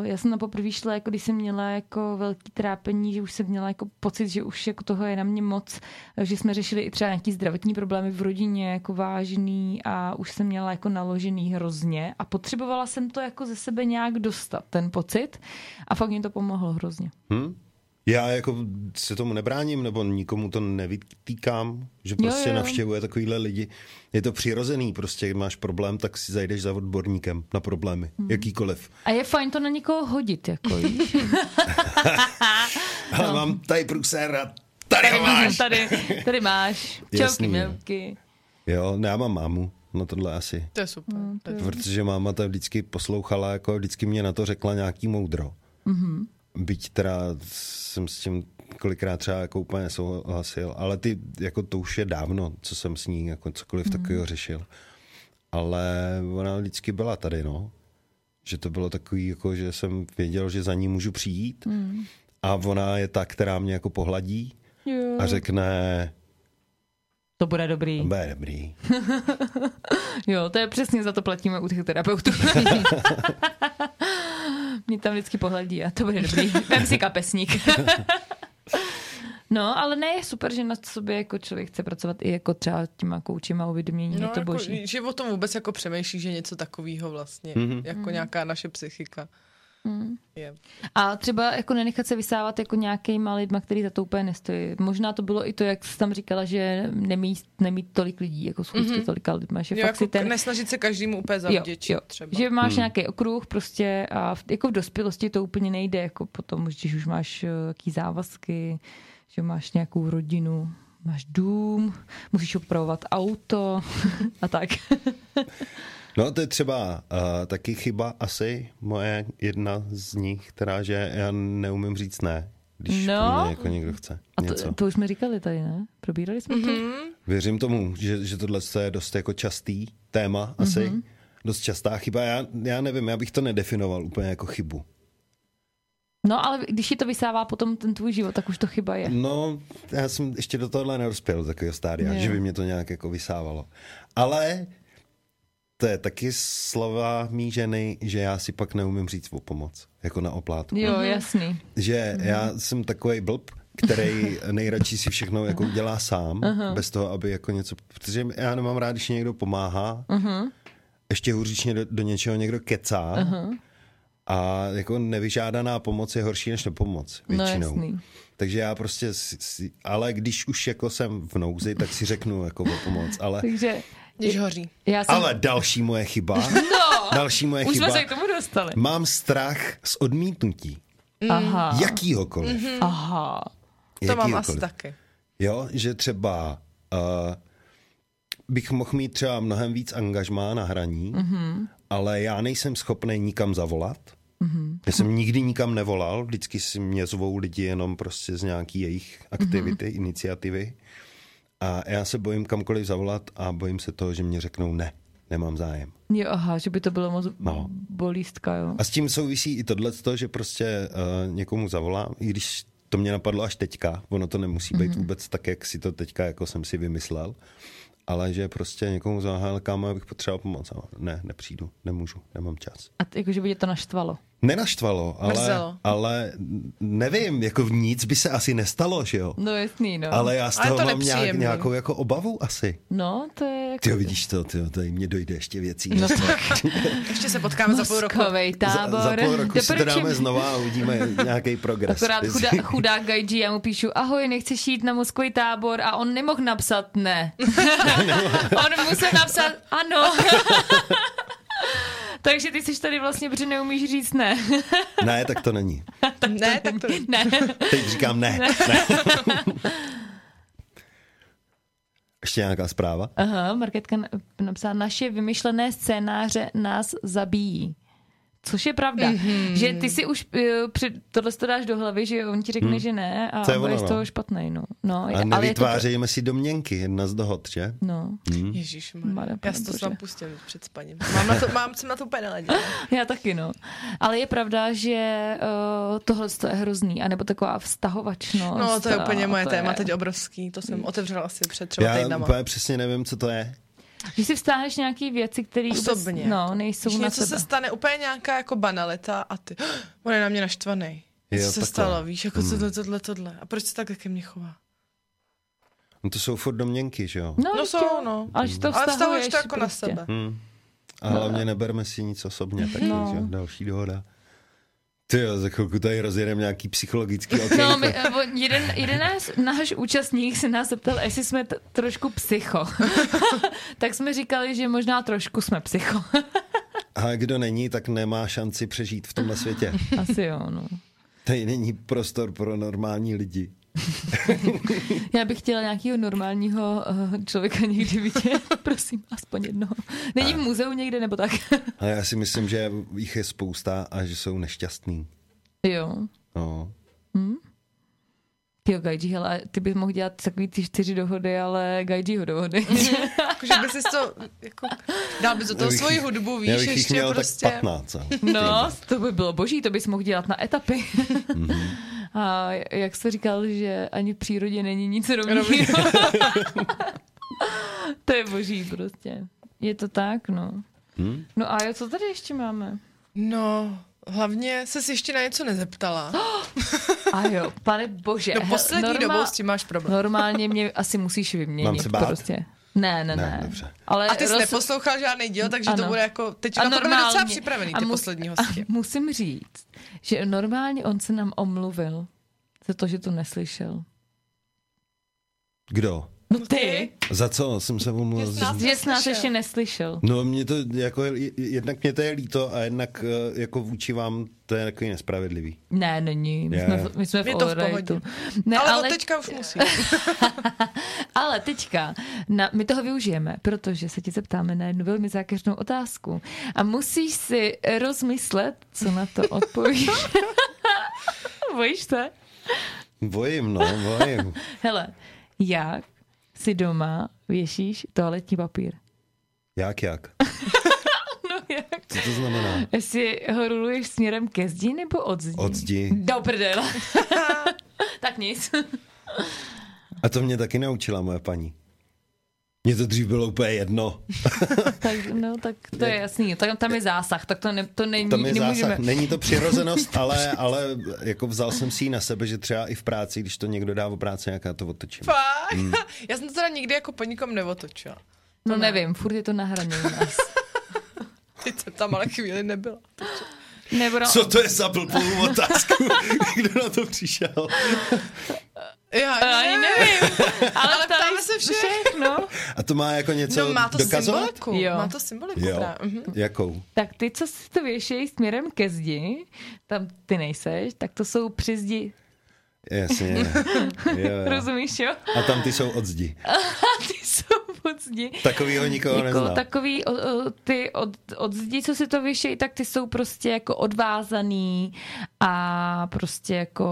Speaker 1: uh, já jsem na poprvé šla, jako když jsem měla jako velký trápení, že už jsem měla jako pocit, že už jako toho je na mě moc, že jsme řešili i třeba nějaký zdravotní problémy v rodině, jako vážný a už jsem měla jako naložený hrozně a potřebovala jsem to jako ze sebe nějak dostat, ten pocit a fakt mi to pomohlo hrozně.
Speaker 3: Hm? Já jako se tomu nebráním, nebo nikomu to nevytýkám, že prostě
Speaker 1: jo.
Speaker 3: navštěvuje takovýhle lidi. Je to přirozený, prostě máš problém, tak si zajdeš za odborníkem na problémy,
Speaker 4: Mhm.
Speaker 3: hmm. jakýkoliv.
Speaker 1: A je fajn to na někoho hodit, jako víš.
Speaker 4: No.
Speaker 3: Ale mám tady průsér a tady ho máš.
Speaker 1: tady, tady máš. Čauky,
Speaker 3: Jasný, jo.
Speaker 1: milky.
Speaker 3: Jo, ne, já mám mámu na tohle asi.
Speaker 4: To je super. to je
Speaker 3: Mm-hmm. Protože máma ta vždycky poslouchala, jako vždycky mě na to řekla nějaký moudro. Mm-hmm. Byť teda jsem s tím kolikrát třeba jako úplně souhlasil, ale ty, jako to už je dávno, co jsem s ní jako cokoliv mm-hmm. takového řešil. Ale ona vždycky byla tady, no. Že to bylo takový, jako, že jsem věděl, že za ní můžu přijít mm. a ona je ta, která mě jako pohladí
Speaker 1: Jo.
Speaker 3: a řekne,
Speaker 1: To bude dobrý.
Speaker 3: to bude dobrý.
Speaker 1: Jo, to je přesně, za to platíme u těch terapeutů. Mě tam vždycky pohledí a to bude dobrý. Vem si kapesník. No, ale ne, je super, že na sobě jako člověk chce pracovat i jako třeba těma koučima uvědomění, no, je to
Speaker 4: jako,
Speaker 1: boží.
Speaker 4: Že o tom vůbec jako přemýšlí, že něco takového vlastně, mm-hmm. jako mm-hmm. nějaká naše psychika. Mm. Je.
Speaker 1: A třeba jako nenechat se vysávat jako nějakýma lidma, který za to úplně nestojí. Možná to bylo i to, jak jsi tam říkala, že nemít, nemít tolik lidí, jako schůzky mm-hmm. tolika lidma, že
Speaker 4: Mhm. Jo,
Speaker 1: fakt
Speaker 4: jako
Speaker 1: si ten...
Speaker 4: ten... nesnažit se každému úplně zavděčit třeba.
Speaker 1: Že máš hmm. nějaký okruh prostě a v, jako v dospělosti to úplně nejde, jako potom, když už máš eh, jaký závazky, že máš nějakou rodinu, máš dům, musíš opravovat auto a tak.
Speaker 3: No to je třeba uh, taky chyba asi, moje jedna z nich, která, že já neumím říct ne, když
Speaker 1: No.
Speaker 3: no. po mně jako někdo chce
Speaker 1: A
Speaker 3: něco.
Speaker 1: to, to už jsme říkali tady, ne? Probírali jsme to?
Speaker 3: Věřím tomu, že, že tohle je dost jako častý téma asi,
Speaker 1: Mhm.
Speaker 3: mm-hmm. dost častá chyba. Já, já nevím, já bych to nedefinoval úplně jako chybu.
Speaker 1: No ale když ti to vysává potom ten tvůj život, tak už to chyba je.
Speaker 3: No, já jsem ještě do tohohle nerozpěl do takového stádia,
Speaker 1: Jo.
Speaker 3: že by mě to nějak jako vysávalo. Ale to je taky slova mý ženy, že já si pak neumím říct o pomoc, jako na oplátku.
Speaker 1: Jo, jasný.
Speaker 3: že
Speaker 1: Mhm.
Speaker 3: mm. já jsem takový blb, který nejradši si všechno jako udělá sám, uh-huh. bez toho, aby jako něco, protože já nemám rád, když někdo pomáhá, uh-huh.
Speaker 1: Mhm.
Speaker 3: ještě hůř, když do, do něčeho někdo kecá uh-huh. a jako nevyžádaná pomoc je horší než nepomoc
Speaker 1: No,
Speaker 3: většinou.
Speaker 1: jasný.
Speaker 3: Takže já prostě, si, si, ale když už jako jsem v nouzi, tak si řeknu jako o pomoc, ale,
Speaker 1: Takže
Speaker 4: Když hoří.
Speaker 1: já jsem...
Speaker 3: ale další moje chyba,
Speaker 1: No,
Speaker 3: další moje
Speaker 1: už
Speaker 3: chyba,
Speaker 1: jsme se k tomu dostali.
Speaker 3: mám strach z odmítnutí,
Speaker 1: Mhm. Aha,
Speaker 3: jakýhokoliv.
Speaker 1: Mhm, aha.
Speaker 4: To mám asi
Speaker 3: jakýhokoliv.
Speaker 4: taky.
Speaker 3: Jo, že třeba uh, bych mohl mít třeba mnohem víc angažmá na hraní, mm-hmm. ale já nejsem schopný nikam zavolat. Mm-hmm. Já jsem nikdy nikam nevolal, vždycky si mě zvou lidi jenom prostě z nějaký jejich aktivity, mm-hmm. iniciativy. A já se bojím kamkoliv zavolat a bojím se toho, že mě řeknou ne, nemám zájem.
Speaker 1: Jo, aha, že by to bylo moc
Speaker 3: No.
Speaker 1: bolístka, jo.
Speaker 3: A s tím souvisí i tohle, že prostě uh, někomu zavolám, i když to mě napadlo až teďka, ono to nemusí být mm-hmm. vůbec tak, jak si to teďka jako jsem si vymyslel, ale že prostě někomu zavolám, kámo, já bych potřeboval pomoc. A on, ne, nepřijdu, nemůžu, nemám čas.
Speaker 1: A t- jakože jako, by tě to naštvalo.
Speaker 3: Nenaštvalo, ale,
Speaker 4: Mrzelo.
Speaker 3: ale nevím, jako nic by se asi nestalo, že jo?
Speaker 1: No jasný, no.
Speaker 3: Ale já z
Speaker 4: Ale
Speaker 3: toho
Speaker 4: to
Speaker 3: mám nějak,
Speaker 4: nepříjemný.
Speaker 3: nějakou jako obavu asi.
Speaker 1: No, to je jako...
Speaker 3: Ty jo, vidíš to, ty jo, tady mě dojde ještě věcí.
Speaker 1: No tak,
Speaker 4: Ještě se potkáme za půl roku.
Speaker 1: mozkovej tábor.
Speaker 3: Za, za půl roku si to
Speaker 1: Teprve čím-
Speaker 3: dáme znova a uvidíme nějaký progres.
Speaker 1: Akorát chudá, chudák Gaiji, já mu píšu, ahoj, nechceš jít na mozkový tábor a on nemohl napsat ne. on musel napsat ano. Takže ty jsi tady vlastně, protože neumíš říct ne.
Speaker 3: Ne, tak to není.
Speaker 4: Ne, tak to
Speaker 1: ne.
Speaker 3: Teď říkám ne. ne. Ještě nějaká zpráva?
Speaker 1: Aha, Marketka na- napsala, naše vymyšlené scénáře nás zabíjí. Což je pravda,
Speaker 4: Mhm.
Speaker 1: mm-hmm. že ty si už eh, před, tohle to dáš do hlavy, že on ti řekne, mm. že ne a,
Speaker 3: Mhm. To je
Speaker 1: a bude
Speaker 3: ono,
Speaker 1: z
Speaker 3: no.
Speaker 1: toho špatnej. No. No,
Speaker 3: A
Speaker 1: ale je to,
Speaker 3: nevytvářejme si domněnky, jedna z dohod, že?
Speaker 1: no.
Speaker 3: Mhm.
Speaker 4: Ježíš,
Speaker 1: Mare,
Speaker 4: já
Speaker 1: pane
Speaker 4: si to
Speaker 1: bože.
Speaker 4: snad pustím před spaním. Mám na to, mám, jsem na to úplně naladěna.
Speaker 1: Já taky, no. Ale je pravda, že uh, tohle to je hrozný, anebo taková vztahovačnost.
Speaker 4: No, to je
Speaker 1: a
Speaker 4: úplně moje
Speaker 1: to
Speaker 4: téma,
Speaker 1: je-
Speaker 4: teď obrovský, to jsem otevřela asi před třeba
Speaker 3: Já
Speaker 4: týdnama.
Speaker 3: úplně přesně nevím, co to je.
Speaker 1: Když si vstáhneš nějaký věci, které
Speaker 4: Osobně.
Speaker 1: no, nejsou
Speaker 4: Když
Speaker 1: na
Speaker 4: něco
Speaker 1: sebe.
Speaker 4: se stane, úplně nějaká jako banalita a ty, on je na mě naštvaný.
Speaker 3: Jo,
Speaker 4: Co se
Speaker 3: takhle. Hmm.
Speaker 4: stalo, víš, jako tohle, tohle, tohle. A proč se tak ke mně chová?
Speaker 3: No to jsou furt domněnky, že jo?
Speaker 1: No,
Speaker 4: No
Speaker 1: vždyť
Speaker 4: jsou,
Speaker 1: jo.
Speaker 4: no.
Speaker 1: Až to
Speaker 4: Ale vztahuješ
Speaker 1: vztahuješ
Speaker 4: to jako na
Speaker 1: prostě.
Speaker 4: sebe.
Speaker 3: A hlavně neberme si nic osobně, tak
Speaker 1: No.
Speaker 3: no. že? jo, další dohoda. Ty jo, za chvilku tady rozjedeme nějaký psychologický
Speaker 1: No,
Speaker 3: okénko.
Speaker 1: my, eh, on- jeden, jeden náš, náš účastník se nás zeptal, jestli jsme t- trošku psycho. tak jsme říkali, že možná trošku jsme psycho.
Speaker 3: A kdo není, tak nemá šanci přežít v tomhle světě.
Speaker 1: Asi jo, no.
Speaker 3: Tady není prostor pro normální lidi.
Speaker 1: Já bych chtěla nějakého normálního eh, člověka někdy vidět. Prosím, aspoň jednoho. Není v muzeu někde nebo tak?
Speaker 3: Ale já si myslím, že jich je spousta a že jsou nešťastní.
Speaker 1: jo.
Speaker 3: No.
Speaker 1: Ty jo, Gaiji, hele, ty bys mohl dělat takový ty čtyři dohody, ale Gaijiho dohody.
Speaker 4: Jakože by si to, jako, dál bys do
Speaker 3: Já
Speaker 4: toho
Speaker 3: bych
Speaker 4: svoji
Speaker 3: jich-
Speaker 4: hudbu,
Speaker 3: já
Speaker 4: víš,
Speaker 3: bych jich
Speaker 4: ještě
Speaker 3: měl tak
Speaker 4: prostě.
Speaker 3: 15. jo.
Speaker 1: No, to by bylo boží, to bys mohl dělat na etapy.
Speaker 3: Mhm.
Speaker 1: A jak jste říkal, že ani v přírodě není nic rovného. to je boží prostě. Je to tak, no.
Speaker 3: Hm?
Speaker 1: No a jo, co tady ještě máme?
Speaker 4: No, hlavně se ještě na něco nezeptala.
Speaker 1: A jo, pane bože.
Speaker 4: No
Speaker 1: hele,
Speaker 4: poslední
Speaker 1: normál-
Speaker 4: dobou s tím máš problém.
Speaker 1: Normálně mě asi musíš vyměnit.
Speaker 3: Mám se bát?
Speaker 1: Prostě. Ne, ne, ne.
Speaker 3: Ne, dobře.
Speaker 1: Ale
Speaker 4: A ty jsi
Speaker 1: roz-
Speaker 4: neposlouchal žádný díl, takže
Speaker 1: Ano.
Speaker 4: to bude jako, teď
Speaker 1: A
Speaker 4: na to bude docela
Speaker 1: normálně.
Speaker 4: připravený,
Speaker 1: A
Speaker 4: ty
Speaker 1: mus-
Speaker 4: poslední hosti.
Speaker 1: Musím říct, že normálně on se nám omluvil za to, že to neslyšel.
Speaker 3: Kdo?
Speaker 1: No ty,
Speaker 3: Za co jsem se omluvil?
Speaker 4: Že s nás-
Speaker 1: že jsi nás ještě neslyšel.
Speaker 3: No mě to jako, jednak mě to je líto a jednak eh, jako vůči vám to je takový nespravedlivý.
Speaker 1: Ne, není, my
Speaker 3: Je.
Speaker 1: jsme, v- my jsme v,
Speaker 4: Je to v
Speaker 1: Allrightu.
Speaker 4: pohodě.
Speaker 1: Ne,
Speaker 4: Ale, no ale od teďka už musí.
Speaker 1: Ale teďka, na, my toho využijeme, protože se ti zeptáme na jednu velmi zákeřnou otázku. A musíš si rozmyslet, co na to odpovíš. Bojíš se?
Speaker 3: Vojím, no, vojím.
Speaker 1: Hele, jak si doma věšíš toaletní papír?
Speaker 3: Jak, jak?
Speaker 1: No jak?
Speaker 3: Co to znamená?
Speaker 1: Jestli ho ruluješ směrem ke zdi nebo od zdi?
Speaker 3: Od zdi.
Speaker 1: Do prdele. tak nic.
Speaker 3: A to mě taky naučila moje paní. Mně to dřív bylo úplně jedno.
Speaker 1: tak, no, tak to je jasný. Tam, tam je zásah, tak to, ne, to není,
Speaker 3: Tam je
Speaker 1: nemůžeme.
Speaker 3: zásah. Není to přirozenost, ale, ale jako vzal jsem si ji na sebe, že třeba i v práci, když to někdo dá v práci, jak já to otočím.
Speaker 4: Fakt?
Speaker 3: Hmm.
Speaker 4: Já jsem to teda nikdy jako po nikom neotočila.
Speaker 1: No nevím, furt je to na hraně u nás.
Speaker 4: Teď jsem tam ale chvíli nebyla.
Speaker 1: Nebo
Speaker 4: No.
Speaker 1: na,
Speaker 3: Co to je za blbou otázku? Kdo na to přišel?
Speaker 4: Já
Speaker 1: ani nevím. Ale,
Speaker 4: Ale
Speaker 1: ptali
Speaker 4: ptáme se všech.
Speaker 1: všechno.
Speaker 3: A to má jako něco
Speaker 4: No má to
Speaker 3: dokazovat?
Speaker 4: symboliku.
Speaker 1: Jo.
Speaker 4: Má to symboliku.
Speaker 3: Jo.
Speaker 4: Právě. Mhm.
Speaker 3: Jakou?
Speaker 1: Tak ty, co si to věšej směrem ke zdi, tam ty nejseš, tak to jsou při zdi.
Speaker 3: Jasně. Jo, jo.
Speaker 1: Rozumíš, jo?
Speaker 3: A tam ty jsou od zdi.
Speaker 1: Ty jsou pod zdi.
Speaker 3: Takovýho nikoho
Speaker 1: Jako
Speaker 3: neznám.
Speaker 1: takový o, o, ty od, od zdi, co si to vyšejí, tak ty jsou prostě jako odvázaný a prostě jako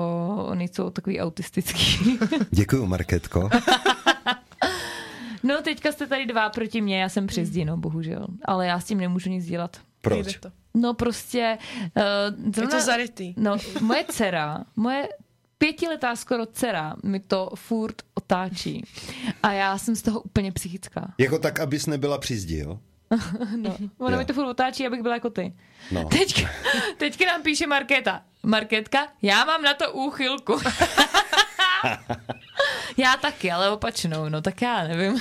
Speaker 1: oni jsou takový autistický.
Speaker 3: Děkuju, Marketko.
Speaker 1: No teďka jste tady dva proti mně, já jsem při zdi, no bohužel. Ale já s tím nemůžu nic dělat.
Speaker 4: Jde
Speaker 3: Proč?
Speaker 4: to.
Speaker 1: No prostě... Uh,
Speaker 4: Je
Speaker 1: zrovna,
Speaker 4: to zarytý.
Speaker 1: No, moje dcera, moje pětiletá skoro dcera mi to furt otáčí. A já jsem z toho úplně psychická.
Speaker 3: Jako tak, abys nebyla při zdi, jo?
Speaker 1: No. Ono
Speaker 3: Jo.
Speaker 1: mi to furt otáčí, abych byla jako ty.
Speaker 3: No.
Speaker 1: Teďka, teďka nám píše Markéta. Markétka, já mám na to úchylku. já taky, ale opačnou, no tak já nevím.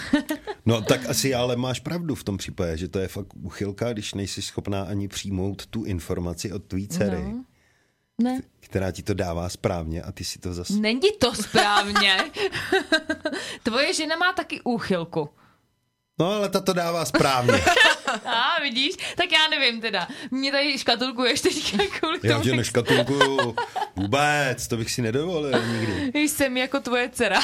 Speaker 3: No tak asi ale máš pravdu v tom případě, že to je fakt uchylka, když nejsi schopná ani přijmout tu informaci od tvý dcery, no.
Speaker 1: ne.
Speaker 3: která ti to dává správně a ty si to zase...
Speaker 1: Není to správně. Tvoje žena má taky úchylku.
Speaker 3: No ale ta to dává správně.
Speaker 1: A vidíš, tak já nevím teda. Mě tady škatulkuješ teďka kvůli
Speaker 3: Já
Speaker 1: tomu,
Speaker 3: tě
Speaker 1: jak
Speaker 3: neškatulkuju vůbec, to bych si nedovolil nikdy.
Speaker 1: jsem jako tvoje dcera.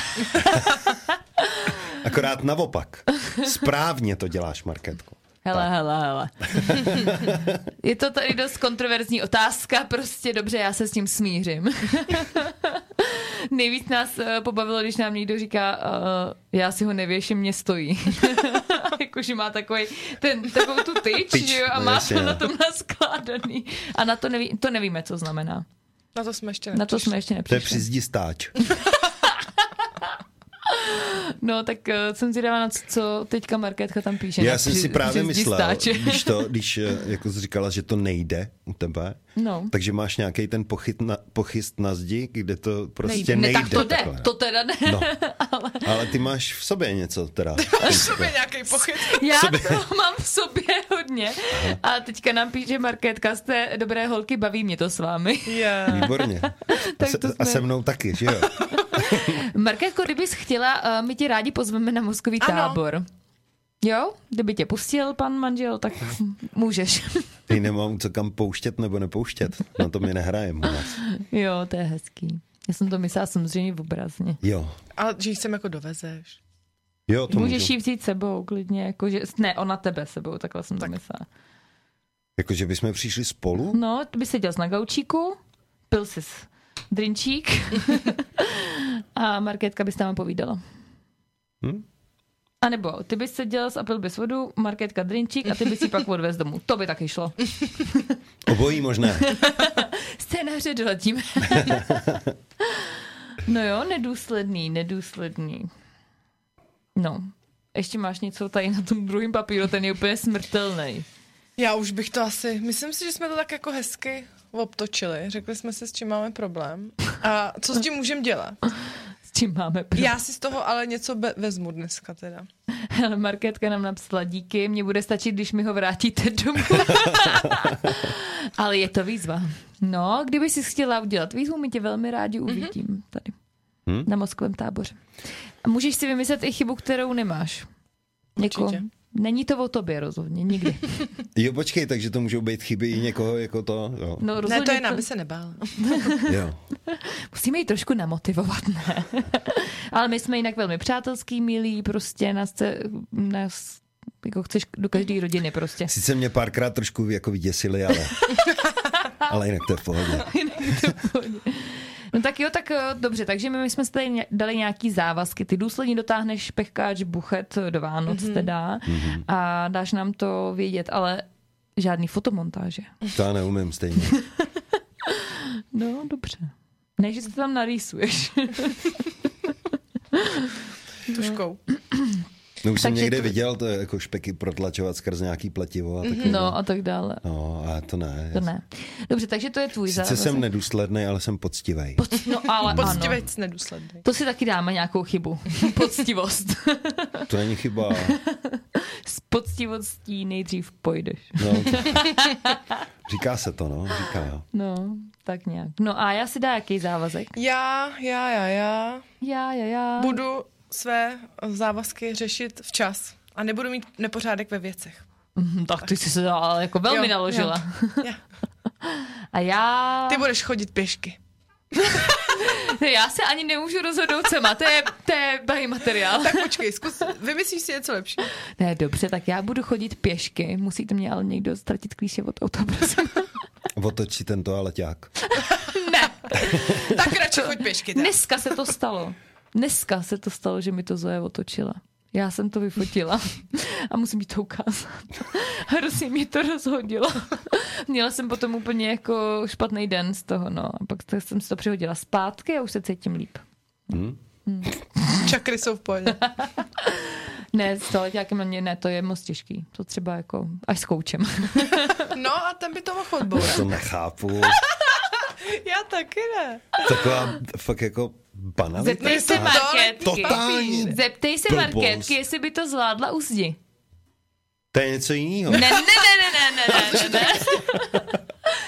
Speaker 3: Akorát naopak. Správně to děláš, Marketko.
Speaker 1: Hele, hele, hele. Je to tady dost kontroverzní otázka, prostě dobře, já se s tím smířím. Nejvíc nás eh, pobavilo, když nám někdo říká, eh, já si ho nevěším, mě stojí. Jakože má takový, ten, takovou tu tyč,
Speaker 3: Tyč,
Speaker 1: že jo, a
Speaker 3: no
Speaker 1: má
Speaker 3: jasně,
Speaker 1: to na
Speaker 3: no.
Speaker 1: tom naskládaný. A na to, neví, to nevíme, co znamená.
Speaker 4: Na to jsme ještě
Speaker 1: Na to
Speaker 4: nepřišli.
Speaker 1: jsme ještě
Speaker 3: To je
Speaker 1: nepřišli.
Speaker 3: při zdi stáč.
Speaker 1: No, tak eh, jsem zvědavá na co, co teďka Markétka tam píše.
Speaker 3: Já
Speaker 1: na
Speaker 3: jsem
Speaker 1: při-
Speaker 3: si právě
Speaker 1: při zdi
Speaker 3: myslel,
Speaker 1: stáče.
Speaker 3: když, to, když eh, jako jsi říkala, že to nejde u tebe,
Speaker 1: No.
Speaker 3: takže máš nějaký ten pochyt na, pochyst na zdi, kde to prostě
Speaker 1: ne,
Speaker 3: nejde.
Speaker 1: tak to jde,
Speaker 3: takhle.
Speaker 1: to teda ne.
Speaker 3: No. Ale ty máš v sobě něco teda.
Speaker 4: Sobě nějaký pochyb.
Speaker 1: Já to mám v sobě hodně. A teďka nám píše Markétka, jste dobré holky, baví mě to s vámi.
Speaker 4: Yeah.
Speaker 3: Výborně. A
Speaker 1: Tak
Speaker 3: se,
Speaker 1: to
Speaker 3: a
Speaker 1: jsme-
Speaker 3: se mnou taky, že jo?
Speaker 1: Markétko, kdybys chtěla, eh, my tě rádi pozveme na mozkový
Speaker 4: Ano.
Speaker 1: tábor. Jo, kdyby tě pustil pan manžel, tak můžeš.
Speaker 3: Ty nemám co kam pouštět nebo nepouštět. Na to mi nehrajem. u nás.
Speaker 1: Jo, to je hezký. Já jsem to myslela samozřejmě v obrazně.
Speaker 3: Jo.
Speaker 4: Ale že ji sem jako dovezeš.
Speaker 3: Jo, to
Speaker 1: Můžeš
Speaker 3: můžu.
Speaker 1: ji vzít sebou, klidně, jakože, ne, ona tebe sebou, takhle jsem to myslela.
Speaker 3: Jako, že bychom přišli spolu?
Speaker 1: No, ty by seděl na gaučíku, pil jsi drinčík a Markétka by s náma povídala.
Speaker 3: Hm?
Speaker 1: A nebo ty bys seděl a pil bys vodu, Markétka drinčík a ty bys ji pak odvez domů. To by taky šlo.
Speaker 3: Obojí možné.
Speaker 1: Scénáře doletíme. no jo, nedůsledný, nedůsledný. No, ještě máš něco tady na tom druhém papíru, ten je úplně smrtelný.
Speaker 4: Já už bych to asi, myslím si, že jsme to tak jako hezky obtočili. Řekli jsme si, s čím máme problém a co s tím můžeme dělat.
Speaker 1: S čím máme problém?
Speaker 4: Já si z toho ale něco be- vezmu dneska teda.
Speaker 1: Hele, Markétka nám napsala díky, mně bude stačit, když mi ho vrátíte domů. Ale je to výzva. No, kdyby si chtěla udělat výzvu, my tě velmi rádi
Speaker 4: Mhm.
Speaker 1: uvidím tady
Speaker 3: Hm?
Speaker 1: na mozkovém táboře. A můžeš si vymyslet i chybu, kterou nemáš. Jako,
Speaker 4: Určitě.
Speaker 1: není to o tobě rozhodně, nikdy.
Speaker 3: Jo, počkej, takže to můžou být chyby i někoho jako to. Jo.
Speaker 1: No, rozhodně
Speaker 4: Ne, to je nám, by se nebál.
Speaker 3: jo.
Speaker 1: Musíme ji trošku namotivovat, ne? Ale my jsme jinak velmi přátelský, milí, prostě nás, chce, nás jako chceš do každé rodiny prostě.
Speaker 3: Sice mě párkrát trošku jako vyděsili, ale... ale jinak to je v pohodě.
Speaker 1: No tak jo, tak eh, dobře, takže my, my jsme si tady ně- dali nějaký závazky. Ty důsledně dotáhneš pechkáč, buchet do Vánoc mm-hmm. teda
Speaker 3: Mhm.
Speaker 1: a dáš nám to vědět, ale žádný fotomontáže.
Speaker 3: To já neumím stejně.
Speaker 1: No, dobře. Ne, že se to tam narýsuješ.
Speaker 4: Tuškou.
Speaker 3: No už jsem
Speaker 1: Takže
Speaker 3: někde
Speaker 1: to-
Speaker 3: viděl to jako špeky protlačovat skrz nějaký plativo a takový.
Speaker 1: No a tak dále.
Speaker 3: No, a to ne.
Speaker 1: To ne. Dobře, takže to je tvůj
Speaker 3: Sice
Speaker 1: závazek.
Speaker 3: jsem nedůsledný, ale jsem poctivý.
Speaker 1: Poc- no ale ano.
Speaker 4: Poctivec nedůsledný.
Speaker 1: To si taky dáme nějakou chybu. Poctivost.
Speaker 3: To není chyba.
Speaker 1: S poctivostí nejdřív pojdeš.
Speaker 3: No. Říká se to, no. Říká.
Speaker 1: No, tak nějak. No a já si dá jaký závazek?
Speaker 4: Já, já, já, já
Speaker 1: Já, já, já.
Speaker 4: budu své závazky řešit včas a nebudu mít nepořádek ve věcech.
Speaker 1: Hm, Tak ty jsi se to ale jako velmi
Speaker 4: Jo,
Speaker 1: jo, naložila. Jo.
Speaker 4: Já.
Speaker 1: A já...
Speaker 4: Ty budeš chodit pěšky.
Speaker 1: Já se ani nemůžu rozhodnout sama, to je, to je bahý materiál.
Speaker 4: Tak počkej, zkus, vymyslíš si něco lepší.
Speaker 1: Ne, dobře, tak já budu chodit pěšky. Musíte mě ale někdo ztratit klíče od auta, prosím.
Speaker 3: Otoč si ten toaleťák.
Speaker 4: Tak radši choď pěšky. teda.
Speaker 1: Dneska se to stalo. Dneska se to stalo, že mi to Zoe otočila. Já jsem to vyfotila a musím jí to ukázat. Hrozně mě to rozhodilo. Měla jsem potom úplně jako špatný den z toho, no. A pak jsem si to přihodila zpátky a už se cítím líp.
Speaker 4: Čakry jsou v pohodě.
Speaker 1: Ne, s toaleťákem na mě ne, to je moc těžký. To třeba jako až s koučem.
Speaker 4: No a ten by to mohl odbourat.
Speaker 3: To nechápu.
Speaker 4: Já taky ne.
Speaker 3: Taková fakt jako banalita.
Speaker 1: Zeptej se
Speaker 3: To-
Speaker 1: marketky.
Speaker 3: Totálně.
Speaker 1: Zeptej se
Speaker 3: Blbost.
Speaker 1: marketky, jestli by to zvládla u zdi.
Speaker 3: To je něco jiného.
Speaker 1: Ne, ne, ne, ne, ne, ne, ne, ne, ne.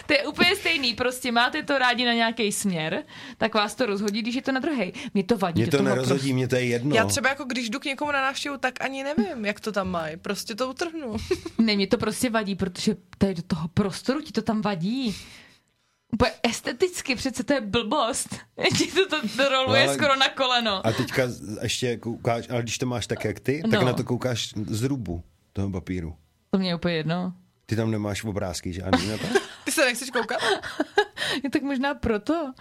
Speaker 1: To je úplně stejný, prostě máte to rádi na nějaký směr, tak vás to rozhodí, když je to na druhý. Mě to vadí.
Speaker 3: Mě
Speaker 1: do
Speaker 3: to
Speaker 1: toho
Speaker 3: nerozhodí, mě to je jedno.
Speaker 4: Já třeba jako když jdu k někomu na návštěvu, tak ani nevím, jak to tam mají. Prostě to utrhnu.
Speaker 1: Ne, mě to prostě vadí, protože tady do toho prostoru ti to tam vadí. Úplně esteticky, přece to je blbost. Ti to, to, to roluje
Speaker 3: No,
Speaker 1: no,
Speaker 3: ale-
Speaker 1: skoro na koleno.
Speaker 3: A teďka ještě koukáš, ale když to máš tak, jak ty, tak
Speaker 1: No.
Speaker 3: na to koukáš z rubu toho papíru.
Speaker 1: To mě je úplně jedno.
Speaker 3: Ty tam nemáš obrázky žádný na to?
Speaker 4: Ty se nechceš koukat?
Speaker 1: Je tak možná proto.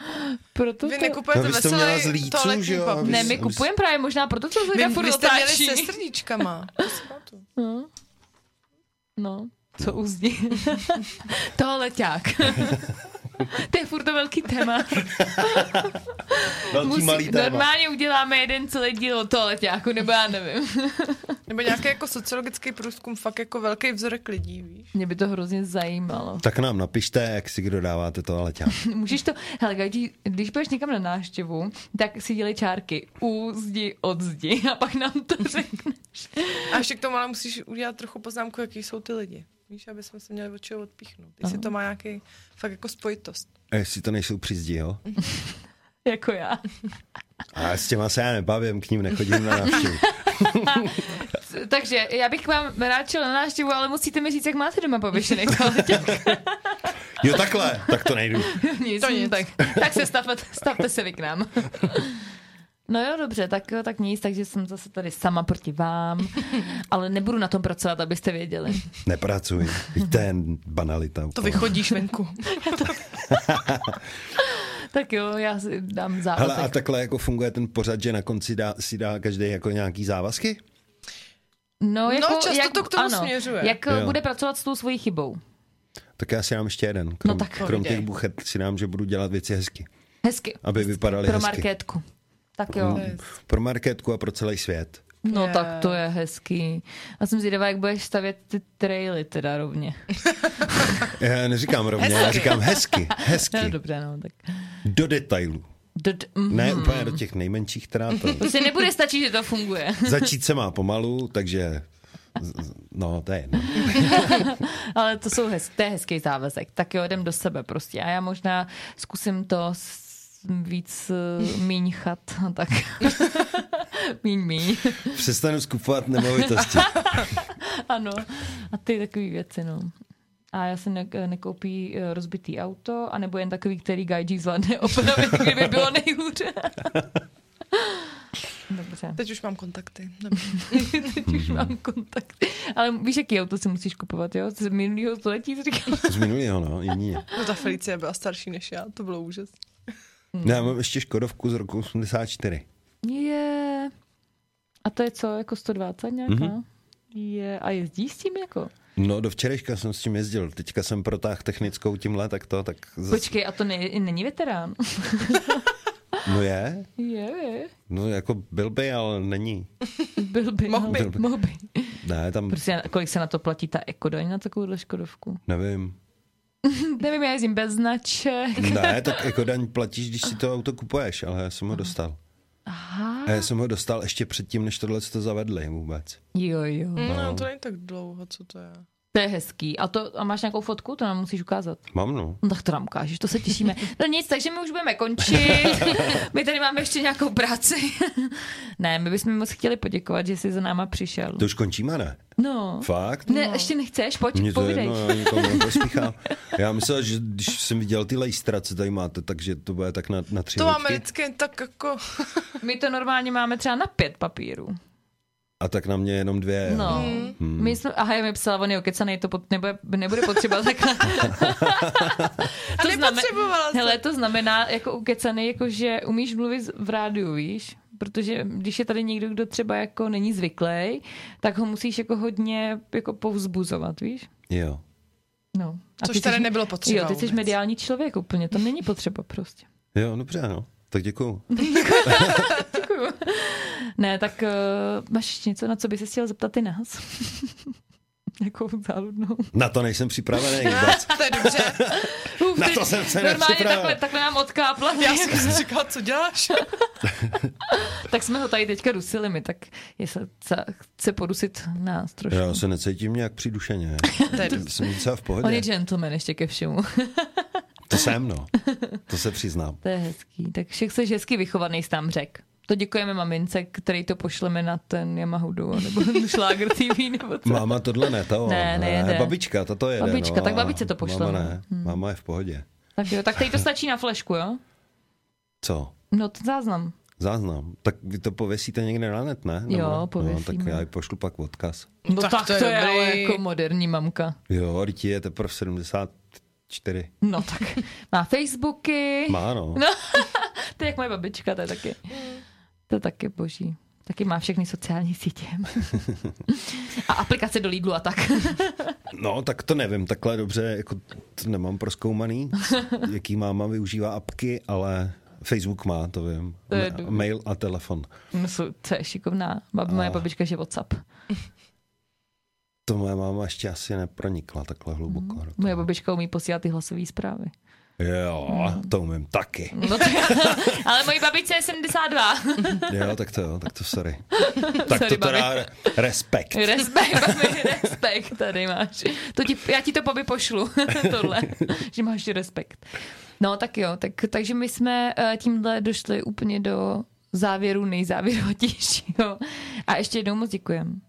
Speaker 1: proto
Speaker 4: Vy
Speaker 1: to...
Speaker 4: nekupujete
Speaker 3: No, vy jste
Speaker 4: veselý
Speaker 3: měla z Líců,
Speaker 4: toaletní
Speaker 3: že jo?
Speaker 4: papír.
Speaker 1: Ne,
Speaker 3: Vy-
Speaker 1: my kupujeme právě možná proto, co lidé
Speaker 4: Vy,
Speaker 1: furt
Speaker 4: vy jste měli
Speaker 1: otáčí.
Speaker 4: se srdíčkama. To si pamatuju.
Speaker 1: No, co uzdí. Toaleťák. to je furt to velký téma.
Speaker 3: Velký malý téma.
Speaker 1: Normálně uděláme jeden celý díl o toaleťáku, nebo já nevím.
Speaker 4: Nebo nějaký jako sociologický průzkum, fakt jako velký vzorek lidí, víš?
Speaker 1: Mě by to hrozně zajímalo.
Speaker 3: Tak nám napište, jak si kdo dáváte to, ale ťa.
Speaker 1: Můžeš to, hele, když, když budeš někam na návštěvu, tak si dělej čárky u zdi, od zdi a pak nám to řekneš.
Speaker 4: A ještě k tomu ale musíš udělat trochu poznámku, jaký jsou ty lidi. Víš, aby jsme se měli od čeho odpíchnout. Jestli to má nějaký fakt jako spojitost.
Speaker 3: A jestli to nejsou přizdi, jo?
Speaker 1: Jako já.
Speaker 3: A s těma se já nebavím, k ním nechodím na návštěvu.
Speaker 1: Takže já bych vám ráčil na návštěvu, ale musíte mi říct, jak máte doma pověšený toaleťák.
Speaker 3: Jo, takhle, tak to nejdu.
Speaker 1: nic,
Speaker 4: To nic.
Speaker 1: Tak, tak se stavte, stavte se vy k nám. No jo, dobře, tak, jo, tak nic, takže jsem zase tady sama proti vám, ale nebudu na tom pracovat, abyste věděli.
Speaker 3: Nepracuji. Teď to je banalita.
Speaker 4: To
Speaker 3: úplně.
Speaker 4: vychodíš venku.
Speaker 1: Tak jo, já si dám závatek.
Speaker 3: Hele, a takhle jako funguje ten pořad, že na konci dá, si dá každý jako nějaký závazky?
Speaker 1: No,
Speaker 4: často to k tomu
Speaker 1: ano,
Speaker 4: směřuje.
Speaker 1: Jak
Speaker 3: Jo.
Speaker 1: jo. bude pracovat s tou svojí chybou.
Speaker 3: Tak já si dám ještě jeden. Krom,
Speaker 1: tak
Speaker 3: krom
Speaker 4: povídej.
Speaker 3: těch buchet si dám, že budu dělat věci hezky.
Speaker 1: Hezky.
Speaker 3: Aby vypadaly
Speaker 1: Pro
Speaker 3: hezky.
Speaker 1: marketku. Tak jo.
Speaker 3: Pro marketku a pro celý svět.
Speaker 1: No
Speaker 4: Je.
Speaker 1: tak to je hezký. A jsem zvědavá, jak budeš stavět ty traily teda rovně.
Speaker 3: Já Eh, neříkám rovně, hezky. já
Speaker 4: Hezky.
Speaker 3: říkám hezky, hezky,
Speaker 1: No, dobře, no tak.
Speaker 3: do detailů.
Speaker 1: Dod, mm.
Speaker 3: Ne úplně do těch nejmenších, teda to.
Speaker 1: Prostě nebude stačit, že to funguje.
Speaker 3: Začít se má pomalu, takže z- z- no to je jedno.
Speaker 1: Ale to, jsou hez, to je hezký závazek. Tak jo, jdem do sebe prostě. A já možná zkusím to s- víc eh, míň chat. a Tak. míň, míň.
Speaker 3: Přestanu skupovat nemovitosti.
Speaker 1: Ano. A ty takové věci, no. A já se ne- nekoupí eh, rozbitý auto, anebo jen takový, který Gaiji zvládne opravit, kdyby bylo nejhůře. Dobře,
Speaker 4: Teď už mám kontakty. Dobře.
Speaker 1: teď už mám kontakt. Ale víš, jaký auto si musíš kupovat, jo? Z minulého století jsi říkal.
Speaker 3: Z minulého, no, jiný.
Speaker 4: No ta Felicie byla starší než já, to bylo úžasné.
Speaker 3: Ne, já mám ještě Škodovku z roku 84.
Speaker 1: Je. A to je co, jako 120 nějaká? Mm-hmm. Je. A jezdíš s tím jako?
Speaker 3: No, do včerejška jsem s tím jezdil, teďka jsem protáhl technickou tímhle, tak to, tak zas...
Speaker 1: Počkej, a to ne, není veterán.
Speaker 3: No je,
Speaker 1: je, je.
Speaker 3: no jako byl by, ale není.
Speaker 1: Byl by.
Speaker 4: Mohl by.
Speaker 1: ale- Mohl by.
Speaker 3: Ne, tam,
Speaker 1: Prostě kolik se na to platí ta ekodaň na takovouhle škodovku?
Speaker 3: nevím.
Speaker 1: Nevím, já jezdím bez značek.
Speaker 3: Ne, tak jako daň platíš, když si to auto kupuješ, ale já jsem ho dostal.
Speaker 1: Aha.
Speaker 3: A já jsem ho dostal ještě předtím, než tohle to zavedli vůbec.
Speaker 1: Jo, jo.
Speaker 4: No,
Speaker 3: No.
Speaker 4: no, to není tak dlouho, co to je.
Speaker 1: To je hezký. A, to, a máš nějakou fotku? To nám musíš ukázat.
Speaker 3: Mám no.
Speaker 1: No tak to nám ukážeš, to se těšíme. No nic, takže my už budeme končit. My tady máme ještě nějakou práci. Ne, my bychom moc chtěli poděkovat, že jsi za náma přišel.
Speaker 3: To už končíme, ne?
Speaker 1: No.
Speaker 3: Fakt?
Speaker 1: Ne, ještě nechceš, pojď,
Speaker 3: Mně to je
Speaker 1: povídej.
Speaker 3: jedno, já nikomu nepospíchám. Já myslel, že když jsem viděl ty lejstra, co tady máte, takže to bude tak na, na tři
Speaker 4: To máme
Speaker 3: hodičky.
Speaker 4: vždycky tak jako...
Speaker 1: My to normálně máme třeba na pět papírů.
Speaker 3: A tak na mě jenom dvě. jo.
Speaker 1: No. Hmm. My jsme, aha, já mi psala, on je okecanej, to pot, nebude, nebude potřeba takhle.
Speaker 4: A nepotřebovala jsem.
Speaker 1: hele, to znamená jako ukecanej, jako že umíš mluvit v rádiu, víš? Protože když je tady někdo, kdo třeba jako není zvyklý, tak ho musíš jako hodně jako povzbuzovat, víš?
Speaker 3: Jo.
Speaker 1: No. A
Speaker 4: Což
Speaker 1: ty jsi-
Speaker 4: tady nebylo potřeba
Speaker 1: Jo, ty jsi
Speaker 4: vůbec.
Speaker 1: mediální člověk úplně, to není potřeba prostě.
Speaker 3: Jo, dobře, no. Tak děkuju.
Speaker 1: Děkuju. Ne, tak uh, máš něco, na co bys se chtěl zeptat ty nás? Jakou záludnou.
Speaker 3: Na to nejsem připravený vůbec.
Speaker 4: to je dobře.
Speaker 1: Uf,
Speaker 3: Na
Speaker 1: teď
Speaker 3: to jsem se
Speaker 1: Normálně
Speaker 3: nepřipravil.
Speaker 1: takhle, takhle nám odkápla.
Speaker 4: Já jsem si říkala, co děláš?
Speaker 1: tak jsme ho tady teďka dusili my, tak jestli chce, chce podusit nás trošku.
Speaker 3: Já se necítím nějak přidušeně.
Speaker 4: To je dobře.
Speaker 3: Jsem docela v
Speaker 1: On
Speaker 3: pohodě.
Speaker 1: je gentleman ještě ke všemu.
Speaker 3: To jsem, no. To se přiznám.
Speaker 1: To je hezký. Tak všech jsi hezky vychovaný, jsi tam řek. To děkujeme mamince, který to pošleme na ten Yamaha Duo, nebo Šláger TV, nebo co.
Speaker 3: Máma tohle ne, to
Speaker 1: Ne, nejede.
Speaker 3: Babička, ta to jede.
Speaker 1: Babička,
Speaker 3: no,
Speaker 1: tak
Speaker 3: a
Speaker 1: babičce to pošleme. Hmm.
Speaker 3: Máma ne, máma je v pohodě.
Speaker 1: Tak jo, tak tady to stačí na flešku, jo?
Speaker 3: Co?
Speaker 1: No, ten záznam.
Speaker 3: Záznam. Tak vy to pověsíte někde na net, ne?
Speaker 1: Jo,
Speaker 3: No, tak
Speaker 1: pověsíme.
Speaker 3: já jí pošlu pak odkaz.
Speaker 1: No tak, tak to, je
Speaker 4: dobrý.
Speaker 1: ale jako moderní mamka.
Speaker 3: Jo, Ryti je teprve 74.
Speaker 1: No tak má Facebooky, má.
Speaker 3: Má, no.
Speaker 1: No. to je jak moje babička, to je taky, to je taky boží. Taky má všechny sociální sítě. a aplikace do Lidlu a tak.
Speaker 3: No, tak to nevím, takhle dobře, jako to nemám proskoumaný, jaký máma využívá apky, ale Facebook má, to vím.
Speaker 1: To je
Speaker 3: Ma-
Speaker 1: dobrý.
Speaker 3: mail a telefon.
Speaker 1: No, jsou- to je šikovná. Bab, moje
Speaker 3: A.
Speaker 1: babička je WhatsApp.
Speaker 3: To moje máma ještě asi nepronikla takhle hluboko. do toho.
Speaker 1: Moje babička umí posílat ty hlasové zprávy.
Speaker 3: Jo,
Speaker 1: Mhm.
Speaker 3: to umím taky.
Speaker 1: No to, ale mojí babičce je 72.
Speaker 3: Jo, tak to jo, tak to sorry. Tak
Speaker 1: Sorry,
Speaker 3: to teda re- respekt.
Speaker 1: Respekt, babi, respekt tady máš. To ti, já ti to babi pošlu, tohle, že máš respekt. No tak jo, tak, takže my jsme eh, tímhle došli úplně do závěru nejzávěrotějšího. A ještě jednou moc děkujem.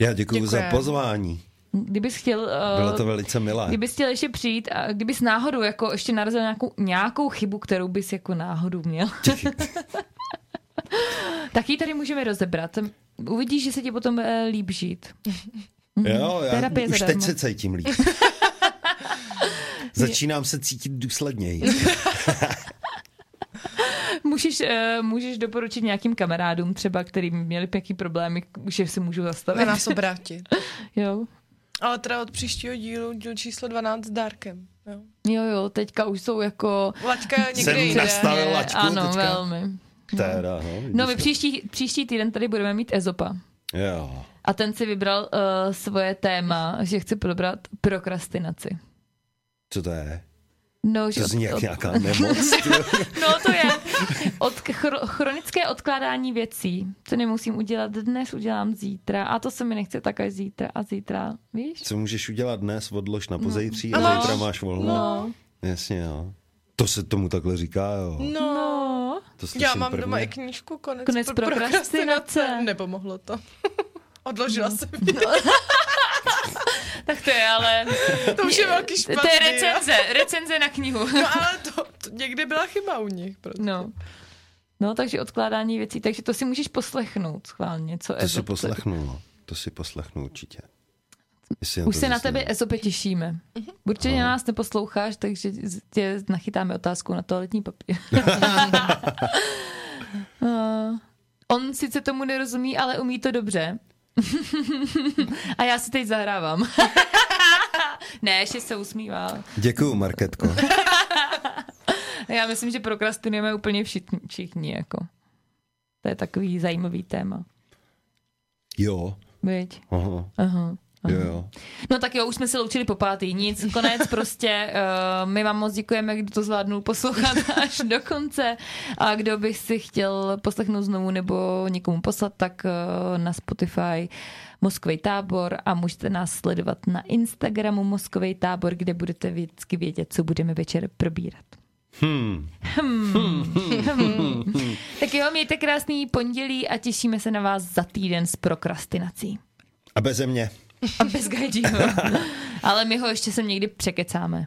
Speaker 3: Já děkuji za
Speaker 4: Děkujem.
Speaker 3: pozvání.
Speaker 1: Kdybys chtěl... eh,
Speaker 3: Bylo to velice milé.
Speaker 1: Kdybys chtěl ještě přijít a kdybys náhodou jako ještě narazil nějakou, nějakou chybu, kterou bys jako náhodou měl, tak ji tady můžeme rozebrat. Uvidíš, že se ti potom eh, líp žít.
Speaker 3: Jo,
Speaker 1: Mhm.
Speaker 3: já
Speaker 1: Terapie
Speaker 3: už teď
Speaker 1: zadarmo.
Speaker 3: se cítím líp. Začínám se cítit důsledněji.
Speaker 1: Můžeš, eh, můžeš doporučit nějakým kamarádům třeba, který měli nějaký problémy, že se můžou
Speaker 4: Na
Speaker 1: zastavit.
Speaker 4: nás obrátit.
Speaker 1: Jo.
Speaker 4: Ale teda od příštího dílu, díl číslo 12 s dárkem. Jo.
Speaker 1: jo, jo, teďka už jsou jako...
Speaker 4: Laťka někde
Speaker 3: Jsem
Speaker 4: jinde.
Speaker 3: nastavil- Ale lačku
Speaker 1: ano,
Speaker 3: teďka.
Speaker 1: velmi.
Speaker 3: Teda, no, vidíš
Speaker 1: No my
Speaker 3: to.
Speaker 1: příští, příští týden tady budeme mít Ezopa.
Speaker 3: Jo.
Speaker 1: A ten si vybral uh, svoje téma, že chce probrat prokrastinaci.
Speaker 3: Co to je?
Speaker 1: No, že
Speaker 3: To zní jak
Speaker 1: od,
Speaker 3: nějaká nemoc.
Speaker 1: no to je. Od, chro, chronické odkládání věcí. To nemusím udělat dnes, udělám zítra. A to se mi nechce tak až zítra a zítra. Víš?
Speaker 3: Co můžeš udělat dnes, odlož na pozejtří a
Speaker 4: Ano.
Speaker 3: zítra máš volno.
Speaker 1: No.
Speaker 3: Jasně, jo. To se tomu takhle říká, jo.
Speaker 4: No,
Speaker 1: No.
Speaker 3: To slyším
Speaker 4: já mám
Speaker 3: prvně.
Speaker 4: doma i knížku Konec,
Speaker 1: Konec
Speaker 4: pro prokrastinace.
Speaker 1: prokrastinace. No.
Speaker 4: Nepomohlo to. Odložila jsem ji.
Speaker 1: Tak to je ale...
Speaker 4: To už je velký špatný.
Speaker 1: To je recenze. Recenze na knihu.
Speaker 4: No ale to, to někdy byla chyba u nich. Prostě.
Speaker 1: No. No, takže odkládání věcí. Takže to si můžeš poslechnout schválně. Co
Speaker 3: To
Speaker 1: Ezop
Speaker 3: si
Speaker 1: tedy-
Speaker 3: poslechnu, no. To si poslechnu určitě. Jestli
Speaker 1: Už se na
Speaker 3: zjistím.
Speaker 1: tebe Ezopě těšíme.
Speaker 4: Mhm.
Speaker 1: Určitě na nás neposloucháš, takže z- tě nachytáme otázku na toaletní papír. Uh, On sice tomu nerozumí, ale umí to dobře. A já si teď zahrávám. ne, ještě se usmívá.
Speaker 3: Děkuju, Marketko.
Speaker 1: Já myslím, že prokrastinujeme úplně všichni. všichni jako. To je takový zajímavý téma.
Speaker 3: Jo.
Speaker 1: Viď?
Speaker 3: Aha.
Speaker 1: Aha.
Speaker 3: Jo, jo.
Speaker 1: No tak jo, už jsme se loučili po pátý, nic, konec prostě. Uh, my vám moc děkujeme, kdo to zvládnul poslouchat až do konce a kdo by si chtěl poslechnout znovu nebo někomu poslat, tak uh, na Spotify Moskovej tábor a můžete nás sledovat na Instagramu Moskovej tábor, kde budete vždycky vědět, co budeme večer probírat.
Speaker 3: Hm.
Speaker 1: Tak jo, mějte krásný pondělí a těšíme se na vás za týden s prokrastinací.
Speaker 3: A beze mě.
Speaker 1: A bez Gajdího. Ale my ho ještě sem někdy překecáme.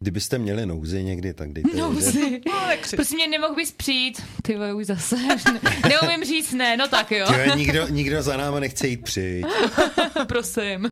Speaker 3: Kdybyste měli nouzi někdy, tak dejte vědět.
Speaker 1: Nouzi.
Speaker 4: No, nekři.
Speaker 1: Prosím prostě mě, nemohl bys přijít? Ty vole, už zase. Neumím říct ne, no tak jo,
Speaker 3: Jo, nikdo, nikdo za náma nechce jít přijít.
Speaker 1: prosím.